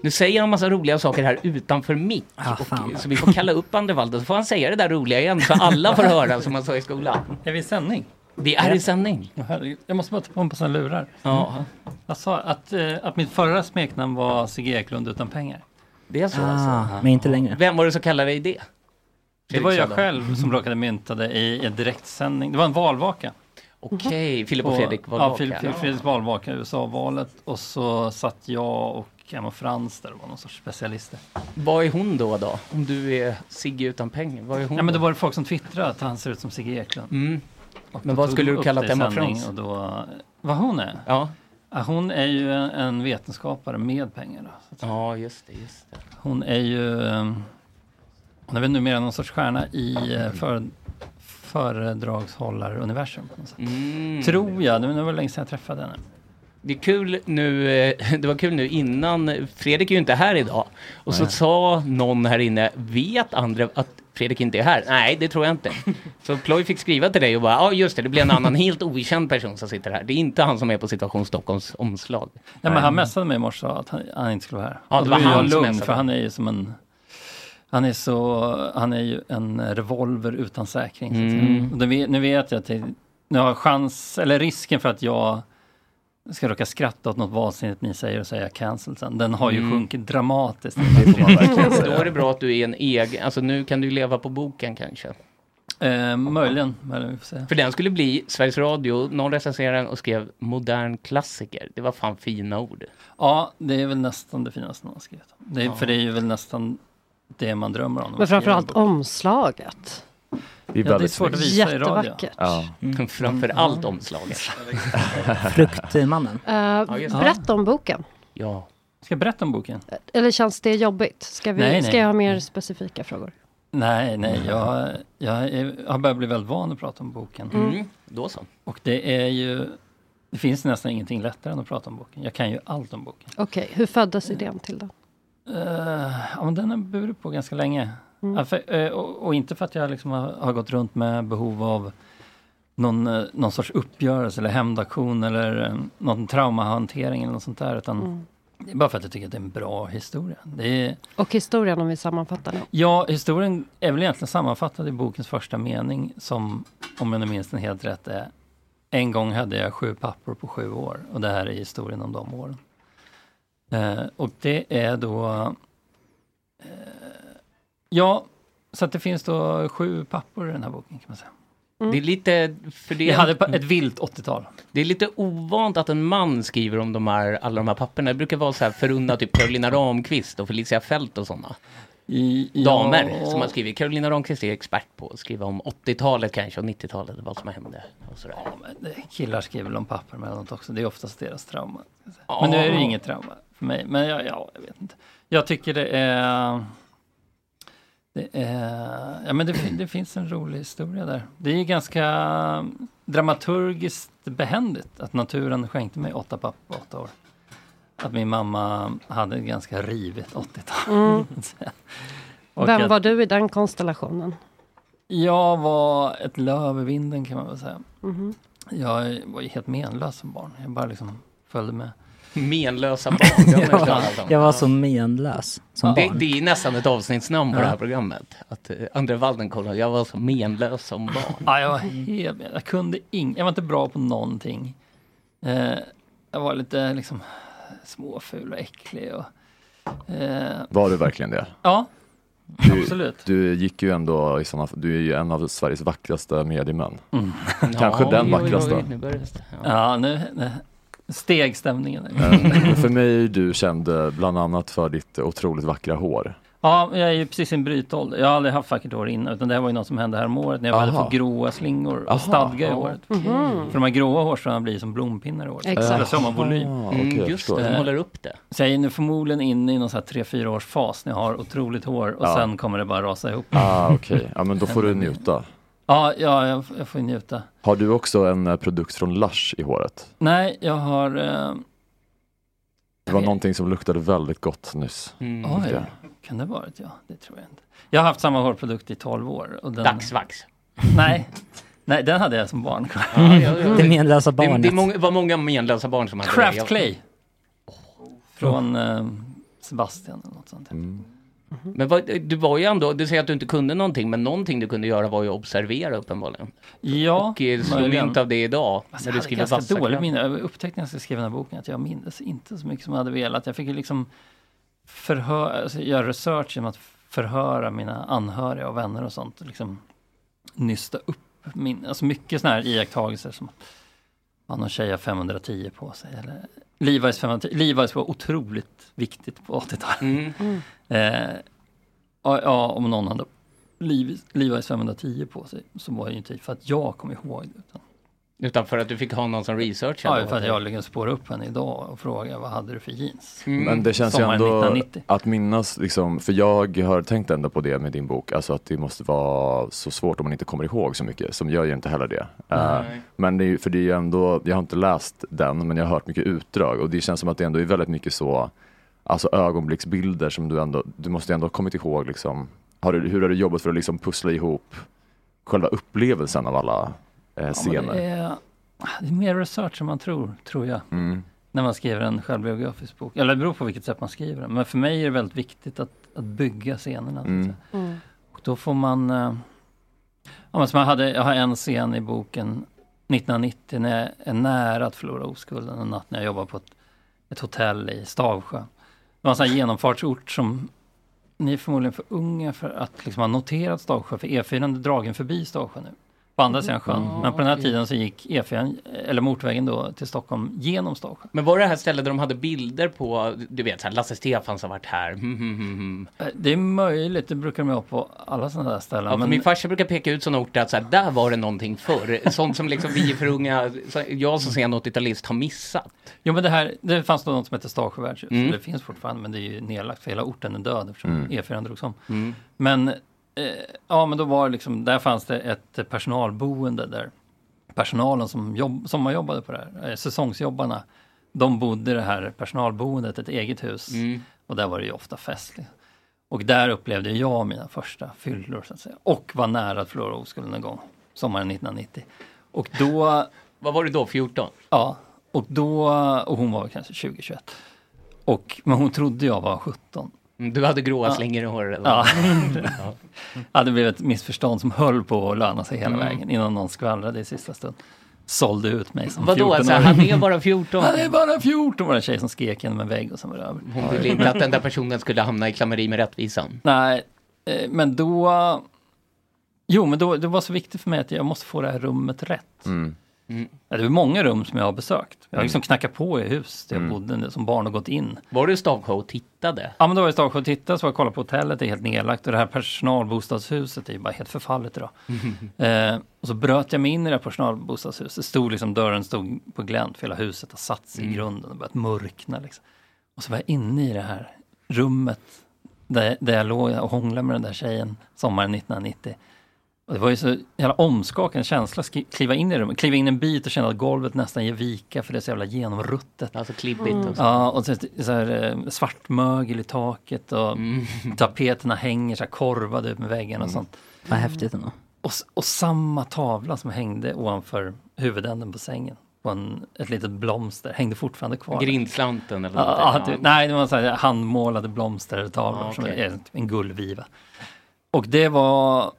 [SPEAKER 4] Nu säger han massa roliga saker här utanför mick. och, så vi får kalla upp Andervalden så får han säga det där roliga igen så alla får höra som han sa i skolan.
[SPEAKER 15] Är vi i sändning?
[SPEAKER 4] Vi är i sändning.
[SPEAKER 15] Åh, herregud. Jag måste bara ta på mig på sina lurar. Mm.
[SPEAKER 4] Ja.
[SPEAKER 15] Jag sa att, eh, att mitt förra smeknamn var Sigge Eklund utan pengar.
[SPEAKER 4] Det är så alltså.
[SPEAKER 9] Ah, men inte längre.
[SPEAKER 4] Vem var det som kallade dig det?
[SPEAKER 15] Det var jag
[SPEAKER 4] Fredrik Söder.
[SPEAKER 15] själv som råkade mynta det i en direktsändning. Det var en valvaka. Mm-hmm.
[SPEAKER 4] Okej, Filip och Fredrik
[SPEAKER 15] Ja,
[SPEAKER 4] valvaka.
[SPEAKER 15] Filip och Fredriks valvaka, USA-valet. Och så satt jag och Beckham och Frans där och var någon sorts specialister.
[SPEAKER 4] Vad är hon då då? Om du är Sigge utan pengar, vad är hon?
[SPEAKER 15] Ja, men
[SPEAKER 4] då?
[SPEAKER 15] då var det folk som twittrade att han ser ut som Sigge Eklund.
[SPEAKER 4] Mm.
[SPEAKER 15] Och
[SPEAKER 4] Men
[SPEAKER 15] då
[SPEAKER 4] vad
[SPEAKER 15] tog
[SPEAKER 4] skulle du
[SPEAKER 15] upp
[SPEAKER 4] kalla
[SPEAKER 15] det i
[SPEAKER 4] Emma
[SPEAKER 15] sändning
[SPEAKER 4] Frans?
[SPEAKER 15] Och då, vad hon är?
[SPEAKER 4] Ja.
[SPEAKER 15] Hon är ju en, en vetenskapare med pengar. Då, så att säga.
[SPEAKER 4] Ja, just det, just det.
[SPEAKER 15] Hon är ju... ehm, Hon är väl numera någon sorts stjärna i eh, för, föredragshållaruniversum. På något sätt. Tror jag. Det var det var länge sedan jag träffade henne.
[SPEAKER 4] Mm. Det är kul nu, eh, det var kul nu innan, Fredrik är ju inte här idag. Och så
[SPEAKER 15] Nej.
[SPEAKER 4] sa någon här inne, vet andra att Fredrik inte är här? Nej, det tror jag inte. Så Ploy fick skriva till dig och bara, ja just det, det blir en annan helt okänd person som sitter här. Det är inte han som är på Situation Stockholms omslag.
[SPEAKER 15] Ja, men han messade mig i morse och sa att han, han inte skulle vara här.
[SPEAKER 4] Ja,
[SPEAKER 15] Och
[SPEAKER 4] det
[SPEAKER 15] då
[SPEAKER 4] var
[SPEAKER 15] är jag
[SPEAKER 4] han som
[SPEAKER 15] lugn,
[SPEAKER 4] messade.
[SPEAKER 15] för han är ju som en... Han är, så, han är ju en revolver utan säkring. Så att
[SPEAKER 4] Mm.
[SPEAKER 15] säga. Och det, vet- nu vet jag att det, nu har chans, eller risken för att jag ska råka skratta åt något vansinnigt ni säger och säga cancel sen. Den har ju
[SPEAKER 4] Mm.
[SPEAKER 15] sjunkit dramatiskt.
[SPEAKER 4] Då är det bra att du är en egen, alltså nu kan du leva på boken kanske.
[SPEAKER 15] Eh, möjligen, möjligen, vi får se.
[SPEAKER 4] För den skulle bli Sveriges Radio, någon recenserade den och skrev modern klassiker. Det var fan fina ord.
[SPEAKER 15] Ja, det är väl nästan det finaste någon har skrivit. Det är,
[SPEAKER 4] Ja.
[SPEAKER 15] För det är ju väl nästan det man drömmer om. när man
[SPEAKER 8] Men
[SPEAKER 15] skriver en
[SPEAKER 8] framförallt
[SPEAKER 15] bok.
[SPEAKER 8] omslaget.
[SPEAKER 15] Det är Ja, det är väldigt svårt att snyggt. visa i radio.
[SPEAKER 8] Jättevackert.
[SPEAKER 15] Ja.
[SPEAKER 4] Mm. Framförallt omslaget.
[SPEAKER 9] Fruktmannen.
[SPEAKER 8] Eh,
[SPEAKER 15] just det.
[SPEAKER 8] berätta om boken.
[SPEAKER 4] Ja.
[SPEAKER 15] Ska jag berätta om boken?
[SPEAKER 8] Eller känns det jobbigt? Ska, vi,
[SPEAKER 15] Nej, nej.
[SPEAKER 8] ska jag ha mer specifika frågor?
[SPEAKER 15] Nej, nej, jag, jag, är, jag har börjat bli väldigt van att prata om boken.
[SPEAKER 4] Mm. Då så.
[SPEAKER 15] Och det är ju, det finns nästan ingenting lättare än att prata om boken. Jag kan ju allt om boken.
[SPEAKER 8] Okej, hur föddes idén till den?
[SPEAKER 15] Eh, ja, men den har jag burit på ganska länge.
[SPEAKER 8] Mm.
[SPEAKER 15] Ja, för, eh, och, och inte för att jag liksom har, har gått runt med behov av någon, eh, någon sorts uppgörelse eller hämndaktion eller eh, någon traumahantering eller något sånt där. Utan
[SPEAKER 8] Mm.
[SPEAKER 15] det är bara för att jag tycker att det är en bra historia. Det är,
[SPEAKER 8] Och historien om vi sammanfattar den.
[SPEAKER 15] Ja, historien är väl egentligen sammanfattad i bokens första mening som, om jag nu minns den helt rätt, är En gång hade jag sju pappor på sju år och det här är historien om de åren. Eh, och det är då... Eh, ja, så att det finns då sju pappor i den här boken kan man säga.
[SPEAKER 4] Det är lite... För det
[SPEAKER 15] Mm. Jag hade pa- ett vilt 80-tal.
[SPEAKER 4] Det är lite ovant att en man skriver om de här, alla de här papperna. Det brukar vara så här förunnat typ Carolina Ramqvist och Felicia Fält och sådana. Damer
[SPEAKER 15] ja.
[SPEAKER 4] som har skrivit. Carolina Ramqvist är expert på att skriva om 80-talet kanske och 90-talet och vad som hände. Och sådär.
[SPEAKER 15] Killar skriver väl om papper emellanåt också, det är oftast deras trauma. ska jag säga.
[SPEAKER 4] Ja.
[SPEAKER 15] Men nu är det ju inget trauma för mig, men jag, ja, jag vet inte. Jag tycker det är... Det, är, ja, men det, fin- det finns en rolig historia där. Det är ganska dramaturgiskt behändigt att naturen skänkte mig åtta papper på åtta år. Att min mamma hade ett ganska rivigt 80-tal.
[SPEAKER 8] Mm.
[SPEAKER 15] Och
[SPEAKER 8] Vem
[SPEAKER 15] att-
[SPEAKER 8] var du i den konstellationen?
[SPEAKER 15] jag var ett löv i vinden kan man väl säga.
[SPEAKER 8] Mhm.
[SPEAKER 15] Jag var ju helt menlös som barn. Jag bara liksom följde med.
[SPEAKER 4] Menlösa barn, det har man hört talas om.
[SPEAKER 9] Jag var så menlös som
[SPEAKER 4] Ja, det,
[SPEAKER 9] barn.
[SPEAKER 4] det är nästan ett avsnittsnamn på
[SPEAKER 9] Ja.
[SPEAKER 4] det här programmet. Att eh, André Waldenkorn, jag var så menlös som barn.
[SPEAKER 15] Ja, jag var helt, jag kunde ing, jag var inte bra på någonting. Eh, jag var lite liksom småful och äcklig och... Eh,
[SPEAKER 7] Var du verkligen det?
[SPEAKER 15] ja,
[SPEAKER 7] Du,
[SPEAKER 15] Absolut.
[SPEAKER 7] Du gick ju ändå i sådana fall- du är ju en av Sveriges vackraste mediemän.
[SPEAKER 15] Mm.
[SPEAKER 7] Kanske
[SPEAKER 4] Ja,
[SPEAKER 7] den
[SPEAKER 4] oj, oj, oj,
[SPEAKER 7] vackraste.
[SPEAKER 4] nu börjar det stä-
[SPEAKER 15] ja.
[SPEAKER 4] ja.
[SPEAKER 15] nu, nu steg stämningen.
[SPEAKER 4] Mm.
[SPEAKER 7] Eh, för mig är du känd eh, bland annat för ditt otroligt vackra hår.
[SPEAKER 15] Ja, jag är ju precis i en brytålder. Jag har aldrig haft vackert hår innan, utan det här var ju något som hände häromåret när jag började
[SPEAKER 7] Aha.
[SPEAKER 15] få gråa slingor och
[SPEAKER 7] Aha,
[SPEAKER 15] stadga i
[SPEAKER 7] ja,
[SPEAKER 15] håret.
[SPEAKER 7] okej.
[SPEAKER 15] För de här gråa hårstråna blir som blompinnar i håret.
[SPEAKER 4] Mhm. Exakt.
[SPEAKER 15] Exakt. Så har man volym.
[SPEAKER 4] Aha, okej, Mm, jag just förstår. det, de håller upp det.
[SPEAKER 15] Så jag är nu förmodligen inne i någon så här 3-4 års fas när jag har otroligt hår och
[SPEAKER 7] Ja.
[SPEAKER 15] sen kommer det bara rasa ihop.
[SPEAKER 7] Ah, okej. Ja, men då får du njuta.
[SPEAKER 15] Ja, ja jag, jag får njuta.
[SPEAKER 7] Har du också en eh, produkt från Lush i håret?
[SPEAKER 15] Nej, jag har... Eh,
[SPEAKER 7] Det var någonting som luktade väldigt gott nyss.
[SPEAKER 15] oj, kan det varit jag? Det tror jag inte. Jag har haft samma hårprodukt i 12 år. Och den...
[SPEAKER 4] Dagsvax.
[SPEAKER 15] Nej. Nej, den hade jag som barn.
[SPEAKER 4] Ja, ja, ja.
[SPEAKER 9] Det menlösa
[SPEAKER 4] Det,
[SPEAKER 9] barnet.
[SPEAKER 4] det är många, var många menlösa barn som hade
[SPEAKER 15] Kraft
[SPEAKER 4] det. Jag-
[SPEAKER 15] Clay. Från eh, Sebastian eller något sånt.
[SPEAKER 4] Men vad, du var ju ändå, du säger att du inte kunde någonting, men någonting du kunde göra var ju att observera uppenbarligen.
[SPEAKER 15] Ja,
[SPEAKER 4] Och eh, slå
[SPEAKER 15] möjligen. Alltså,
[SPEAKER 4] mynt av det idag, när du
[SPEAKER 15] jag hade
[SPEAKER 4] skriver
[SPEAKER 15] ganska
[SPEAKER 4] vassa
[SPEAKER 15] dåligt
[SPEAKER 4] kläder.
[SPEAKER 15] minne. Jag upptäckte när jag skulle skriva den här boken att jag mindes inte så mycket som jag hade velat. Jag fick ju liksom förhör, alltså, göra research genom att förhöra mina anhöriga och vänner och sånt. och Liksom nysta upp min, alltså mycket sådana här iakttagelser som Ja, någon tjej har 510 på sig. Eller, Levi's, 510, Levi's var otroligt viktigt på 80-talet.
[SPEAKER 4] Mm.
[SPEAKER 15] Eh, ja, ja, om någon hade Levi's, Levi's 510 på sig så var det ju inte för att jag kom ihåg det. Utan,
[SPEAKER 4] Utan för att du fick ha någon som researchade.
[SPEAKER 15] ja, för att jag lyckades spåra upp henne idag och fråga vad hade du för jeans?
[SPEAKER 7] Men det känns ju
[SPEAKER 15] Mm. Sommaren
[SPEAKER 7] ändå
[SPEAKER 15] 1990.
[SPEAKER 7] att minnas, liksom, för jag har tänkt ändå på det med din bok, alltså att det måste vara så svårt om man inte kommer ihåg så mycket, som jag gör ju inte heller det. Eh, men det är, ju- för det är ju ändå, jag har inte läst den, men jag har hört mycket utdrag och det känns som att det ändå är väldigt mycket så, alltså ögonblicksbilder som du ändå, du måste ändå ha kommit ihåg liksom, har du, hur har du jobbat för att liksom pussla ihop själva upplevelsen av alla eh,
[SPEAKER 15] Ja, men
[SPEAKER 7] scener?
[SPEAKER 15] det, är, det är mer research än man tror, tror jag.
[SPEAKER 7] Mm.
[SPEAKER 15] När man skriver en självbiografisk bok. Eller det beror på vilket sätt man skriver den. Men för mig är det väldigt viktigt att, att bygga scenerna. så att
[SPEAKER 7] Mm.
[SPEAKER 15] säga. Och då får man... eh, Ja, men som jag, hade, jag har en scen i boken 1990 när jag är nära att förlora oskulden. En natt när jag jobbar på ett, ett hotell i Stavsjö. Det var en sån här genomfartsort som ni är förmodligen för unga för att liksom ha noterat Stavsjö. För E4 är dragen förbi Stavsjö nu. På andra sidan sjön.
[SPEAKER 4] Mm.
[SPEAKER 15] Men på den här
[SPEAKER 4] Okej.
[SPEAKER 15] tiden så gick E4, eller motorvägen då, till Stockholm genom Stavsjö.
[SPEAKER 4] Men var det här stället där de hade bilder på, du vet, så här, Lasse Stefans har varit här. Mm, mm, mm, mm.
[SPEAKER 15] Eh, Det är möjligt, det brukar de ha på alla sådana där ställen.
[SPEAKER 4] Ja, för
[SPEAKER 15] men-
[SPEAKER 4] Min farsa brukar peka ut sådana orter att så här, där var det någonting förr. Sånt som liksom vi är för unga, så- jag som sen 80-talist har missat.
[SPEAKER 15] Jo men det här, det fanns då något som hette Stavsjö värdshus.
[SPEAKER 4] Mm.
[SPEAKER 15] Det finns fortfarande men det är ju nedlagt för hela orten är död eftersom E
[SPEAKER 4] Mm.
[SPEAKER 15] E4 drogs om.
[SPEAKER 4] Mm.
[SPEAKER 15] Men, eh, ja men då var det liksom, där fanns det ett personalboende där personalen som jobb, sommarjobbade på det här, eh, säsongsjobbarna, de bodde i det här personalboendet, ett eget hus.
[SPEAKER 4] Mm.
[SPEAKER 15] Och där var det ju ofta fest. liksom. Och där upplevde jag mina första fyllor så att säga. Och var nära att förlora oskulden en gång, sommaren 1990. Och då...
[SPEAKER 4] Vad var du då, 14?
[SPEAKER 15] Ja, och då... Och hon var kanske 20-21. Och, men hon trodde jag var 17.
[SPEAKER 4] Mm, Du hade gråa slingor i håret. eller?
[SPEAKER 15] Ja.
[SPEAKER 4] Ja.
[SPEAKER 15] ja, det blev ett missförstånd som höll på att löna sig hela
[SPEAKER 4] Mm.
[SPEAKER 15] vägen innan någon skvallrade i sista stund. Sålde ut mig som
[SPEAKER 4] Vadå,
[SPEAKER 15] 14
[SPEAKER 4] alltså, han är bara 14?
[SPEAKER 15] Han är bara 14 var det en tjej som skrek genom en vägg och sen var det över.
[SPEAKER 4] Hon ville inte att den där personen skulle hamna i klammeri med rättvisan.
[SPEAKER 15] Nej, eh, men då... Jo, men då, det var så viktigt för mig att jag måste få det här rummet rätt.
[SPEAKER 7] Mm.
[SPEAKER 15] Ja, Det var många rum som jag har besökt. Jag har
[SPEAKER 4] Mm.
[SPEAKER 15] liksom knackat på i hus där jag bodde som barn och gått in.
[SPEAKER 4] Var du i Stavsjö och tittade?
[SPEAKER 15] Ja men då var jag i Stavsjö och tittade, så var jag och kollade på hotellet, det är helt nedlagt och det här personalbostadshuset är ju bara helt förfallet idag. Eh, och så bröt jag mig in i det här personalbostadshuset. Det Stod liksom, dörren stod på glänt för hela huset har satt sig i grunden och börjat mörkna. Liksom. Och så var jag inne i det här rummet där, där jag låg och hånglade med den där tjejen sommaren 1990. Och det var ju så jävla omskakande känsla att sk- kliva in i rummet. Kliva in en bit och känna att golvet nästan ger vika för det är så jävla genomruttet.
[SPEAKER 4] Alltså klibbigt Mm. också.
[SPEAKER 15] Ja, och så, så här, eh, svart mögel i taket och tapeterna hänger så här korvade ut med väggarna och sånt.
[SPEAKER 9] Vad häftigt ändå.
[SPEAKER 15] Och, s- och samma tavla som hängde ovanför huvudänden på sängen. På en, ett litet blomster, hängde fortfarande kvar.
[SPEAKER 4] Grindslanten eller
[SPEAKER 15] ja, ja,
[SPEAKER 4] någonting,
[SPEAKER 15] det,
[SPEAKER 4] ja.
[SPEAKER 15] Nej, det var så här handmålade blomstertavlor
[SPEAKER 4] Ja,
[SPEAKER 15] som
[SPEAKER 4] Ah, okej.
[SPEAKER 15] är en gullviva. Och det var...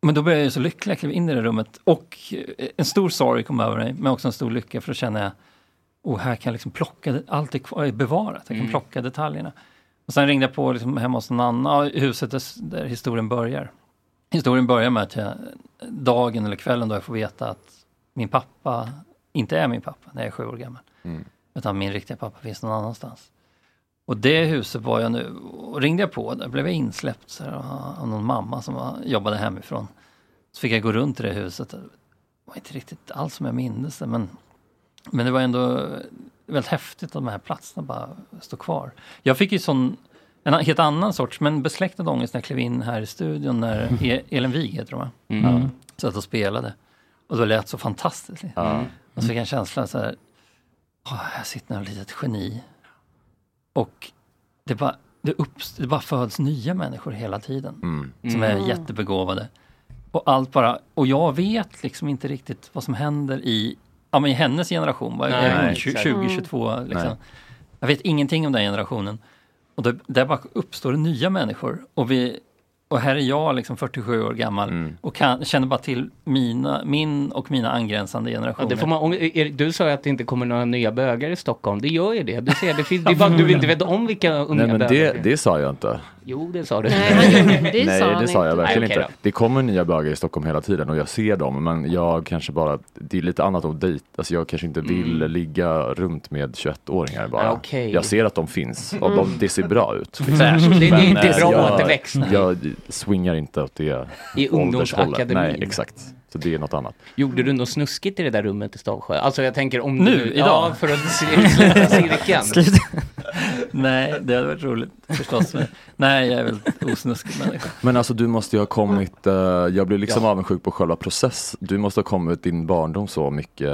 [SPEAKER 15] Men då blev jag ju så lycklig, jag klev in i det rummet. Och eh, en stor sorg kom över mig, men också en stor lycka för då kände jag och här kan jag liksom plocka, det- allt är kvar, är bevarat, jag kan
[SPEAKER 4] Mm.
[SPEAKER 15] plocka detaljerna. Och sen ringde jag på liksom hemma hos någon annan, ja, huset där, där historien börjar. Historien börjar med att jag, dagen eller kvällen då jag får veta att min pappa inte är min pappa när jag är sju år gammal.
[SPEAKER 4] Mm.
[SPEAKER 15] Utan min riktiga pappa finns någon annanstans. Och det huset var jag nu, och ringde jag på, där blev jag insläppt så här, av- av någon mamma som var, jobbade hemifrån. Så fick jag gå runt i det huset. Det var inte riktigt alls som jag mindes det, men, men det var ändå väldigt häftigt att de här platserna bara står kvar. Jag fick ju sån, en helt annan sorts, men besläktad ångest när jag klev in här i studion när e- Elin Wig heter hon va?
[SPEAKER 4] Mm.
[SPEAKER 15] Ja. Satt och spelade. Och det lät så fantastiskt.
[SPEAKER 4] Ja. Mm.
[SPEAKER 15] Och så fick jag en känsla så här, "Åh, här sitter något litet geni. Och det bara, det, upps, det bara föds nya människor hela tiden.
[SPEAKER 4] Mm.
[SPEAKER 15] Som är
[SPEAKER 4] Mm.
[SPEAKER 15] jättebegåvade. Och allt bara, och jag vet liksom inte riktigt vad som händer i, ja men i hennes generation, vad
[SPEAKER 4] Nej,
[SPEAKER 15] är hon?
[SPEAKER 4] exakt.
[SPEAKER 15] 20,
[SPEAKER 4] Mm.
[SPEAKER 15] 22 liksom.
[SPEAKER 4] Nej.
[SPEAKER 15] Jag vet ingenting om den generationen. Och det, där bara uppstår det nya människor. Och, vi, och här är jag liksom 47 år gammal
[SPEAKER 4] Mm.
[SPEAKER 15] och kan, känner bara till mina, min och mina angränsande
[SPEAKER 4] Ja,
[SPEAKER 15] generationer.
[SPEAKER 4] det får man, om, er, du sa ju att det inte kommer några nya bögar i Stockholm. Det gör ju det. Du ser, det, finns, det är bara att du inte vet om vilka unga
[SPEAKER 7] Nej men
[SPEAKER 4] bögar
[SPEAKER 7] det, det sa jag inte.
[SPEAKER 4] Jo, det sa du.
[SPEAKER 8] Nej, han gjorde det. Det
[SPEAKER 7] Nej,
[SPEAKER 8] sa han
[SPEAKER 7] det sa jag
[SPEAKER 8] inte.
[SPEAKER 7] verkligen
[SPEAKER 8] Nej, okej
[SPEAKER 7] inte. Det kommer nya bögar i Stockholm hela tiden och jag ser dem, men jag kanske bara, det är lite annat att dejta, alltså jag kanske inte vill ligga runt med 21-åringar bara.
[SPEAKER 4] Ah, Mm. okej.
[SPEAKER 7] Jag ser att de finns och de,
[SPEAKER 4] Mm.
[SPEAKER 7] det ser bra ut.
[SPEAKER 4] Mm. Fräscht. Det- det är inte
[SPEAKER 7] eh,
[SPEAKER 4] bra
[SPEAKER 7] jag-
[SPEAKER 4] återväxt.
[SPEAKER 7] Jag swingar inte åt det
[SPEAKER 4] I
[SPEAKER 7] åldershållet.
[SPEAKER 4] ungdomsakademin.
[SPEAKER 7] Nej, exakt. Så det är något annat.
[SPEAKER 4] Gjorde du något snuskigt i det där rummet i Stavsjö? Alltså jag tänker om
[SPEAKER 15] Nu,
[SPEAKER 4] du...
[SPEAKER 15] idag?
[SPEAKER 4] Ja, för att sl- sluta cirkeln.
[SPEAKER 15] Nej, det hade varit roligt förstås. Men, nej, jag är väldigt osnuskig människa.
[SPEAKER 7] Men alltså du måste ju ha kommit, eh, jag blir liksom
[SPEAKER 15] Ja.
[SPEAKER 7] avundsjuk på själva process. Du måste ha kommit din barndom så mycket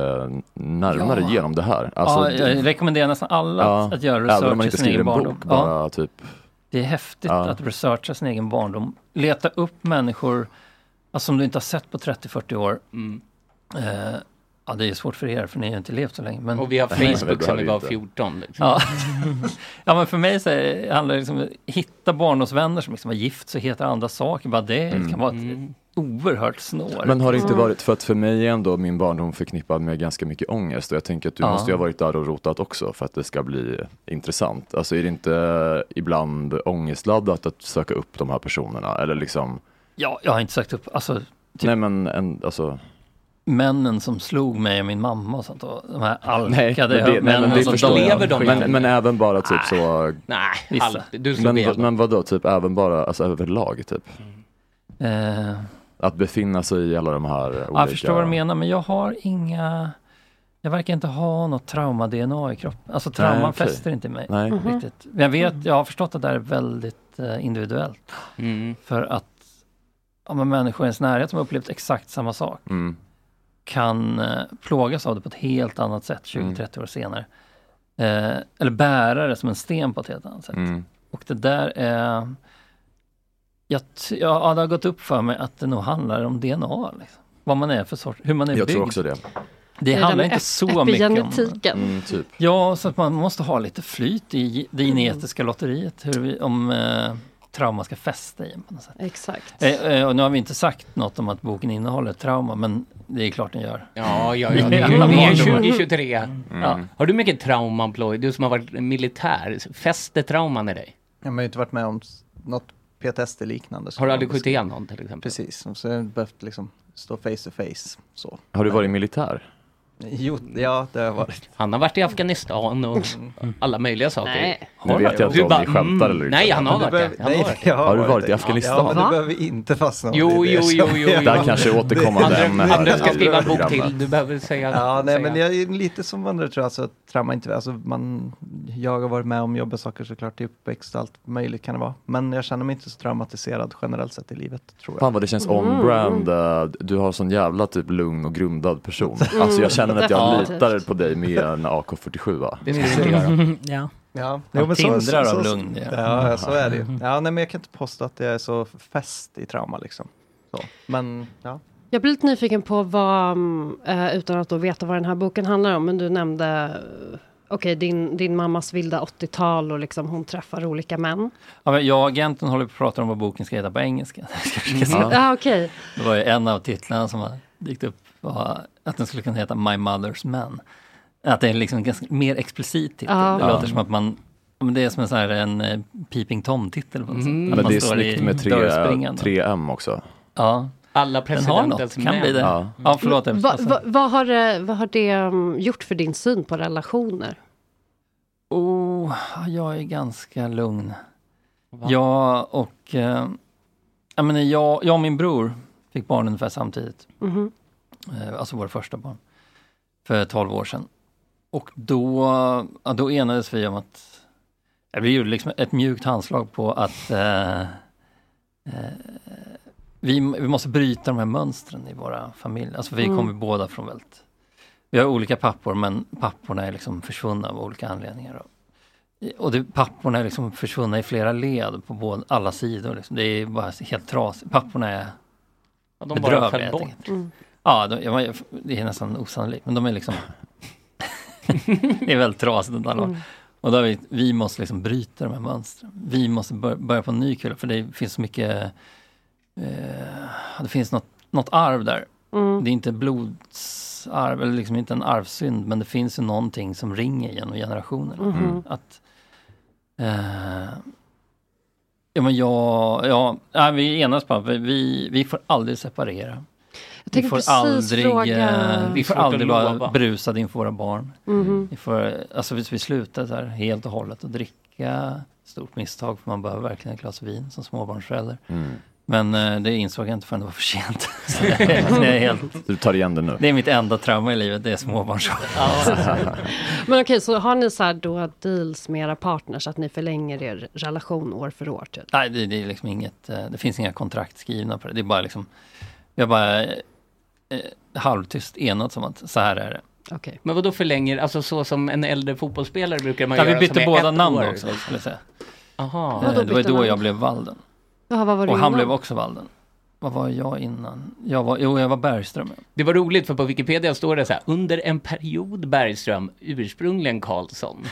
[SPEAKER 7] närmare
[SPEAKER 15] Ja.
[SPEAKER 7] genom det här. Alltså,
[SPEAKER 15] ja, jag rekommenderar nästan alla att-
[SPEAKER 7] Ja,
[SPEAKER 15] att göra
[SPEAKER 7] även om
[SPEAKER 15] research
[SPEAKER 7] man
[SPEAKER 15] i
[SPEAKER 7] inte
[SPEAKER 15] sin egen
[SPEAKER 7] skriver en
[SPEAKER 15] barndom.
[SPEAKER 7] bok, bara typ.
[SPEAKER 15] Det är häftigt
[SPEAKER 7] Ja.
[SPEAKER 15] att researcha sin egen barndom. Leta upp människor alltså, som du inte har sett på 30-40 år.
[SPEAKER 4] Mm.
[SPEAKER 15] Eh, ja, det är svårt för er, för ni har ju inte levt så länge. Men...
[SPEAKER 4] Och vi har Facebook Nej, det sedan vi behöver var inte. 14, liksom.
[SPEAKER 15] Ja. ja, men för mig så är- handlar det liksom om att hitta barndomsvänner som liksom var gift, så heter andra saker. Bara det
[SPEAKER 7] Mm.
[SPEAKER 15] kan vara ett oerhört snår.
[SPEAKER 7] Men har det inte
[SPEAKER 15] Mm.
[SPEAKER 7] varit, för att för mig är ändå min barndom förknippad med ganska mycket ångest och jag tänker att du
[SPEAKER 15] Ja.
[SPEAKER 7] måste ju ha varit där och rotat också för att det ska bli intressant. Alltså är det inte ibland ångestladdat att söka upp de här personerna eller liksom?
[SPEAKER 15] Ja, jag har inte sagt upp, alltså
[SPEAKER 7] Nej men en, alltså.
[SPEAKER 15] männen som slog mig och min mamma och sånt. Och de här
[SPEAKER 7] Nej, men
[SPEAKER 15] alkade
[SPEAKER 7] det, nej, men
[SPEAKER 15] männen
[SPEAKER 7] det
[SPEAKER 15] som
[SPEAKER 7] förstår jag. men,
[SPEAKER 15] än?
[SPEAKER 7] men även bara typ så.
[SPEAKER 4] Nej,
[SPEAKER 15] Vissa. alla. Du slog
[SPEAKER 7] men,
[SPEAKER 15] ihjäl
[SPEAKER 7] vad- men vadå, typ även bara alltså, överlag typ?
[SPEAKER 15] Eh,
[SPEAKER 7] Att befinna sig i alla de här olika.
[SPEAKER 15] Ja, jag förstår vad du menar, men jag har inga... Jag verkar inte ha något trauma-DNA i kroppen. Alltså trauman
[SPEAKER 7] Nej, okej.
[SPEAKER 15] fäster inte i mig
[SPEAKER 7] Nej. Mhm.
[SPEAKER 15] riktigt. Men jag vet, jag har förstått att det här är väldigt eh, individuellt.
[SPEAKER 7] Mm.
[SPEAKER 15] För att ja, men människor i ens närhet som har upplevt exakt samma sak
[SPEAKER 7] Mm.
[SPEAKER 15] kan eh, plågas av det på ett helt annat sätt
[SPEAKER 7] Mm.
[SPEAKER 15] 20-30 år senare. Eh, eller bära det som en sten på ett helt annat sätt.
[SPEAKER 7] Mm.
[SPEAKER 15] Och det där är... Jag, t- ja, det har gått upp för mig att det nog handlar om DNA. Liksom. Vad man är för sorts, hur man är
[SPEAKER 7] Jag
[SPEAKER 15] byggd.
[SPEAKER 7] tror också det.
[SPEAKER 15] Det
[SPEAKER 8] Det är
[SPEAKER 15] handlar
[SPEAKER 8] den
[SPEAKER 15] inte
[SPEAKER 8] ep-
[SPEAKER 15] så mycket om...
[SPEAKER 8] epigenetiken. Mm,
[SPEAKER 7] typ.
[SPEAKER 15] Ja, så att man måste ha lite flyt i det genetiska lotteriet. Hur vi, om eh, trauma ska fästa i en på något sätt.
[SPEAKER 8] Exakt.
[SPEAKER 15] Eh, eh, och nu har vi inte sagt något om att boken innehåller trauma, men det är klart den gör.
[SPEAKER 4] Ja, ja, ja. Det är,
[SPEAKER 15] Alla
[SPEAKER 4] det är
[SPEAKER 15] barndomar.
[SPEAKER 4] 2023. Ja.
[SPEAKER 15] Mm.
[SPEAKER 4] Har du mycket trauman, Ploy? Du som har varit militär, fäster trauman i dig?
[SPEAKER 10] Jag har ju inte varit med om s- något PTSD-liknande.
[SPEAKER 4] Har du aldrig skjutit ihjäl någon till exempel?
[SPEAKER 10] Precis, och så har jag behövt liksom stå face to face. Så.
[SPEAKER 7] Har du varit militär?
[SPEAKER 10] Jo, ja det har jag varit.
[SPEAKER 4] Han har varit i Afghanistan och alla möjliga saker.
[SPEAKER 10] Nej.
[SPEAKER 4] Har
[SPEAKER 7] Nu vet
[SPEAKER 4] du?
[SPEAKER 7] jag inte
[SPEAKER 4] Du
[SPEAKER 7] om
[SPEAKER 4] bara, mm.
[SPEAKER 7] ni skämtar eller inte.
[SPEAKER 4] Nej, han har
[SPEAKER 7] Du
[SPEAKER 4] varit
[SPEAKER 7] behöver-
[SPEAKER 4] det. Han
[SPEAKER 7] nej,
[SPEAKER 4] har varit det.
[SPEAKER 7] jag har Har du varit varit i det. Afghanistan?
[SPEAKER 10] Ja, men
[SPEAKER 4] Va?
[SPEAKER 10] det behöver vi inte fastna om.
[SPEAKER 4] Jo,
[SPEAKER 10] Det är det
[SPEAKER 4] jo,
[SPEAKER 10] som-
[SPEAKER 4] jo, jo, jo.
[SPEAKER 7] Där kanske återkommande
[SPEAKER 10] Det-
[SPEAKER 7] ämne här
[SPEAKER 4] Andreas ska
[SPEAKER 7] i
[SPEAKER 4] skriva en bok
[SPEAKER 7] programmet.
[SPEAKER 4] till. Du behöver säga...
[SPEAKER 10] Ja, nej,
[SPEAKER 4] säga.
[SPEAKER 10] men jag är lite som andra tror jag, alltså, trauma inte, alltså, man, jag har varit med om jobbiga saker såklart i uppväxt, allt möjligt kan det vara. Men jag känner mig inte så traumatiserad generellt sett i livet, tror jag.
[SPEAKER 7] Fan vad det
[SPEAKER 10] Mm.
[SPEAKER 7] känns on-brand. eh, Du har sån jävla typ lugn och grundad person.
[SPEAKER 10] Mm,
[SPEAKER 7] Alltså jag känner att jag
[SPEAKER 10] definitivt.
[SPEAKER 7] litar på dig med en AK47. Va?
[SPEAKER 4] Det ska vi inte göra.
[SPEAKER 9] Ja.
[SPEAKER 10] Ja,
[SPEAKER 7] Man
[SPEAKER 10] jo, men
[SPEAKER 7] tindrar av lugn, ja.
[SPEAKER 10] Ja, ja, så är det
[SPEAKER 4] Mm.
[SPEAKER 10] ju. Ja, nej, men jag kan inte påstå att jag är så fäst i trauma liksom. Så. Men, ja.
[SPEAKER 8] Jag blir lite nyfiken på vad, mm, eh, utan att då veta vad den här boken handlar om, men du nämnde eh, Okej, din, din mammas vilda 80-tal och liksom hon träffar olika män.
[SPEAKER 15] Ja, men jag och agenten håller på att prata om vad boken ska heta på engelska. Jag ska försöka säga.
[SPEAKER 8] Ja, ah, okej.
[SPEAKER 15] Det var ju en av titlarna som har dykt upp, var att den skulle kunna heta My Mother's Man. Att det är liksom en ganska mer explicit titel.
[SPEAKER 8] Ja.
[SPEAKER 15] Det
[SPEAKER 8] Ja.
[SPEAKER 15] låter som att man, ja, men det är som en, sån här, en eh, Peeping Tom-titel. på något sätt.
[SPEAKER 4] Mm.
[SPEAKER 15] Att
[SPEAKER 7] Men
[SPEAKER 15] man
[SPEAKER 7] det är
[SPEAKER 15] står i
[SPEAKER 7] snyggt med
[SPEAKER 15] dörrspringan.
[SPEAKER 7] 3, m också.
[SPEAKER 15] Ja.
[SPEAKER 4] Alla
[SPEAKER 15] Den har något,
[SPEAKER 4] presidentens
[SPEAKER 15] kan bli det.
[SPEAKER 7] Ja.
[SPEAKER 15] Ja, förlåt. jag-
[SPEAKER 8] Va,
[SPEAKER 15] alltså.
[SPEAKER 8] va, vad, har, det- vad har det mm, gjort för din syn på relationer?
[SPEAKER 15] Oh, jag är ganska lugn. Ja, och eh, jag, menar, jag, jag och min bror fick barn ungefär samtidigt.
[SPEAKER 7] Mm-hmm.
[SPEAKER 8] Mhm.
[SPEAKER 15] Eh, alltså vår första barn. För 12 år sedan. Och då, ja, då enades vi om att, ja, vi gjorde liksom ett mjukt handslag på att eh, eh, vi, vi måste bryta de här mönstren i våra familjer. Alltså vi
[SPEAKER 4] Mm.
[SPEAKER 15] kommer båda från väldigt, vi har olika pappor men papporna är liksom försvunna av olika anledningar. Och det, papporna är liksom försvunna i flera led på båda, alla sidor. Liksom. Det är bara helt trasigt. Papporna är
[SPEAKER 4] Ja, de bara
[SPEAKER 15] bedrövliga.
[SPEAKER 4] föll
[SPEAKER 15] helt
[SPEAKER 4] bort.
[SPEAKER 15] enkelt.
[SPEAKER 4] Mm.
[SPEAKER 15] Ja, de, jag, jag- det är nästan osannolikt, men de är liksom... det är väldigt trasigt åt alla håll.
[SPEAKER 4] Mm.
[SPEAKER 15] Och då har vi, vi måste liksom bryta de här mönstren. Vi måste bör, börja på en ny kula, för det finns så mycket... Eh, det finns något, något arv där.
[SPEAKER 8] Mm.
[SPEAKER 15] Det är inte blodsarv, eller liksom inte en arvsynd, men det finns ju någonting som ringer genom generationerna.
[SPEAKER 8] Mhm.
[SPEAKER 15] Att, eh, Ja, men jag, ja, nej, vi enas bara. Vi- Vi, vi får aldrig separera. Vi
[SPEAKER 8] tänkte
[SPEAKER 15] får
[SPEAKER 8] precis
[SPEAKER 15] aldrig,
[SPEAKER 8] fråga-
[SPEAKER 15] eh, vi får
[SPEAKER 8] Svårt att
[SPEAKER 15] aldrig vara
[SPEAKER 8] lova.
[SPEAKER 15] brusade inför våra barn.
[SPEAKER 8] Mhm.
[SPEAKER 15] Vi, får, alltså, vi, vi slutar så här helt och hållet att dricka. Stort misstag, för man behöver verkligen ett glas vin som småbarnsförälder.
[SPEAKER 7] Mm.
[SPEAKER 15] Men eh, det insåg jag inte förrän det var för sent. Så det är- det är helt,
[SPEAKER 7] Du tar igen det nu.
[SPEAKER 15] det är mitt enda trauma i livet, det är småbarnsåren.
[SPEAKER 8] Men okej, så har ni så här då deals med era partners att ni förlänger er relation år för år? Typ?
[SPEAKER 15] Nej, det, det är liksom inget, eh, det finns inga kontrakt skrivna på det. Det är bara liksom, vi har bara eh, eh, halvtyst enats om att så här är det.
[SPEAKER 8] Okej.
[SPEAKER 4] Men vad då förlänger, alltså så som en äldre fotbollsspelare brukar man
[SPEAKER 15] Ja, vi
[SPEAKER 4] göra
[SPEAKER 15] bytte
[SPEAKER 4] som är
[SPEAKER 15] båda
[SPEAKER 4] ett
[SPEAKER 15] namn
[SPEAKER 4] år.
[SPEAKER 15] också, skulle jag säga.
[SPEAKER 4] Aha.
[SPEAKER 15] Eh, det var ju då jag blev Walden.
[SPEAKER 8] Jaha, vad var du
[SPEAKER 15] och han
[SPEAKER 8] innan?
[SPEAKER 15] blev också Walden. Vad var jag innan? Jag var, jo, jag var Bergström.
[SPEAKER 4] Det var roligt för på Wikipedia står det så här, under en period Bergström, ursprungligen Karlsson.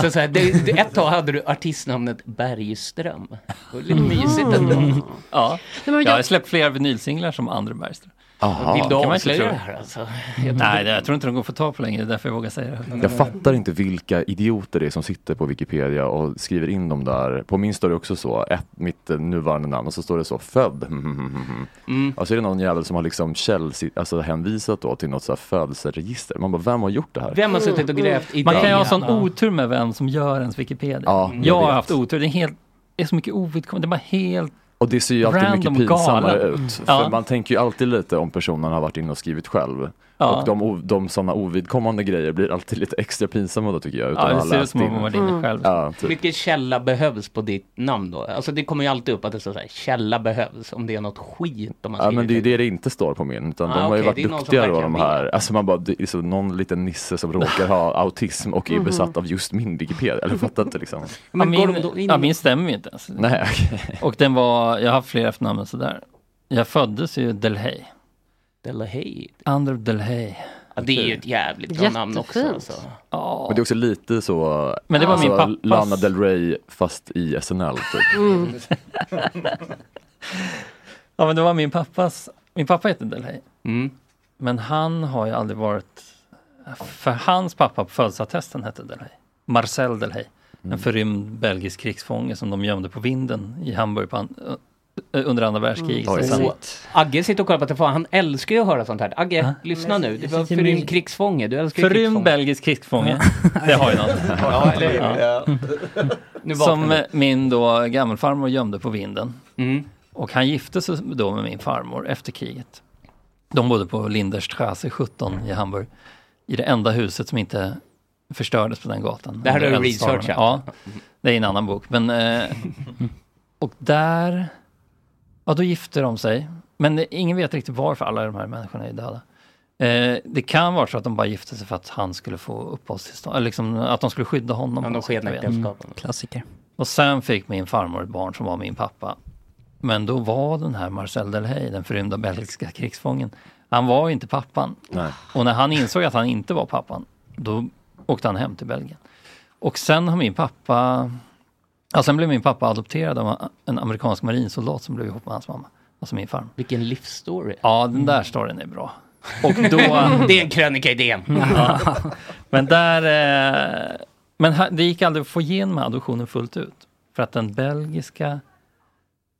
[SPEAKER 4] Så, så här, det, det, ett tag hade du artistnamnet Bergström. Det var lite mysigt
[SPEAKER 8] Mm.
[SPEAKER 4] ändå.
[SPEAKER 15] Mm. Ja,
[SPEAKER 4] Nej, men
[SPEAKER 15] jag har
[SPEAKER 4] jag-
[SPEAKER 15] släppt fler vinylsinglar som André Bergström.
[SPEAKER 7] Aha.
[SPEAKER 4] Vill du
[SPEAKER 15] Kan man inte
[SPEAKER 4] avslöja
[SPEAKER 15] tro.
[SPEAKER 4] det här, alltså?
[SPEAKER 15] Nej, det- jag tror inte de går att få tag på längre, det är därför jag vågar säga det.
[SPEAKER 7] Jag fattar inte vilka idioter det är som sitter på Wikipedia och skriver in dem där. På min står det också så, ett, mitt eh, nuvarande namn, och så står det så, född.
[SPEAKER 4] Mm.
[SPEAKER 7] Och så är det någon jävel som har liksom källsi- alltså hänvisat då till något så här födelseregister. Man bara, vem har gjort det här?
[SPEAKER 4] Vem har suttit och grävt i
[SPEAKER 15] Man kan ju ha
[SPEAKER 4] den?
[SPEAKER 15] sån
[SPEAKER 4] Ja.
[SPEAKER 15] otur med vem som gör ens Wikipedia.
[SPEAKER 7] Ja,
[SPEAKER 15] jag
[SPEAKER 7] jag
[SPEAKER 15] har
[SPEAKER 7] vet.
[SPEAKER 15] haft otur, det är, helt, det är så mycket ovidkommande, det är bara helt...
[SPEAKER 7] Och det ser ju alltid
[SPEAKER 15] Random
[SPEAKER 7] mycket pinsammare
[SPEAKER 15] galen.
[SPEAKER 7] ut. För
[SPEAKER 15] Ja.
[SPEAKER 7] man tänker ju alltid lite om personen har varit inne och skrivit själv.
[SPEAKER 15] Ja.
[SPEAKER 7] Och de, o- de sådana ovidkommande grejer blir alltid lite extra pinsamma då tycker jag. Utan
[SPEAKER 4] Ja, det
[SPEAKER 7] att ha
[SPEAKER 4] ser ut
[SPEAKER 7] läst
[SPEAKER 4] som om
[SPEAKER 7] in.
[SPEAKER 4] man varit
[SPEAKER 15] Mm.
[SPEAKER 4] inne själv.
[SPEAKER 7] Ja, typ.
[SPEAKER 4] Vilken källa behövs på ditt namn då? Alltså det kommer ju alltid upp att det står så här, källa behövs om det är något skit de har
[SPEAKER 7] Ja
[SPEAKER 4] skrivit.
[SPEAKER 7] men det är ju det det inte står på min, utan
[SPEAKER 4] Ah,
[SPEAKER 7] de har ju
[SPEAKER 4] okej, det är
[SPEAKER 7] varit
[SPEAKER 4] någon som
[SPEAKER 7] duktiga då
[SPEAKER 4] verkligen
[SPEAKER 7] de här, alltså man bara, det är så någon liten nisse som råkar ha autism och är
[SPEAKER 15] Mhm.
[SPEAKER 7] besatt av just min Wikipedia, eller fattar inte liksom.
[SPEAKER 15] Ja, min, ja, min stämmer ju inte ens.
[SPEAKER 7] Nej,
[SPEAKER 15] Och den var, jag har haft fler efternamn än sådär. Jag föddes ju Delhey.
[SPEAKER 4] Delahey.
[SPEAKER 15] Andrew Delhey.
[SPEAKER 4] Ja, det är ju ett jävligt bra namn också.
[SPEAKER 15] Jättefint.
[SPEAKER 4] Alltså.
[SPEAKER 15] Ja.
[SPEAKER 7] Men det är också lite så,
[SPEAKER 15] Men det var min
[SPEAKER 7] så
[SPEAKER 15] pappas-
[SPEAKER 7] Lana Del Rey fast i SNL typ.
[SPEAKER 15] Mm. ja men det var min pappas, min pappa heter Delhey.
[SPEAKER 7] Mm.
[SPEAKER 15] Men han har ju aldrig varit, för hans pappa på födelseattesten hette Delhey. Marcel Delhey.
[SPEAKER 7] Mm.
[SPEAKER 15] En förrymd belgisk krigsfånge som de gömde på vinden i Hamburg på an, ö- under andra världskriget.
[SPEAKER 4] Och
[SPEAKER 15] Och sen-
[SPEAKER 4] Agge sitter och kollar på telefonen, han älskar ju att höra sånt här. Agge,
[SPEAKER 15] Ja.
[SPEAKER 4] lyssna nu. Det var
[SPEAKER 15] sitter
[SPEAKER 4] förrymd
[SPEAKER 15] med-
[SPEAKER 4] krigsfånge, du älskar ju
[SPEAKER 15] Förrymd
[SPEAKER 4] krigsfånge.
[SPEAKER 15] belgisk krigsfånge. Det har ju något.
[SPEAKER 4] Ja, eller hur? Ja. Nu vaknar
[SPEAKER 15] Som
[SPEAKER 4] du.
[SPEAKER 15] eh, min då gammelfarmor gömde på vinden.
[SPEAKER 4] Mm.
[SPEAKER 15] Och han gifte sig då med min farmor efter kriget. De bodde på Linderstrasse 17 i Hamburg. I det enda huset som inte förstördes på den gatan.
[SPEAKER 4] Det här
[SPEAKER 15] Under
[SPEAKER 4] har du
[SPEAKER 15] eldstormen.
[SPEAKER 4] researchat.
[SPEAKER 15] Ja, det är i en annan bok. Men, eh, och där, ja då gifte de sig. Men det- ingen vet riktigt varför alla de här människorna är döda. Eh, det kan vara så att de bara gifte sig för att han skulle få uppehållstillstånd, eller liksom, att de skulle skydda honom.
[SPEAKER 4] Ja, de skenäktenskapen. Mm,
[SPEAKER 15] Klassiker. Och sen fick min farmor ett barn som var min pappa. Men då var den här Marcel Delhey, den förrymda belgiska krigsfången, han var ju inte pappan.
[SPEAKER 7] Nej.
[SPEAKER 15] Och när han insåg att han inte var pappan, då åkte han hem till Belgien. Och sen har min pappa, ja sen blev min pappa adopterad av en amerikansk marinsoldat som blev ihop med hans mamma, alltså min farmor.
[SPEAKER 4] Vilken livsstory.
[SPEAKER 15] Ja, den där storyn är bra. Och då...
[SPEAKER 4] det är en krönika i DN.
[SPEAKER 15] Ja. Mm. Men där... eh, Men ha- det gick aldrig att få igenom adoptionen fullt ut. För att den belgiska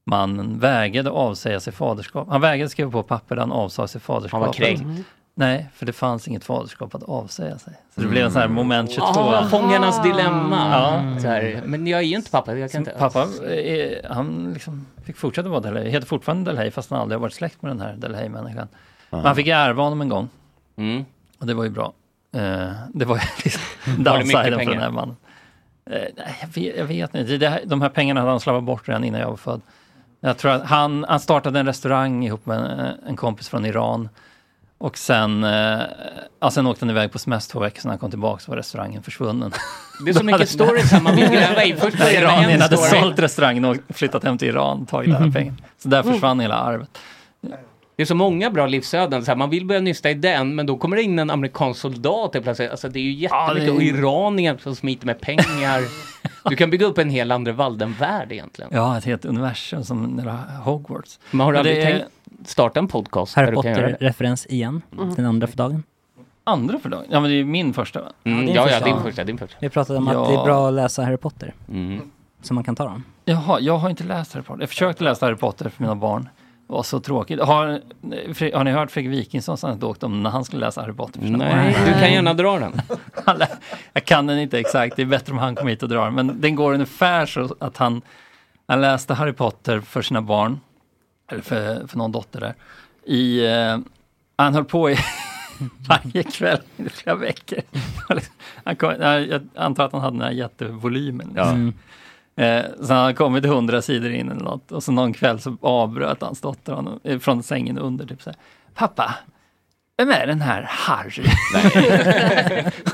[SPEAKER 15] mannen vägrade avsäga sig faderskap. Han vägrade skriva på papper där han avsade sig faderskapet.
[SPEAKER 4] kränkt.
[SPEAKER 15] Nej, för det fanns inget faderskap att avsäga sig. Så det blev en sån här moment 22.
[SPEAKER 4] Ah, Mm. fångarnas dilemma.
[SPEAKER 15] Ja.
[SPEAKER 4] Så här, men jag är ju inte pappa. Jag kan inte...
[SPEAKER 15] Pappa eh, han liksom fick fortsätta vara Delhey, heter fortfarande Delhey fast han aldrig har varit släkt med den här Delhey-människan. Men han fick ärva honom en gång. Och det var ju bra. Eh, det var ju liksom
[SPEAKER 4] Var Mm. det mycket
[SPEAKER 15] downsiden för
[SPEAKER 4] pengar?
[SPEAKER 15] den här mannen. Eh, nej, jag, vet, jag vet inte, det här, de här pengarna hade han slarvat bort redan innan jag var född. Jag tror att han, han startade en restaurang ihop med en, en kompis från Iran. Och sen, eh, ja, sen åkte han iväg på semester två veckor, sen han kom tillbaka så var restaurangen försvunnen.
[SPEAKER 4] Det är så
[SPEAKER 15] De
[SPEAKER 4] mycket
[SPEAKER 15] hade-
[SPEAKER 4] stories här man vill gräva i. Först
[SPEAKER 15] När
[SPEAKER 4] börjar det med en
[SPEAKER 15] Iranierna hade
[SPEAKER 4] story.
[SPEAKER 15] sålt restaurangen och flyttat hem till Iran, tagit alla pengar. Så där försvann hela arvet.
[SPEAKER 4] Det är så många bra livsöden. Så här, man vill börja nysta i den, men då kommer det in en amerikansk soldat helt plötsligt. Alltså, det är ju jättemycket
[SPEAKER 15] Ja, det är-
[SPEAKER 4] iranier som smiter med pengar. Du kan bygga upp en hel andra Walden-värld egentligen.
[SPEAKER 15] Ja, ett helt universum som hela Hogwarts.
[SPEAKER 4] Men har du
[SPEAKER 15] Men det
[SPEAKER 4] aldrig
[SPEAKER 15] är-
[SPEAKER 4] tänkt starta en podcast? där
[SPEAKER 9] Harry
[SPEAKER 4] du kan göra det?
[SPEAKER 9] Potter-referens igen.
[SPEAKER 15] Mm.
[SPEAKER 9] Den andra för dagen.
[SPEAKER 15] Andra för dagen? Ja,
[SPEAKER 4] Mm.
[SPEAKER 15] men det är ju min första va?
[SPEAKER 9] din första. Vi pratade om att det är bra att läsa Harry Potter.
[SPEAKER 4] Mm.
[SPEAKER 9] så man kan ta dem.
[SPEAKER 15] Jaha, jag har inte läst Harry Potter. Jag försökte läsa Harry Potter för mina barn. Det var så tråkigt. Har, Fre- har ni hört Fredrik Wikingssons anekdot om när han skulle läsa Harry Potter? för sina
[SPEAKER 4] Nej,
[SPEAKER 15] barn?
[SPEAKER 4] du kan gärna dra den.
[SPEAKER 15] Han lä- jag kan den inte exakt, det är bättre om han kommer hit och drar den. Men den går ungefär så att han, han läste Harry Potter för sina barn, eller för, för någon dotter där. I, eh, han höll på i varje kväll i flera veckor. Han kom, jag antar att han hade den här jättevolymen.
[SPEAKER 4] Ja.
[SPEAKER 15] liksom. Eh, Så han hade kommit hundra sidor in eller något och så någon kväll så avbröt hans dotter honom, eh, från sängen under. Typ så här, Pappa, vem är den här Harry?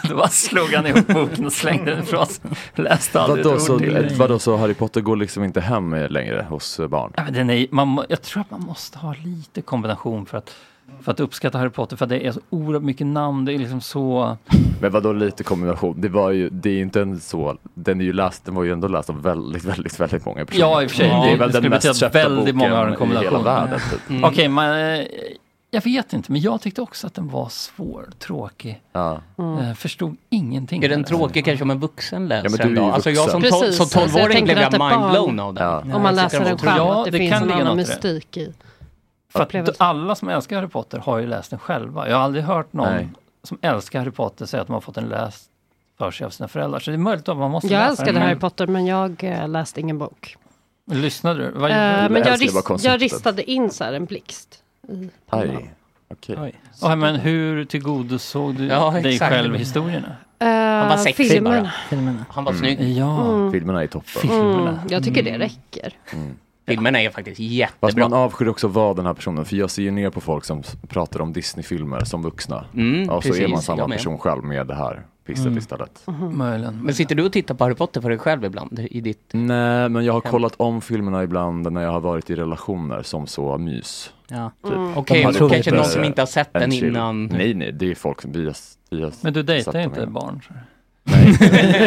[SPEAKER 15] Då bara slog han ihop boken och slängde den ifrån sig. Läste aldrig
[SPEAKER 7] Vadå
[SPEAKER 15] ett ord
[SPEAKER 7] så,
[SPEAKER 15] till.
[SPEAKER 7] eh, vadå så Harry Potter går liksom inte hem eh, längre hos eh, barn?
[SPEAKER 15] Ja, men den är, man, må- jag tror att man måste ha lite kombination för att, för att uppskatta Harry Potter, för att det är så oerhört mycket namn. Det är liksom så...
[SPEAKER 7] Men vadå lite kombination? Det var ju, det är ju inte en så, den är ju läst, den var ju ändå läst av väldigt, väldigt, väldigt många personer.
[SPEAKER 15] Ja, i och för sig.
[SPEAKER 7] Det är
[SPEAKER 15] det
[SPEAKER 7] väl den
[SPEAKER 15] skulle betyda
[SPEAKER 7] mest
[SPEAKER 15] att
[SPEAKER 7] köpta
[SPEAKER 15] väldigt
[SPEAKER 7] boken
[SPEAKER 15] många har en
[SPEAKER 7] i
[SPEAKER 15] kombination.
[SPEAKER 7] hela världen. Typ.
[SPEAKER 15] Mm. Okej, men eh, jag vet inte, men jag tyckte också att den var svår, tråkig.
[SPEAKER 7] Ja.
[SPEAKER 15] Eh, förstod ingenting.
[SPEAKER 4] Är den
[SPEAKER 15] av
[SPEAKER 4] tråkig kanske om en vuxen läser
[SPEAKER 15] men du är
[SPEAKER 4] den då?
[SPEAKER 15] ju
[SPEAKER 4] Alltså jag som,
[SPEAKER 15] vuxen.
[SPEAKER 4] tol- som
[SPEAKER 15] Precis. Alltså, jag
[SPEAKER 4] tolvåring
[SPEAKER 15] tänker
[SPEAKER 4] blev jag
[SPEAKER 15] att ett barn-
[SPEAKER 4] mindblown av den.
[SPEAKER 15] Ja.
[SPEAKER 8] Om man läser den själv,
[SPEAKER 15] Ja,
[SPEAKER 8] att det,
[SPEAKER 15] det
[SPEAKER 8] finns
[SPEAKER 15] kan
[SPEAKER 8] en
[SPEAKER 15] ligga
[SPEAKER 8] annan
[SPEAKER 15] något i det.
[SPEAKER 8] mystik i.
[SPEAKER 15] För att alla som älskar Harry Potter har ju läst den själva. Jag har aldrig hört någon
[SPEAKER 7] Nej.
[SPEAKER 15] som älskar Harry Potter säga att man har fått den läst för sig av sina föräldrar. Så det är möjligt att man måste
[SPEAKER 8] Jag
[SPEAKER 15] läsa den.
[SPEAKER 8] älskade
[SPEAKER 15] men-
[SPEAKER 8] Harry Potter men jag eh, läste ingen bok.
[SPEAKER 15] Lyssnade du? Vad
[SPEAKER 8] Eh,
[SPEAKER 15] gjorde du?
[SPEAKER 8] men jag, rist, jag ristade in så här en blixt. i pannan.
[SPEAKER 15] Aj. Ja, men hur tillgodosåg du
[SPEAKER 4] Ja,
[SPEAKER 15] dig
[SPEAKER 4] exakt.
[SPEAKER 15] själv i historierna?
[SPEAKER 8] Eh,
[SPEAKER 4] Han var sexig
[SPEAKER 8] filmerna.
[SPEAKER 4] bara. Han var snygg.
[SPEAKER 15] Ja.
[SPEAKER 8] Mm.
[SPEAKER 7] Filmerna är toppen.
[SPEAKER 8] Mm, jag tycker det räcker.
[SPEAKER 15] Mm.
[SPEAKER 4] Filmerna är faktiskt
[SPEAKER 7] Fast
[SPEAKER 4] jättebra.
[SPEAKER 7] man avskyr också att vara den här personen, för jag ser ju ner på folk som s- pratar om Disney-filmer som vuxna.
[SPEAKER 4] Mm,
[SPEAKER 7] och så är
[SPEAKER 4] precis,
[SPEAKER 7] man
[SPEAKER 4] jag
[SPEAKER 7] samma
[SPEAKER 4] med.
[SPEAKER 7] person själv med det här pisset
[SPEAKER 4] Mm.
[SPEAKER 7] istället.
[SPEAKER 15] Möjligen.
[SPEAKER 4] Men sitter du och tittar på Harry Potter för dig själv ibland? I ditt...
[SPEAKER 7] Nej, men jag har kollat om filmerna ibland när jag har varit i relationer som så mys.
[SPEAKER 4] Ja.
[SPEAKER 7] Typ.
[SPEAKER 4] Mm. Okej,
[SPEAKER 7] De
[SPEAKER 4] och
[SPEAKER 7] har
[SPEAKER 4] kanske
[SPEAKER 7] lite
[SPEAKER 4] någon som inte har sett
[SPEAKER 7] en
[SPEAKER 4] den
[SPEAKER 7] chill.
[SPEAKER 4] innan.
[SPEAKER 7] Nej, nej, det är folk som vi har, vi har
[SPEAKER 15] Men du dejtar
[SPEAKER 7] satt dem
[SPEAKER 15] ju inte
[SPEAKER 7] innan.
[SPEAKER 15] barn. så.
[SPEAKER 7] Nej,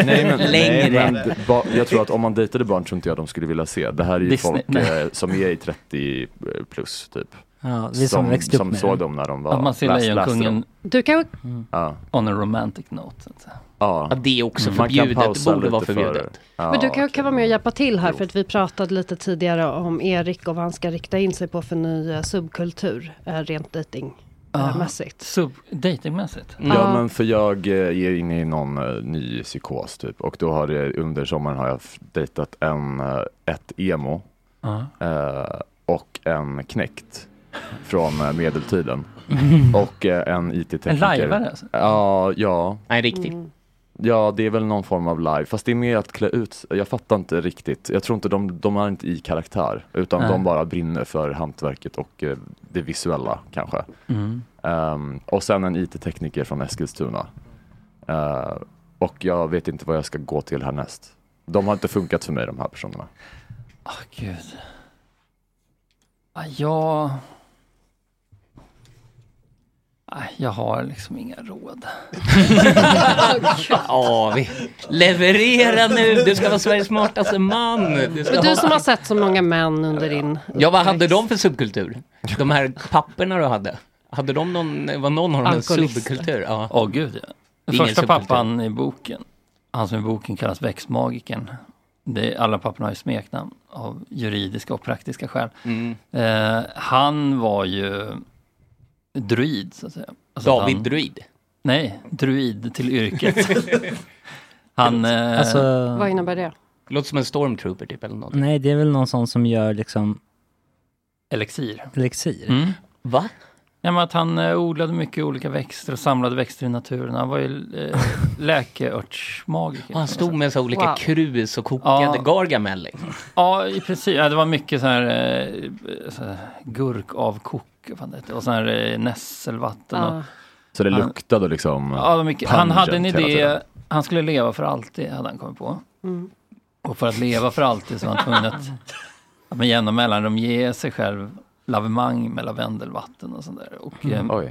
[SPEAKER 7] nej, men, nej,
[SPEAKER 15] Längre.
[SPEAKER 7] men ba, jag tror att om man dejtade barn tror inte jag de skulle vilja se. Det här är ju
[SPEAKER 15] Disney,
[SPEAKER 7] folk
[SPEAKER 15] nej.
[SPEAKER 7] eh, som är i 30 plus typ.
[SPEAKER 9] Ja, vi som växte upp
[SPEAKER 7] som
[SPEAKER 9] med
[SPEAKER 7] såg
[SPEAKER 9] det.
[SPEAKER 7] dem när de var
[SPEAKER 15] Att man ser
[SPEAKER 7] läs- läste
[SPEAKER 15] Lejonkungen
[SPEAKER 7] dem.
[SPEAKER 8] Du kan
[SPEAKER 7] Ja.
[SPEAKER 15] Mm. on a romantic note. så att säga.
[SPEAKER 7] Ja.
[SPEAKER 4] Ja, det är också
[SPEAKER 15] Man kan
[SPEAKER 4] förbjudet. Det
[SPEAKER 15] pausa
[SPEAKER 4] borde
[SPEAKER 15] lite
[SPEAKER 4] vara
[SPEAKER 15] för-
[SPEAKER 4] förbjudet.
[SPEAKER 15] Ja.
[SPEAKER 8] Men du kan, kan vara med och hjälpa till här för att vi pratade lite tidigare om Erik och vad han ska rikta in sig på för ny eh, subkultur eh, rent
[SPEAKER 15] Ja.
[SPEAKER 8] dejtingmässigt.
[SPEAKER 15] Sub, datingmässigt?
[SPEAKER 4] Mm.
[SPEAKER 7] Ja men för jag eh, är inne i någon eh, ny psykos typ och då har det under sommaren har jag f- dejtat en, eh, ett emo
[SPEAKER 15] Ja.
[SPEAKER 7] eh, och en knekt från eh, medeltiden och eh, en IT-tekniker.
[SPEAKER 4] En lajvare, alltså?
[SPEAKER 7] Ja, ja.
[SPEAKER 4] Nej, riktigt. Mm.
[SPEAKER 7] Ja, det är väl någon form av live, fast det är mer att klä ut Jag fattar inte riktigt. Jag tror inte de, de är inte i karaktär, utan
[SPEAKER 15] Nej.
[SPEAKER 7] de bara brinner för hantverket och eh, det visuella kanske.
[SPEAKER 15] Mm.
[SPEAKER 7] Ehm, och sen en IT-tekniker från Eskilstuna. Eh, och jag vet inte vad jag ska gå till härnäst. De har inte funkat för mig de här personerna.
[SPEAKER 15] Åh Ah, gud. Ja, jag... Nej, Jag har liksom inga råd.
[SPEAKER 4] Ja, vi... Leverera nu! Du ska vara Sveriges smartaste man! Du ska
[SPEAKER 8] Men du
[SPEAKER 4] ha-
[SPEAKER 8] som har sett så många män under din...
[SPEAKER 4] Ja, vad hade de för subkultur? De här papperna du hade? Hade de någon, var någon har de en
[SPEAKER 15] Alkoholister.
[SPEAKER 4] subkultur? Ja,
[SPEAKER 15] Åh gud ja. Den
[SPEAKER 4] Det är ingen
[SPEAKER 15] första
[SPEAKER 4] subkultur.
[SPEAKER 15] pappan i boken, han som i boken kallas växtmagikern. Det, alla papporna har ju smeknamn av juridiska och praktiska skäl.
[SPEAKER 4] Mm.
[SPEAKER 15] Eh, han var ju druid, så att säga.
[SPEAKER 4] David
[SPEAKER 15] han,
[SPEAKER 4] Druid?
[SPEAKER 15] Nej, druid till yrket. han... Eh,
[SPEAKER 9] Alltså- Vad
[SPEAKER 8] innebär det?
[SPEAKER 4] Låter som en stormtrooper typ eller något.
[SPEAKER 9] Nej, det är väl någon sån som gör liksom
[SPEAKER 15] Elixir.
[SPEAKER 9] elixir.
[SPEAKER 15] Mm.
[SPEAKER 4] Va?
[SPEAKER 15] Ja, men att han eh, odlade mycket olika växter och samlade växter i naturen. Han var ju eh, läkeörtsmagiker.
[SPEAKER 4] Och han stod med så här olika
[SPEAKER 15] Wow.
[SPEAKER 4] krus och kokade
[SPEAKER 15] Ja.
[SPEAKER 4] Gargamel. liksom.
[SPEAKER 15] Ja, i princip. Ja, det var mycket så här, eh, så här gurkavkok vad fan det heter, och så här eh, nässelvatten.
[SPEAKER 7] Ja.
[SPEAKER 15] Och,
[SPEAKER 7] Så det
[SPEAKER 15] Han-
[SPEAKER 7] luktade liksom
[SPEAKER 15] ja, det var mycket. Han
[SPEAKER 7] pungent
[SPEAKER 15] hade en
[SPEAKER 7] hela
[SPEAKER 15] idé,
[SPEAKER 7] tiden.
[SPEAKER 15] han skulle leva för alltid, hade han kommit på.
[SPEAKER 8] Mm.
[SPEAKER 15] Och för att leva för alltid så var han tvungen att, att med jämna mellanrum ge sig själv lavemang med lavendelvatten och sånt där. Och, eh,
[SPEAKER 9] Mm.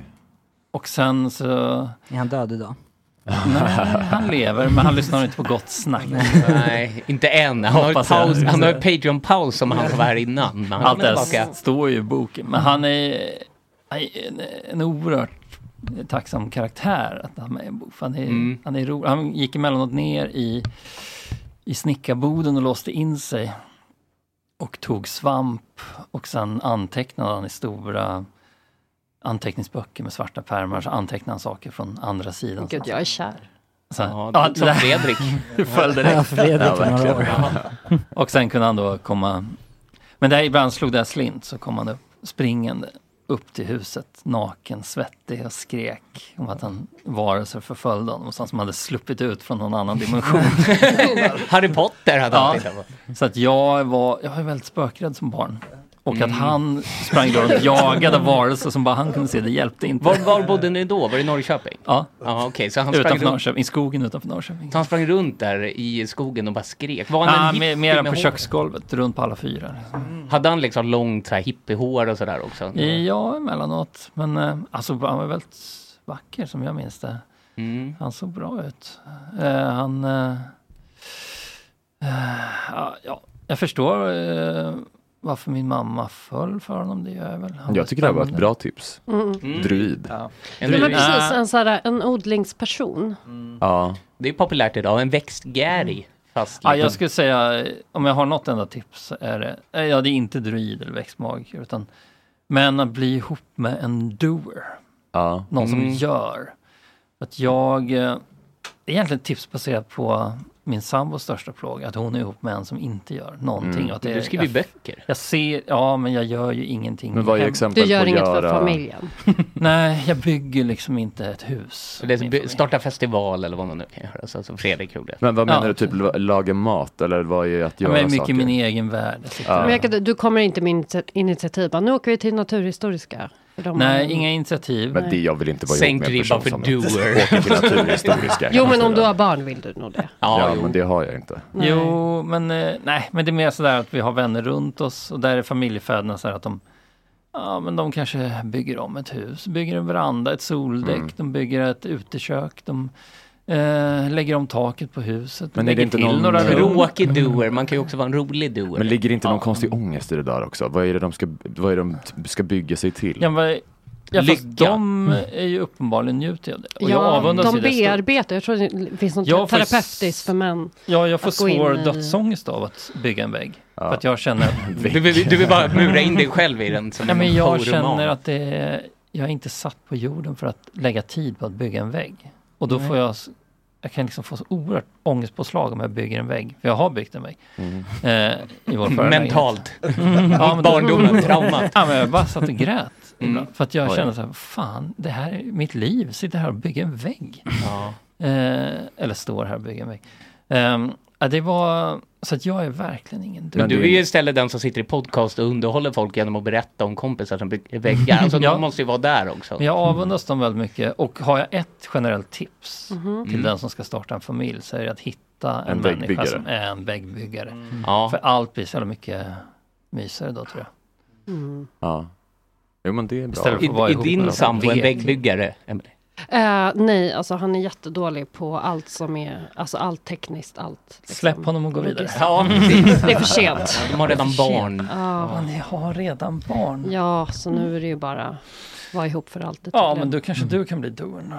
[SPEAKER 15] och sen så
[SPEAKER 9] Är han död idag?
[SPEAKER 15] Nej, han lever, men han lyssnar inte på gott snack.
[SPEAKER 4] Nej, inte än. Han har ju
[SPEAKER 15] Hoppas jag.
[SPEAKER 4] paus- han har ju Patreon-paus som han var här innan. men han
[SPEAKER 15] Allt
[SPEAKER 4] kommer
[SPEAKER 15] det här
[SPEAKER 4] tillbaka.
[SPEAKER 15] står ju i boken. Men han är, han är en, en oerhört tacksam karaktär att han är med i en bok. För Han är,
[SPEAKER 4] Mm.
[SPEAKER 15] han är rolig. Han gick emellanåt ner i i snickarboden och låste in sig och tog svamp och sen antecknade han i stora anteckningsböcker med svarta pärmar så antecknade han saker från andra sidan.
[SPEAKER 8] Gud, jag är kär.
[SPEAKER 15] Så här,
[SPEAKER 8] Ja, det är som
[SPEAKER 15] där-
[SPEAKER 8] Fredrik.
[SPEAKER 15] Du föll direkt.
[SPEAKER 8] Ja, Fredrik
[SPEAKER 15] Ja,
[SPEAKER 8] var några
[SPEAKER 15] verkligen.
[SPEAKER 8] år.
[SPEAKER 15] Ja. Och sen kunde han då komma, men där ibland slog det här slint så kom han upp, springande upp till huset, naken, svettig och skrek om att han varelser förföljde honom och sen som hade sluppit ut från någon annan dimension.
[SPEAKER 4] Harry Potter hade han tittat på.
[SPEAKER 15] Så att jag var, jag var väldigt spökrädd som barn. Och
[SPEAKER 4] Mm.
[SPEAKER 15] att han sprang då och jagade varelser som bara han kunde se, det hjälpte inte.
[SPEAKER 4] Var, var bodde ni då? Var det i Norrköping?
[SPEAKER 15] Ja.
[SPEAKER 4] Okej, så han sprang
[SPEAKER 15] Utanför
[SPEAKER 4] runt-
[SPEAKER 15] Norrköping, i skogen utanför Norrköping.
[SPEAKER 4] Så han sprang runt där i skogen och bara skrek. Var han
[SPEAKER 15] Ja,
[SPEAKER 4] en
[SPEAKER 15] mer,
[SPEAKER 4] hippie
[SPEAKER 15] mer än
[SPEAKER 4] med
[SPEAKER 15] på
[SPEAKER 4] hår?
[SPEAKER 15] köksgolvet, runt på alla fyra.
[SPEAKER 4] Hade han liksom långt så här hippiehår och sådär också?
[SPEAKER 15] Ja, emellanåt. Men eh, alltså, han var väldigt vacker som jag minns det.
[SPEAKER 8] Mm.
[SPEAKER 15] Han såg bra ut. Eh, han... eh, eh, ja, jag förstår eh, varför min mamma föll för honom. Det gör jag väl. Han
[SPEAKER 7] Jag tycker det här var ett
[SPEAKER 15] spännande.
[SPEAKER 7] bra tips.
[SPEAKER 8] Mm.
[SPEAKER 7] Druid.
[SPEAKER 15] Ja.
[SPEAKER 8] Ja, men precis, en, så här, en odlingsperson.
[SPEAKER 7] Ja.
[SPEAKER 4] Det är populärt idag, en växtgäri. Fast
[SPEAKER 15] Mm. Ja,
[SPEAKER 4] lite-
[SPEAKER 15] jag skulle säga, eh, om jag har något enda tips, så är det, eh, ja det är inte druid eller växtmagiker, utan men att bli ihop med en doer. Någon som
[SPEAKER 4] Mm.
[SPEAKER 15] gör. Att jag, eh, det är egentligen ett tips baserat på min sambos största plåga, att hon är ihop med en som inte gör någonting.
[SPEAKER 4] Mm.
[SPEAKER 15] Och Att det,
[SPEAKER 4] Men du skriver ju
[SPEAKER 15] jag-
[SPEAKER 4] böcker.
[SPEAKER 15] Jag ser, ja men jag gör ju ingenting.
[SPEAKER 4] Men vad är
[SPEAKER 15] hemma.
[SPEAKER 4] exempel Du gör på inget för göra- familjen.
[SPEAKER 15] Nej, jag bygger liksom inte ett hus.
[SPEAKER 4] Det är så by- starta festival eller vad man nu kan göra, så som Fredrik gjorde.
[SPEAKER 7] Men vad
[SPEAKER 15] Ja.
[SPEAKER 7] menar du, typ la- laga mat eller vad är att
[SPEAKER 15] Ja,
[SPEAKER 7] göra
[SPEAKER 15] men mycket
[SPEAKER 7] saker?
[SPEAKER 15] min egen värld.
[SPEAKER 7] Ja.
[SPEAKER 8] Men jag, kan- du kommer inte med initi- initiativ, bara, nu åker vi till Naturhistoriska. För de har-
[SPEAKER 15] Nej, inga initiativ.
[SPEAKER 7] Men det jag vill inte vara ihop med en person som åker till Naturhistoriska.
[SPEAKER 8] Jo, men om du har barn vill du nog det.
[SPEAKER 7] Ja,
[SPEAKER 15] jo.
[SPEAKER 7] men det har jag inte.
[SPEAKER 15] Jo, men eh, nej, men det är mer sådär att vi har vänner runt oss och där är familjefäderna så här att de, ja men de kanske bygger om ett hus, bygger en veranda, ett soldäck,
[SPEAKER 7] Mm.
[SPEAKER 15] de bygger ett utekök, de eh, lägger om taket på huset,
[SPEAKER 7] Men är det
[SPEAKER 15] lägger
[SPEAKER 7] inte
[SPEAKER 15] till
[SPEAKER 7] någon-
[SPEAKER 15] några rum.
[SPEAKER 4] Tråkig doer, man kan ju också vara en rolig doer.
[SPEAKER 7] Men ligger det inte någon konstig
[SPEAKER 15] Mm.
[SPEAKER 7] ångest i det där också? Vad är det de ska, vad är det de t- ska bygga sig till?
[SPEAKER 15] Ja, men, ja, fast
[SPEAKER 7] Lycka.
[SPEAKER 15] de är ju uppenbarligen njuter av det. Och jag
[SPEAKER 8] Ja,
[SPEAKER 15] avundas
[SPEAKER 8] de
[SPEAKER 15] ju det stort.
[SPEAKER 8] bearbetar, jag tror det finns något
[SPEAKER 15] Jag får s-
[SPEAKER 8] terapeutiskt för män.
[SPEAKER 15] Ja, jag får
[SPEAKER 8] att gå in
[SPEAKER 15] svår
[SPEAKER 8] i-
[SPEAKER 15] dödsångest av att bygga en vägg. För att jag känner att...
[SPEAKER 4] Du vill- du vill bara mura in dig själv i den som
[SPEAKER 15] Nej,
[SPEAKER 4] en
[SPEAKER 15] men jag
[SPEAKER 4] poroman.
[SPEAKER 15] känner att det är, jag är inte satt på jorden för att lägga tid på att bygga en vägg. Och då
[SPEAKER 4] Nej.
[SPEAKER 15] får jag... s- Jag kan liksom få så oerhört ångestpåslag om jag bygger en vägg. För jag har byggt en vägg.
[SPEAKER 4] Mm.
[SPEAKER 15] Eh, I vår förra
[SPEAKER 4] Mentalt.
[SPEAKER 15] lägenhet. men då-
[SPEAKER 4] Barndomen, traumat.
[SPEAKER 15] Ja, men jag bara satt och grät. ibland.
[SPEAKER 4] Mm.
[SPEAKER 15] För att jag
[SPEAKER 4] Oj.
[SPEAKER 15] kände så här, fan, det här är mitt liv. Sitter här och bygger en vägg.
[SPEAKER 4] Ja.
[SPEAKER 15] Eh, eller står här och bygger en vägg. Ehm, ja, det var, så att jag är verkligen ingen
[SPEAKER 4] Men du
[SPEAKER 15] dum.
[SPEAKER 4] är ju istället den som sitter i podcast och underhåller folk genom att berätta om kompisar som bygger väggar. Alltså
[SPEAKER 15] Ja.
[SPEAKER 4] de måste ju vara där också.
[SPEAKER 15] Men jag avundas dem väldigt mycket och har jag ett generellt tips
[SPEAKER 4] Mhm.
[SPEAKER 15] till
[SPEAKER 4] Mm.
[SPEAKER 15] den som ska starta en familj så är det att hitta en,
[SPEAKER 4] En
[SPEAKER 15] människa
[SPEAKER 4] väggbyggare.
[SPEAKER 15] som är en väggbyggare.
[SPEAKER 4] Ja.
[SPEAKER 15] För allt blir så jävla mycket mysigare då tror jag.
[SPEAKER 7] Ja. Jo, men det är bra.
[SPEAKER 15] Istället för att vara
[SPEAKER 4] Är
[SPEAKER 15] ihop
[SPEAKER 4] din
[SPEAKER 15] med
[SPEAKER 4] sambo en
[SPEAKER 15] Vek.
[SPEAKER 4] väggbyggare? Emelie?
[SPEAKER 8] Eh, nej, alltså han är jättedålig på allt som är, alltså allt tekniskt, allt.
[SPEAKER 15] Släpp honom och gå vidare.
[SPEAKER 8] Ja, precis. Det är för sent.
[SPEAKER 4] De har redan
[SPEAKER 8] Det är för
[SPEAKER 4] barn.
[SPEAKER 8] sent. Ja.
[SPEAKER 15] Ja, ni har redan barn.
[SPEAKER 8] Ja, så nu är det ju bara vara ihop för alltid.
[SPEAKER 15] Ja,
[SPEAKER 8] tydligen.
[SPEAKER 15] men då kanske du kan bli doern då.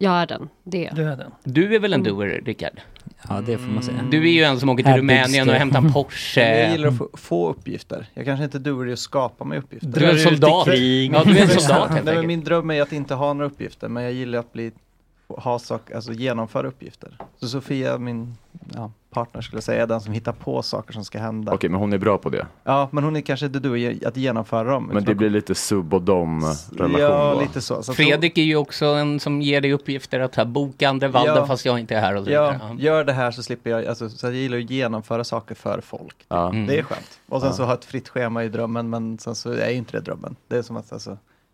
[SPEAKER 8] Jag är den, det.
[SPEAKER 15] Du är den.
[SPEAKER 4] Du är väl en doer, Rickard?
[SPEAKER 9] Ja, det får man säga.
[SPEAKER 4] Du är ju en som åker till
[SPEAKER 9] Här byggs
[SPEAKER 4] Rumänien
[SPEAKER 9] det. Mm.
[SPEAKER 4] och hämtar en Porsche.
[SPEAKER 10] Jag gillar att få, få uppgifter. Jag kanske inte duger i att skapa mig uppgifter.
[SPEAKER 4] Du är en
[SPEAKER 10] Jag ute i
[SPEAKER 4] soldat.
[SPEAKER 10] krig.
[SPEAKER 4] Ja, du är en soldat, helt
[SPEAKER 10] Nej, men
[SPEAKER 4] enkelt.
[SPEAKER 10] Min dröm är att inte ha några uppgifter, men jag gillar att bli, ha saker, alltså genomföra uppgifter. Så Sofia, min ja, partner skulle jag säga, är den som hittar på saker som ska hända.
[SPEAKER 7] Okej, men hon är bra på det.
[SPEAKER 10] Ja, men hon är kanske inte du i att genomföra dem.
[SPEAKER 7] Men det blir lite sub och dom-relation
[SPEAKER 10] Ja,
[SPEAKER 7] då.
[SPEAKER 10] lite så. så att
[SPEAKER 4] Fredrik är ju också en som ger dig uppgifter att här, boka Andervalda
[SPEAKER 10] Ja.
[SPEAKER 4] fast jag inte är här och så vidare.
[SPEAKER 10] Ja, gör det här så slipper jag, alltså, så jag gillar att genomföra saker för folk.
[SPEAKER 7] Ja.
[SPEAKER 4] Mm.
[SPEAKER 10] Det är skönt. Och sen
[SPEAKER 7] Ja.
[SPEAKER 10] så ha ett fritt schema i drömmen, men sen så är ju inte det drömmen. Det är som att alltså,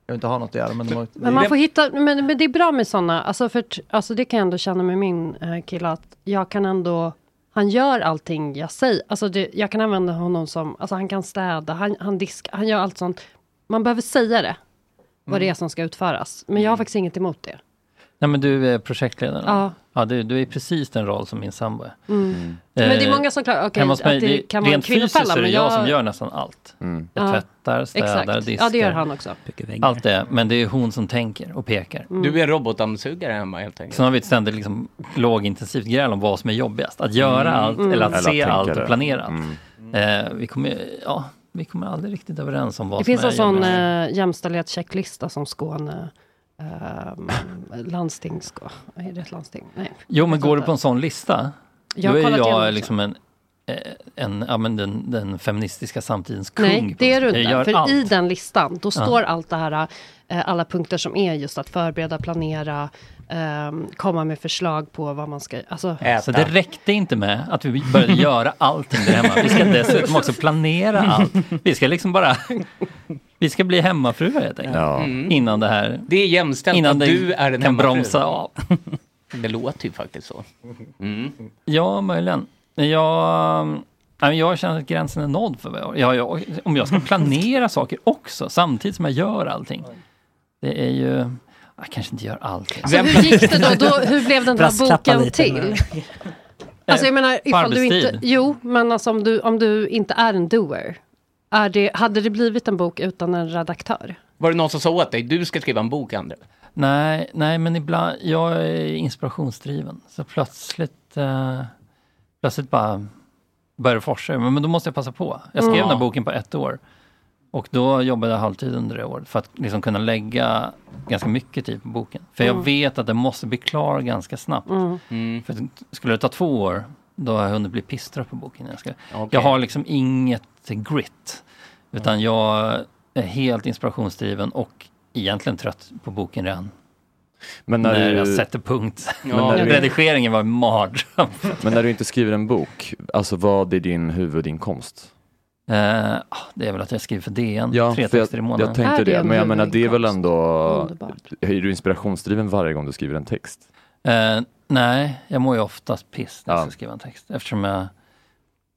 [SPEAKER 10] jag vill inte ha något att göra, men, de,
[SPEAKER 8] Men man får hitta, men, men det är bra med sådana, alltså, för, t- alltså det kan jag ändå känna med min eh, kille att jag kan ändå, han gör allting jag säger, alltså det, jag kan använda honom som, alltså han kan städa, han, han diskar, han gör allt sånt. Man behöver säga det,
[SPEAKER 15] Mm.
[SPEAKER 8] vad det är som ska utföras, men jag har faktiskt inget emot det.
[SPEAKER 15] Nej men du är projektledare.
[SPEAKER 8] Ja,
[SPEAKER 15] Ja, du, du är precis den roll som min sambo är. Eh,
[SPEAKER 8] Mm. Men det är många som klarar, okej,
[SPEAKER 15] hemma hos
[SPEAKER 8] att det kan vara en
[SPEAKER 15] rent fysiskt
[SPEAKER 8] kvinnofälla,
[SPEAKER 15] är det
[SPEAKER 8] men
[SPEAKER 15] jag
[SPEAKER 8] jag-
[SPEAKER 15] som gör nästan allt. Jag
[SPEAKER 4] Mm.
[SPEAKER 8] Ja,
[SPEAKER 15] tvättar, städar,
[SPEAKER 8] exakt.
[SPEAKER 15] diskar.
[SPEAKER 8] Ja, det gör han också.
[SPEAKER 15] Allt det, men det är hon som tänker och pekar.
[SPEAKER 8] Mm. Du
[SPEAKER 15] är en robotdammsugare hemma helt enkelt. Sen har vi ett ständigt liksom, lågintensivt gräl om vad som är jobbigast. Att göra
[SPEAKER 4] Mm.
[SPEAKER 15] allt
[SPEAKER 4] Mm.
[SPEAKER 15] eller att
[SPEAKER 4] Eller att
[SPEAKER 15] se
[SPEAKER 4] tänka
[SPEAKER 15] allt
[SPEAKER 4] det. Mm.
[SPEAKER 15] och planera. allt. Eh, vi, kommer, ja, vi kommer aldrig riktigt överens om vad
[SPEAKER 8] Det
[SPEAKER 15] som
[SPEAKER 8] finns
[SPEAKER 15] är
[SPEAKER 8] en sån
[SPEAKER 15] jobbigast.
[SPEAKER 8] eh, jämställdhetschecklista som Skåne ehm, landsting ska... Är det ett landsting? Nej.
[SPEAKER 15] Jo, men
[SPEAKER 8] jag tror
[SPEAKER 15] går du
[SPEAKER 8] inte.
[SPEAKER 15] på en sån lista,
[SPEAKER 8] Jag
[SPEAKER 15] då
[SPEAKER 8] har
[SPEAKER 15] är
[SPEAKER 8] kollat igenom
[SPEAKER 15] jag
[SPEAKER 8] också.
[SPEAKER 15] liksom en, eh, en, ja, men den, den feministiska samtidens kung.
[SPEAKER 8] Nej,
[SPEAKER 15] på
[SPEAKER 8] det är du
[SPEAKER 15] något sätt. Jag
[SPEAKER 8] inte.
[SPEAKER 15] gör
[SPEAKER 8] För
[SPEAKER 15] allt.
[SPEAKER 8] i den listan, då
[SPEAKER 15] Ja.
[SPEAKER 8] står allt det här, eh, alla punkter som är just att förbereda, planera, ehm, komma med förslag på vad man ska... Alltså,
[SPEAKER 15] Så det räckte inte med att vi började göra allting där hemma. Vi ska dessutom också planera allt. Vi ska liksom bara... Vi ska bli hemmafruar helt enkelt.
[SPEAKER 4] Ja. Mm.
[SPEAKER 15] Innan det här...
[SPEAKER 4] Det är jämställt
[SPEAKER 15] Innan
[SPEAKER 4] att
[SPEAKER 15] det
[SPEAKER 4] du är en
[SPEAKER 15] kan
[SPEAKER 4] hemmafru.
[SPEAKER 15] bromsa av.
[SPEAKER 4] Det låter ju faktiskt så. Mm.
[SPEAKER 15] Ja, möjligen. Jag, nej, men jag känner att gränsen är nådd för vad jag, jag, jag, om jag ska planera saker också samtidigt som jag gör allting. Det är ju... Jag kanske inte gör allting.
[SPEAKER 8] Så hur gick det då? då? Hur blev den där
[SPEAKER 15] Brasklappa
[SPEAKER 8] boken
[SPEAKER 15] lite.
[SPEAKER 8] till? Alltså jag menar,
[SPEAKER 15] på
[SPEAKER 8] ifall du inte...
[SPEAKER 15] arbetstid.
[SPEAKER 8] Jo, men alltså om du, om du inte är en doer, är det, hade det blivit en bok utan en redaktör?
[SPEAKER 4] Var det någon som sa åt dig, du ska skriva en bok Andra?
[SPEAKER 15] Nej, nej, men ibland, jag är inspirationsdriven. Så plötsligt, eh, plötsligt bara börjar det forsa. Men, men då måste jag passa på. Jag skrev
[SPEAKER 4] Mm.
[SPEAKER 15] den här boken på ett år. Och då jobbade jag halvtid under det året för att liksom kunna lägga ganska mycket tid på boken. För jag
[SPEAKER 4] Mm.
[SPEAKER 15] vet att den måste bli klar ganska snabbt.
[SPEAKER 4] Mm.
[SPEAKER 15] För skulle det ta två år, då har jag hunnit bli pisstrött på boken. Jag, ska,
[SPEAKER 4] Okej.
[SPEAKER 15] jag har liksom inget grit. Utan jag är helt inspirationsdriven och egentligen trött på boken redan.
[SPEAKER 7] Men
[SPEAKER 15] när
[SPEAKER 7] när du-
[SPEAKER 15] jag sätter punkt.
[SPEAKER 7] Men när du-
[SPEAKER 15] Redigeringen var en mardröm.
[SPEAKER 7] Men när du inte skriver en bok, alltså vad är din huvudinkomst?
[SPEAKER 15] Eh, ah, det är väl att jag skriver för DN,
[SPEAKER 7] Ja,
[SPEAKER 15] tre
[SPEAKER 7] för jag,
[SPEAKER 15] texter i månaden.
[SPEAKER 7] jag tänkte det, men jag menar det är väl ändå, är du inspirationsdriven varje gång du skriver en text?
[SPEAKER 15] Eh, nej, jag mår ju oftast piss när jag ska skriva en text eftersom jag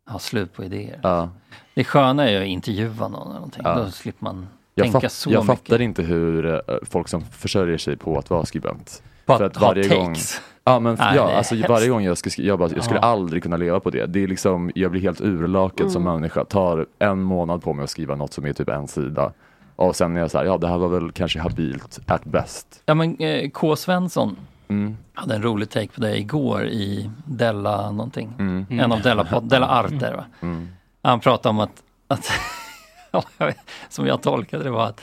[SPEAKER 15] har slut på idéer. Det sköna är ju att intervjua någon eller någonting.
[SPEAKER 7] Ja.
[SPEAKER 15] Då slipper man
[SPEAKER 7] Jag,
[SPEAKER 15] tänka
[SPEAKER 7] fatt,
[SPEAKER 15] så
[SPEAKER 7] jag
[SPEAKER 15] mycket.
[SPEAKER 7] fattar inte hur eh, folk som försörjer sig på att vara skribent.
[SPEAKER 15] På att ha takes.
[SPEAKER 7] gång, ja, men,
[SPEAKER 15] Nej, det
[SPEAKER 7] ja,
[SPEAKER 15] är
[SPEAKER 7] alltså,
[SPEAKER 15] hemskt.
[SPEAKER 7] varje gång jag, ska, skri- jag, bara, jag skulle
[SPEAKER 15] Ja.
[SPEAKER 7] aldrig kunna leva på det. det är liksom, jag blir helt urlakad som
[SPEAKER 15] Mm.
[SPEAKER 7] människa. Tar en månad på mig att skriva något som är typ en sida. Och sen är jag så här, ja det här var väl kanske habilt at best.
[SPEAKER 15] Ja men eh, K. Svensson
[SPEAKER 7] Mm.
[SPEAKER 15] hade en rolig take på dig igår i Della någonting.
[SPEAKER 7] Mm.
[SPEAKER 15] En av Della, pod- Della Art där va?
[SPEAKER 7] Mm.
[SPEAKER 15] Han pratade om att, att ja, jag vet, som jag tolkade det var att,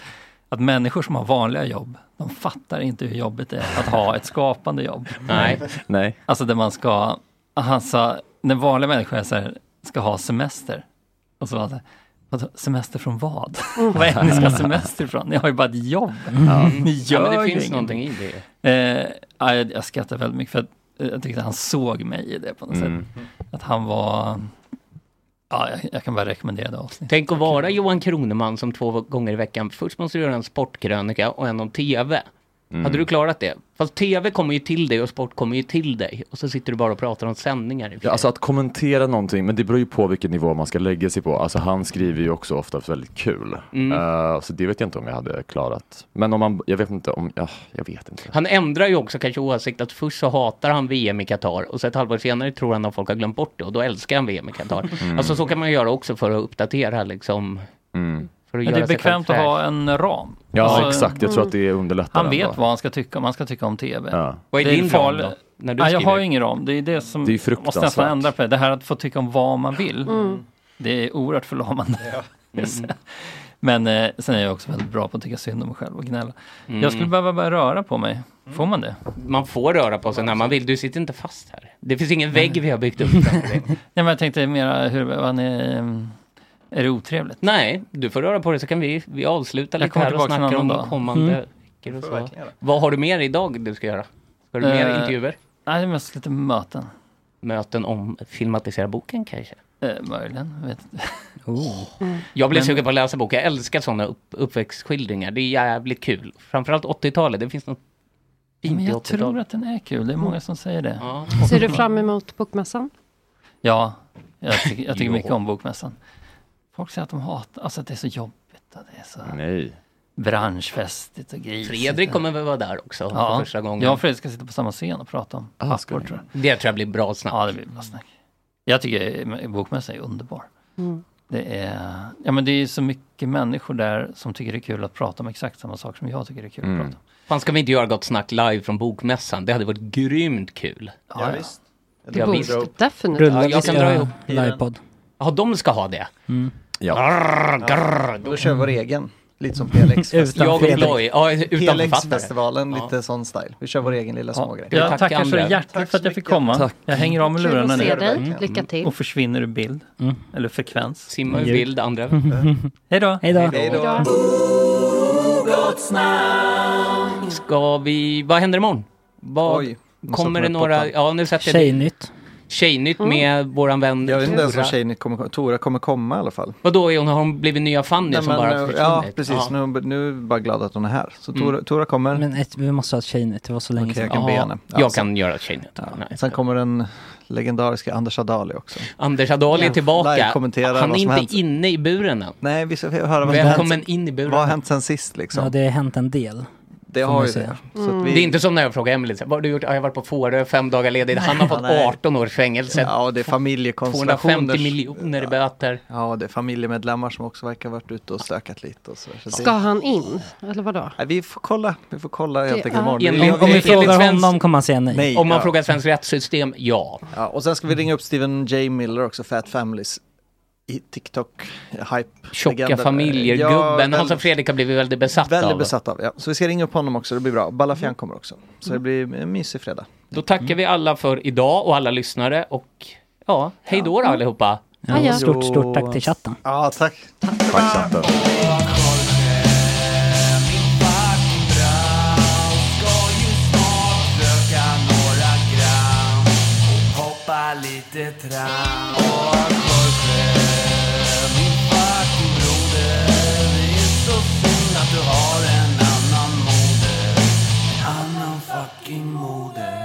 [SPEAKER 15] att människor som har vanliga jobb, de fattar inte hur jobbigt det är att ha ett skapande jobb.
[SPEAKER 4] Nej.
[SPEAKER 7] Nej.
[SPEAKER 15] Alltså där man ska, han sa, när vanliga människor är så här, ska ha semester. Och så var han så här, "Vadå, semester från vad? vad är det ni ska ha semester ifrån? Ni har ju bara ett jobb.
[SPEAKER 4] Mm. Ja.
[SPEAKER 15] Ni
[SPEAKER 4] Ja,
[SPEAKER 15] gör
[SPEAKER 4] men det
[SPEAKER 15] ju
[SPEAKER 4] finns
[SPEAKER 15] ingenting."
[SPEAKER 4] någonting i det.
[SPEAKER 15] Eh, ja, jag, jag skrattar väldigt mycket för att eh, jag tyckte han såg mig i det på något
[SPEAKER 4] Mm.
[SPEAKER 15] sätt. Att han var, ja, jag, jag kan bara rekommendera det avsnittet.
[SPEAKER 4] Tänk att vara Johan Kroneman som två gånger i veckan, först måste du göra en sportkrönika och en om TV.
[SPEAKER 15] Mm.
[SPEAKER 4] Hade du klarat det? Fast TV kommer ju till dig och sport kommer ju till dig. Och så sitter du bara och pratar om sändningar.
[SPEAKER 7] Ja, alltså att kommentera någonting, men det beror ju på vilken nivå man ska lägga sig på. Alltså han skriver ju också ofta väldigt kul.
[SPEAKER 4] Mm.
[SPEAKER 7] Eh, så det vet jag inte om jag hade klarat. Men om man, jag vet inte om, ja, jag vet inte.
[SPEAKER 4] Han ändrar ju också kanske åsikt att först så hatar han VM i Qatar och så ett halvår senare tror han att folk har glömt bort det och då älskar han VM i Qatar.
[SPEAKER 15] Mm.
[SPEAKER 4] Alltså så kan man göra också för att uppdatera liksom.
[SPEAKER 15] Mm.
[SPEAKER 4] För att
[SPEAKER 15] Men det
[SPEAKER 4] göra
[SPEAKER 15] är
[SPEAKER 4] sig själv
[SPEAKER 15] bekvämt att
[SPEAKER 4] fräsch.
[SPEAKER 15] ha en ram.
[SPEAKER 7] Ja,
[SPEAKER 15] Alltså,
[SPEAKER 7] exakt. Jag tror att det underlättar
[SPEAKER 15] Han vet
[SPEAKER 7] ändå.
[SPEAKER 15] vad han ska tycka om han ska tycka om TV.
[SPEAKER 7] Ja.
[SPEAKER 4] Vad är
[SPEAKER 15] Det
[SPEAKER 4] din
[SPEAKER 15] farlig-
[SPEAKER 4] ram då, när du
[SPEAKER 15] Nej, jag
[SPEAKER 4] skriver?
[SPEAKER 15] har ju ingen ram. Det är det som
[SPEAKER 7] Det är ju
[SPEAKER 15] jag måste
[SPEAKER 7] fruktansvärt.
[SPEAKER 15] nästan ändra på det. Det här att få tycka om vad man vill.
[SPEAKER 4] Mm.
[SPEAKER 15] Det är oerhört förlamande. Men eh, sen är jag också väldigt bra på att tycka synd om mig själv och gnälla.
[SPEAKER 4] Mm.
[SPEAKER 15] Jag skulle behöva börja röra på mig. Får man det?
[SPEAKER 4] Man får röra på sig när man vill. Du sitter inte fast här. Det finns ingen vägg vi har byggt upp. framför dig.
[SPEAKER 15] Nej, men jag tänkte mera, hur, vad ni, ehm, är det otrevligt?
[SPEAKER 4] Nej, du får röra på dig så kan vi, vi avsluta
[SPEAKER 15] Jag
[SPEAKER 4] lite
[SPEAKER 15] kommer
[SPEAKER 4] här och
[SPEAKER 15] tillbaka en
[SPEAKER 4] snacka om
[SPEAKER 15] annan dag.
[SPEAKER 4] kommande
[SPEAKER 15] Mm. Det
[SPEAKER 4] veckor och
[SPEAKER 15] får
[SPEAKER 4] så.
[SPEAKER 15] jag verkligen göra.
[SPEAKER 4] Vad har du mer idag du ska göra? Ska du mer
[SPEAKER 15] Eh,
[SPEAKER 4] intervjuer?
[SPEAKER 15] Nej, det är mest lite möten.
[SPEAKER 4] Möten om filmatisera boken kanske?
[SPEAKER 15] Eh, möjligen, jag vet inte.
[SPEAKER 4] Oh. Jag blev
[SPEAKER 15] Men-
[SPEAKER 4] sugen på att läsa boken. Jag älskar sådana upp, uppväxtskildringar. Det är jävligt kul. Framförallt 80-talet. Det finns något fint
[SPEAKER 15] Men
[SPEAKER 4] i
[SPEAKER 15] jag
[SPEAKER 4] 80-talet.
[SPEAKER 15] tror att den är kul. Det är många som säger det.
[SPEAKER 4] Ja,
[SPEAKER 8] Mm. Ser du fram emot bokmässan?
[SPEAKER 15] ja jag, tycker- jag tycker
[SPEAKER 4] Jo.
[SPEAKER 15] mycket om Bokmässan. Folk säger att de hatar, alltså att det är så jobbigt. Och det är så...
[SPEAKER 7] Nej.
[SPEAKER 15] branschfestigt och grisigt.
[SPEAKER 4] Fredrik kommer väl vara där också
[SPEAKER 15] Ja.
[SPEAKER 4] för första gången.
[SPEAKER 15] Jag och Fredrik ska sitta på samma scen och prata om
[SPEAKER 4] Aha,
[SPEAKER 15] pappor,
[SPEAKER 4] ska ni?
[SPEAKER 15] tror jag.
[SPEAKER 4] Det tror jag blir bra snack.
[SPEAKER 15] Ja, det blir bra snack. Jag tycker eh, bokmässan är underbar.
[SPEAKER 4] Mm.
[SPEAKER 15] Det är, ja, men det är så mycket människor där som tycker det är kul att prata om exakt samma sak som jag tycker det är
[SPEAKER 4] Mm.
[SPEAKER 15] kul att prata om.
[SPEAKER 4] Fan, ska vi inte göra Gott Snack live från Bokmässan? Det hade varit grymt kul.
[SPEAKER 15] Ja, Ja, visst.
[SPEAKER 8] Det borde definitivt.
[SPEAKER 4] Ja, jag kan dra ihop
[SPEAKER 9] livepod.
[SPEAKER 4] Ja, de ska ha det.
[SPEAKER 9] Mm.
[SPEAKER 4] Ja. Grrr, grrr. Mm.
[SPEAKER 10] Då kör vi vår egen. Lite som PLX.
[SPEAKER 4] Utan Jag och Fredrik. Ploy. Ja, utan Mm.
[SPEAKER 10] PLX-festivalen, lite sån style. Vi kör vår egen lilla smågrej.
[SPEAKER 15] Jag tackar så hjärtligt för att jag fick komma.
[SPEAKER 10] Tack.
[SPEAKER 15] Jag hänger av med
[SPEAKER 10] Kul att
[SPEAKER 15] lurarna
[SPEAKER 10] se
[SPEAKER 15] nu.
[SPEAKER 10] dig.
[SPEAKER 15] Mm.
[SPEAKER 10] Lycka till.
[SPEAKER 15] Och försvinner ur bild. Eller frekvens. Mm.
[SPEAKER 4] Simmar Mm. ur bild, andra
[SPEAKER 15] Hej då.
[SPEAKER 9] Hej då.
[SPEAKER 7] Mm.
[SPEAKER 4] Ska vi, vad händer imorgon? Vad,
[SPEAKER 10] Oj, nu
[SPEAKER 4] kommer
[SPEAKER 10] satte
[SPEAKER 4] det
[SPEAKER 10] man
[SPEAKER 4] några,
[SPEAKER 10] poppan.
[SPEAKER 4] ja nu sätter jag
[SPEAKER 9] Tjejnytt.
[SPEAKER 4] Tjejnytt
[SPEAKER 10] Mm.
[SPEAKER 4] med våran vän
[SPEAKER 10] Jag vet inte ens
[SPEAKER 4] Tora.
[SPEAKER 10] vad tjejen kommer, Tora kommer komma i alla fall.
[SPEAKER 4] Vadå, är hon, har hon blivit nya Fanny som
[SPEAKER 10] Nej, men,
[SPEAKER 4] bara
[SPEAKER 10] eh,
[SPEAKER 4] försvunnit?
[SPEAKER 10] ja, precis.
[SPEAKER 4] Ja.
[SPEAKER 10] Nu, nu är jag bara glad att hon är här. Så Tora,
[SPEAKER 4] Mm.
[SPEAKER 10] Tora kommer.
[SPEAKER 9] Men ett, vi måste ha ett tjejnytt, det var så länge
[SPEAKER 10] Okej,
[SPEAKER 9] sedan.
[SPEAKER 10] jag kan be henne. Ja,
[SPEAKER 4] jag
[SPEAKER 10] sen-
[SPEAKER 4] kan göra tjejnytt. Nej.
[SPEAKER 10] Sen kommer den legendariska Anders Adali också.
[SPEAKER 4] Anders Adali är tillbaka.
[SPEAKER 10] Live-kommentera
[SPEAKER 4] Han
[SPEAKER 10] vad
[SPEAKER 4] är
[SPEAKER 10] som
[SPEAKER 4] inte
[SPEAKER 10] hänt.
[SPEAKER 4] inne i buren än.
[SPEAKER 10] Nej, vi ska höra vad som hänt.
[SPEAKER 4] Välkommen in i buren.
[SPEAKER 10] Vad har hänt sen sist liksom?
[SPEAKER 9] Ja, det har hänt en del.
[SPEAKER 10] Det
[SPEAKER 9] får
[SPEAKER 10] har
[SPEAKER 9] man
[SPEAKER 10] ju
[SPEAKER 9] säga.
[SPEAKER 10] det. Så att vi-
[SPEAKER 4] Det är inte som när jag frågar Emelie, så här, vad har du gjort? Ja, jag har varit på Fårö, fem dagar ledig. Han har fått
[SPEAKER 10] Nej.
[SPEAKER 4] 18 års fängelse.
[SPEAKER 10] Ja, det är familjekonstellationer.
[SPEAKER 4] 250 miljoner i böter.
[SPEAKER 10] Ja, det är familjemedlemmar som också verkar ha varit ute och stökat lite och så. så det-
[SPEAKER 8] Ska han in? Eller vadå?
[SPEAKER 10] Nej, vi får kolla, vi får kolla helt
[SPEAKER 8] Det-
[SPEAKER 10] enkelt imorgon.
[SPEAKER 4] ja.
[SPEAKER 10] Vi-
[SPEAKER 4] Enligt-
[SPEAKER 10] vi-
[SPEAKER 9] Om vi
[SPEAKER 4] Enligt
[SPEAKER 9] frågar
[SPEAKER 4] svensk-
[SPEAKER 9] honom kommer han säga nej.
[SPEAKER 10] Nej,
[SPEAKER 4] Om man
[SPEAKER 10] ja.
[SPEAKER 4] frågar svenskt rättssystem, ja.
[SPEAKER 10] Ja, och sen ska vi ringa upp Steven J. Miller också, Fat Families i TikTok, hype.
[SPEAKER 4] Tjocka alltså.
[SPEAKER 10] legenden.
[SPEAKER 4] familjer,
[SPEAKER 10] Ja,
[SPEAKER 4] gubben, han
[SPEAKER 10] väldigt-
[SPEAKER 4] som Fredrik har blivit väldigt besatt
[SPEAKER 10] Väldigt
[SPEAKER 4] av.
[SPEAKER 10] besatt av, ja. Så vi ska ringa upp honom också, det blir bra.
[SPEAKER 4] Mm.
[SPEAKER 10] Balafian kommer också. Så det blir en mysig fredag.
[SPEAKER 4] Då
[SPEAKER 10] Mm.
[SPEAKER 4] tackar vi alla för idag och alla lyssnare och ja, hej då då allihopa.
[SPEAKER 9] Ja, Adjö. stort, stort tack till chatten.
[SPEAKER 10] Ja, tack.
[SPEAKER 7] Tack chatten.
[SPEAKER 12] röka några gram och poppa lite tram. Och Jorge, min fucking broder, det är så synd att du har en annan moder. En annan fucking moder.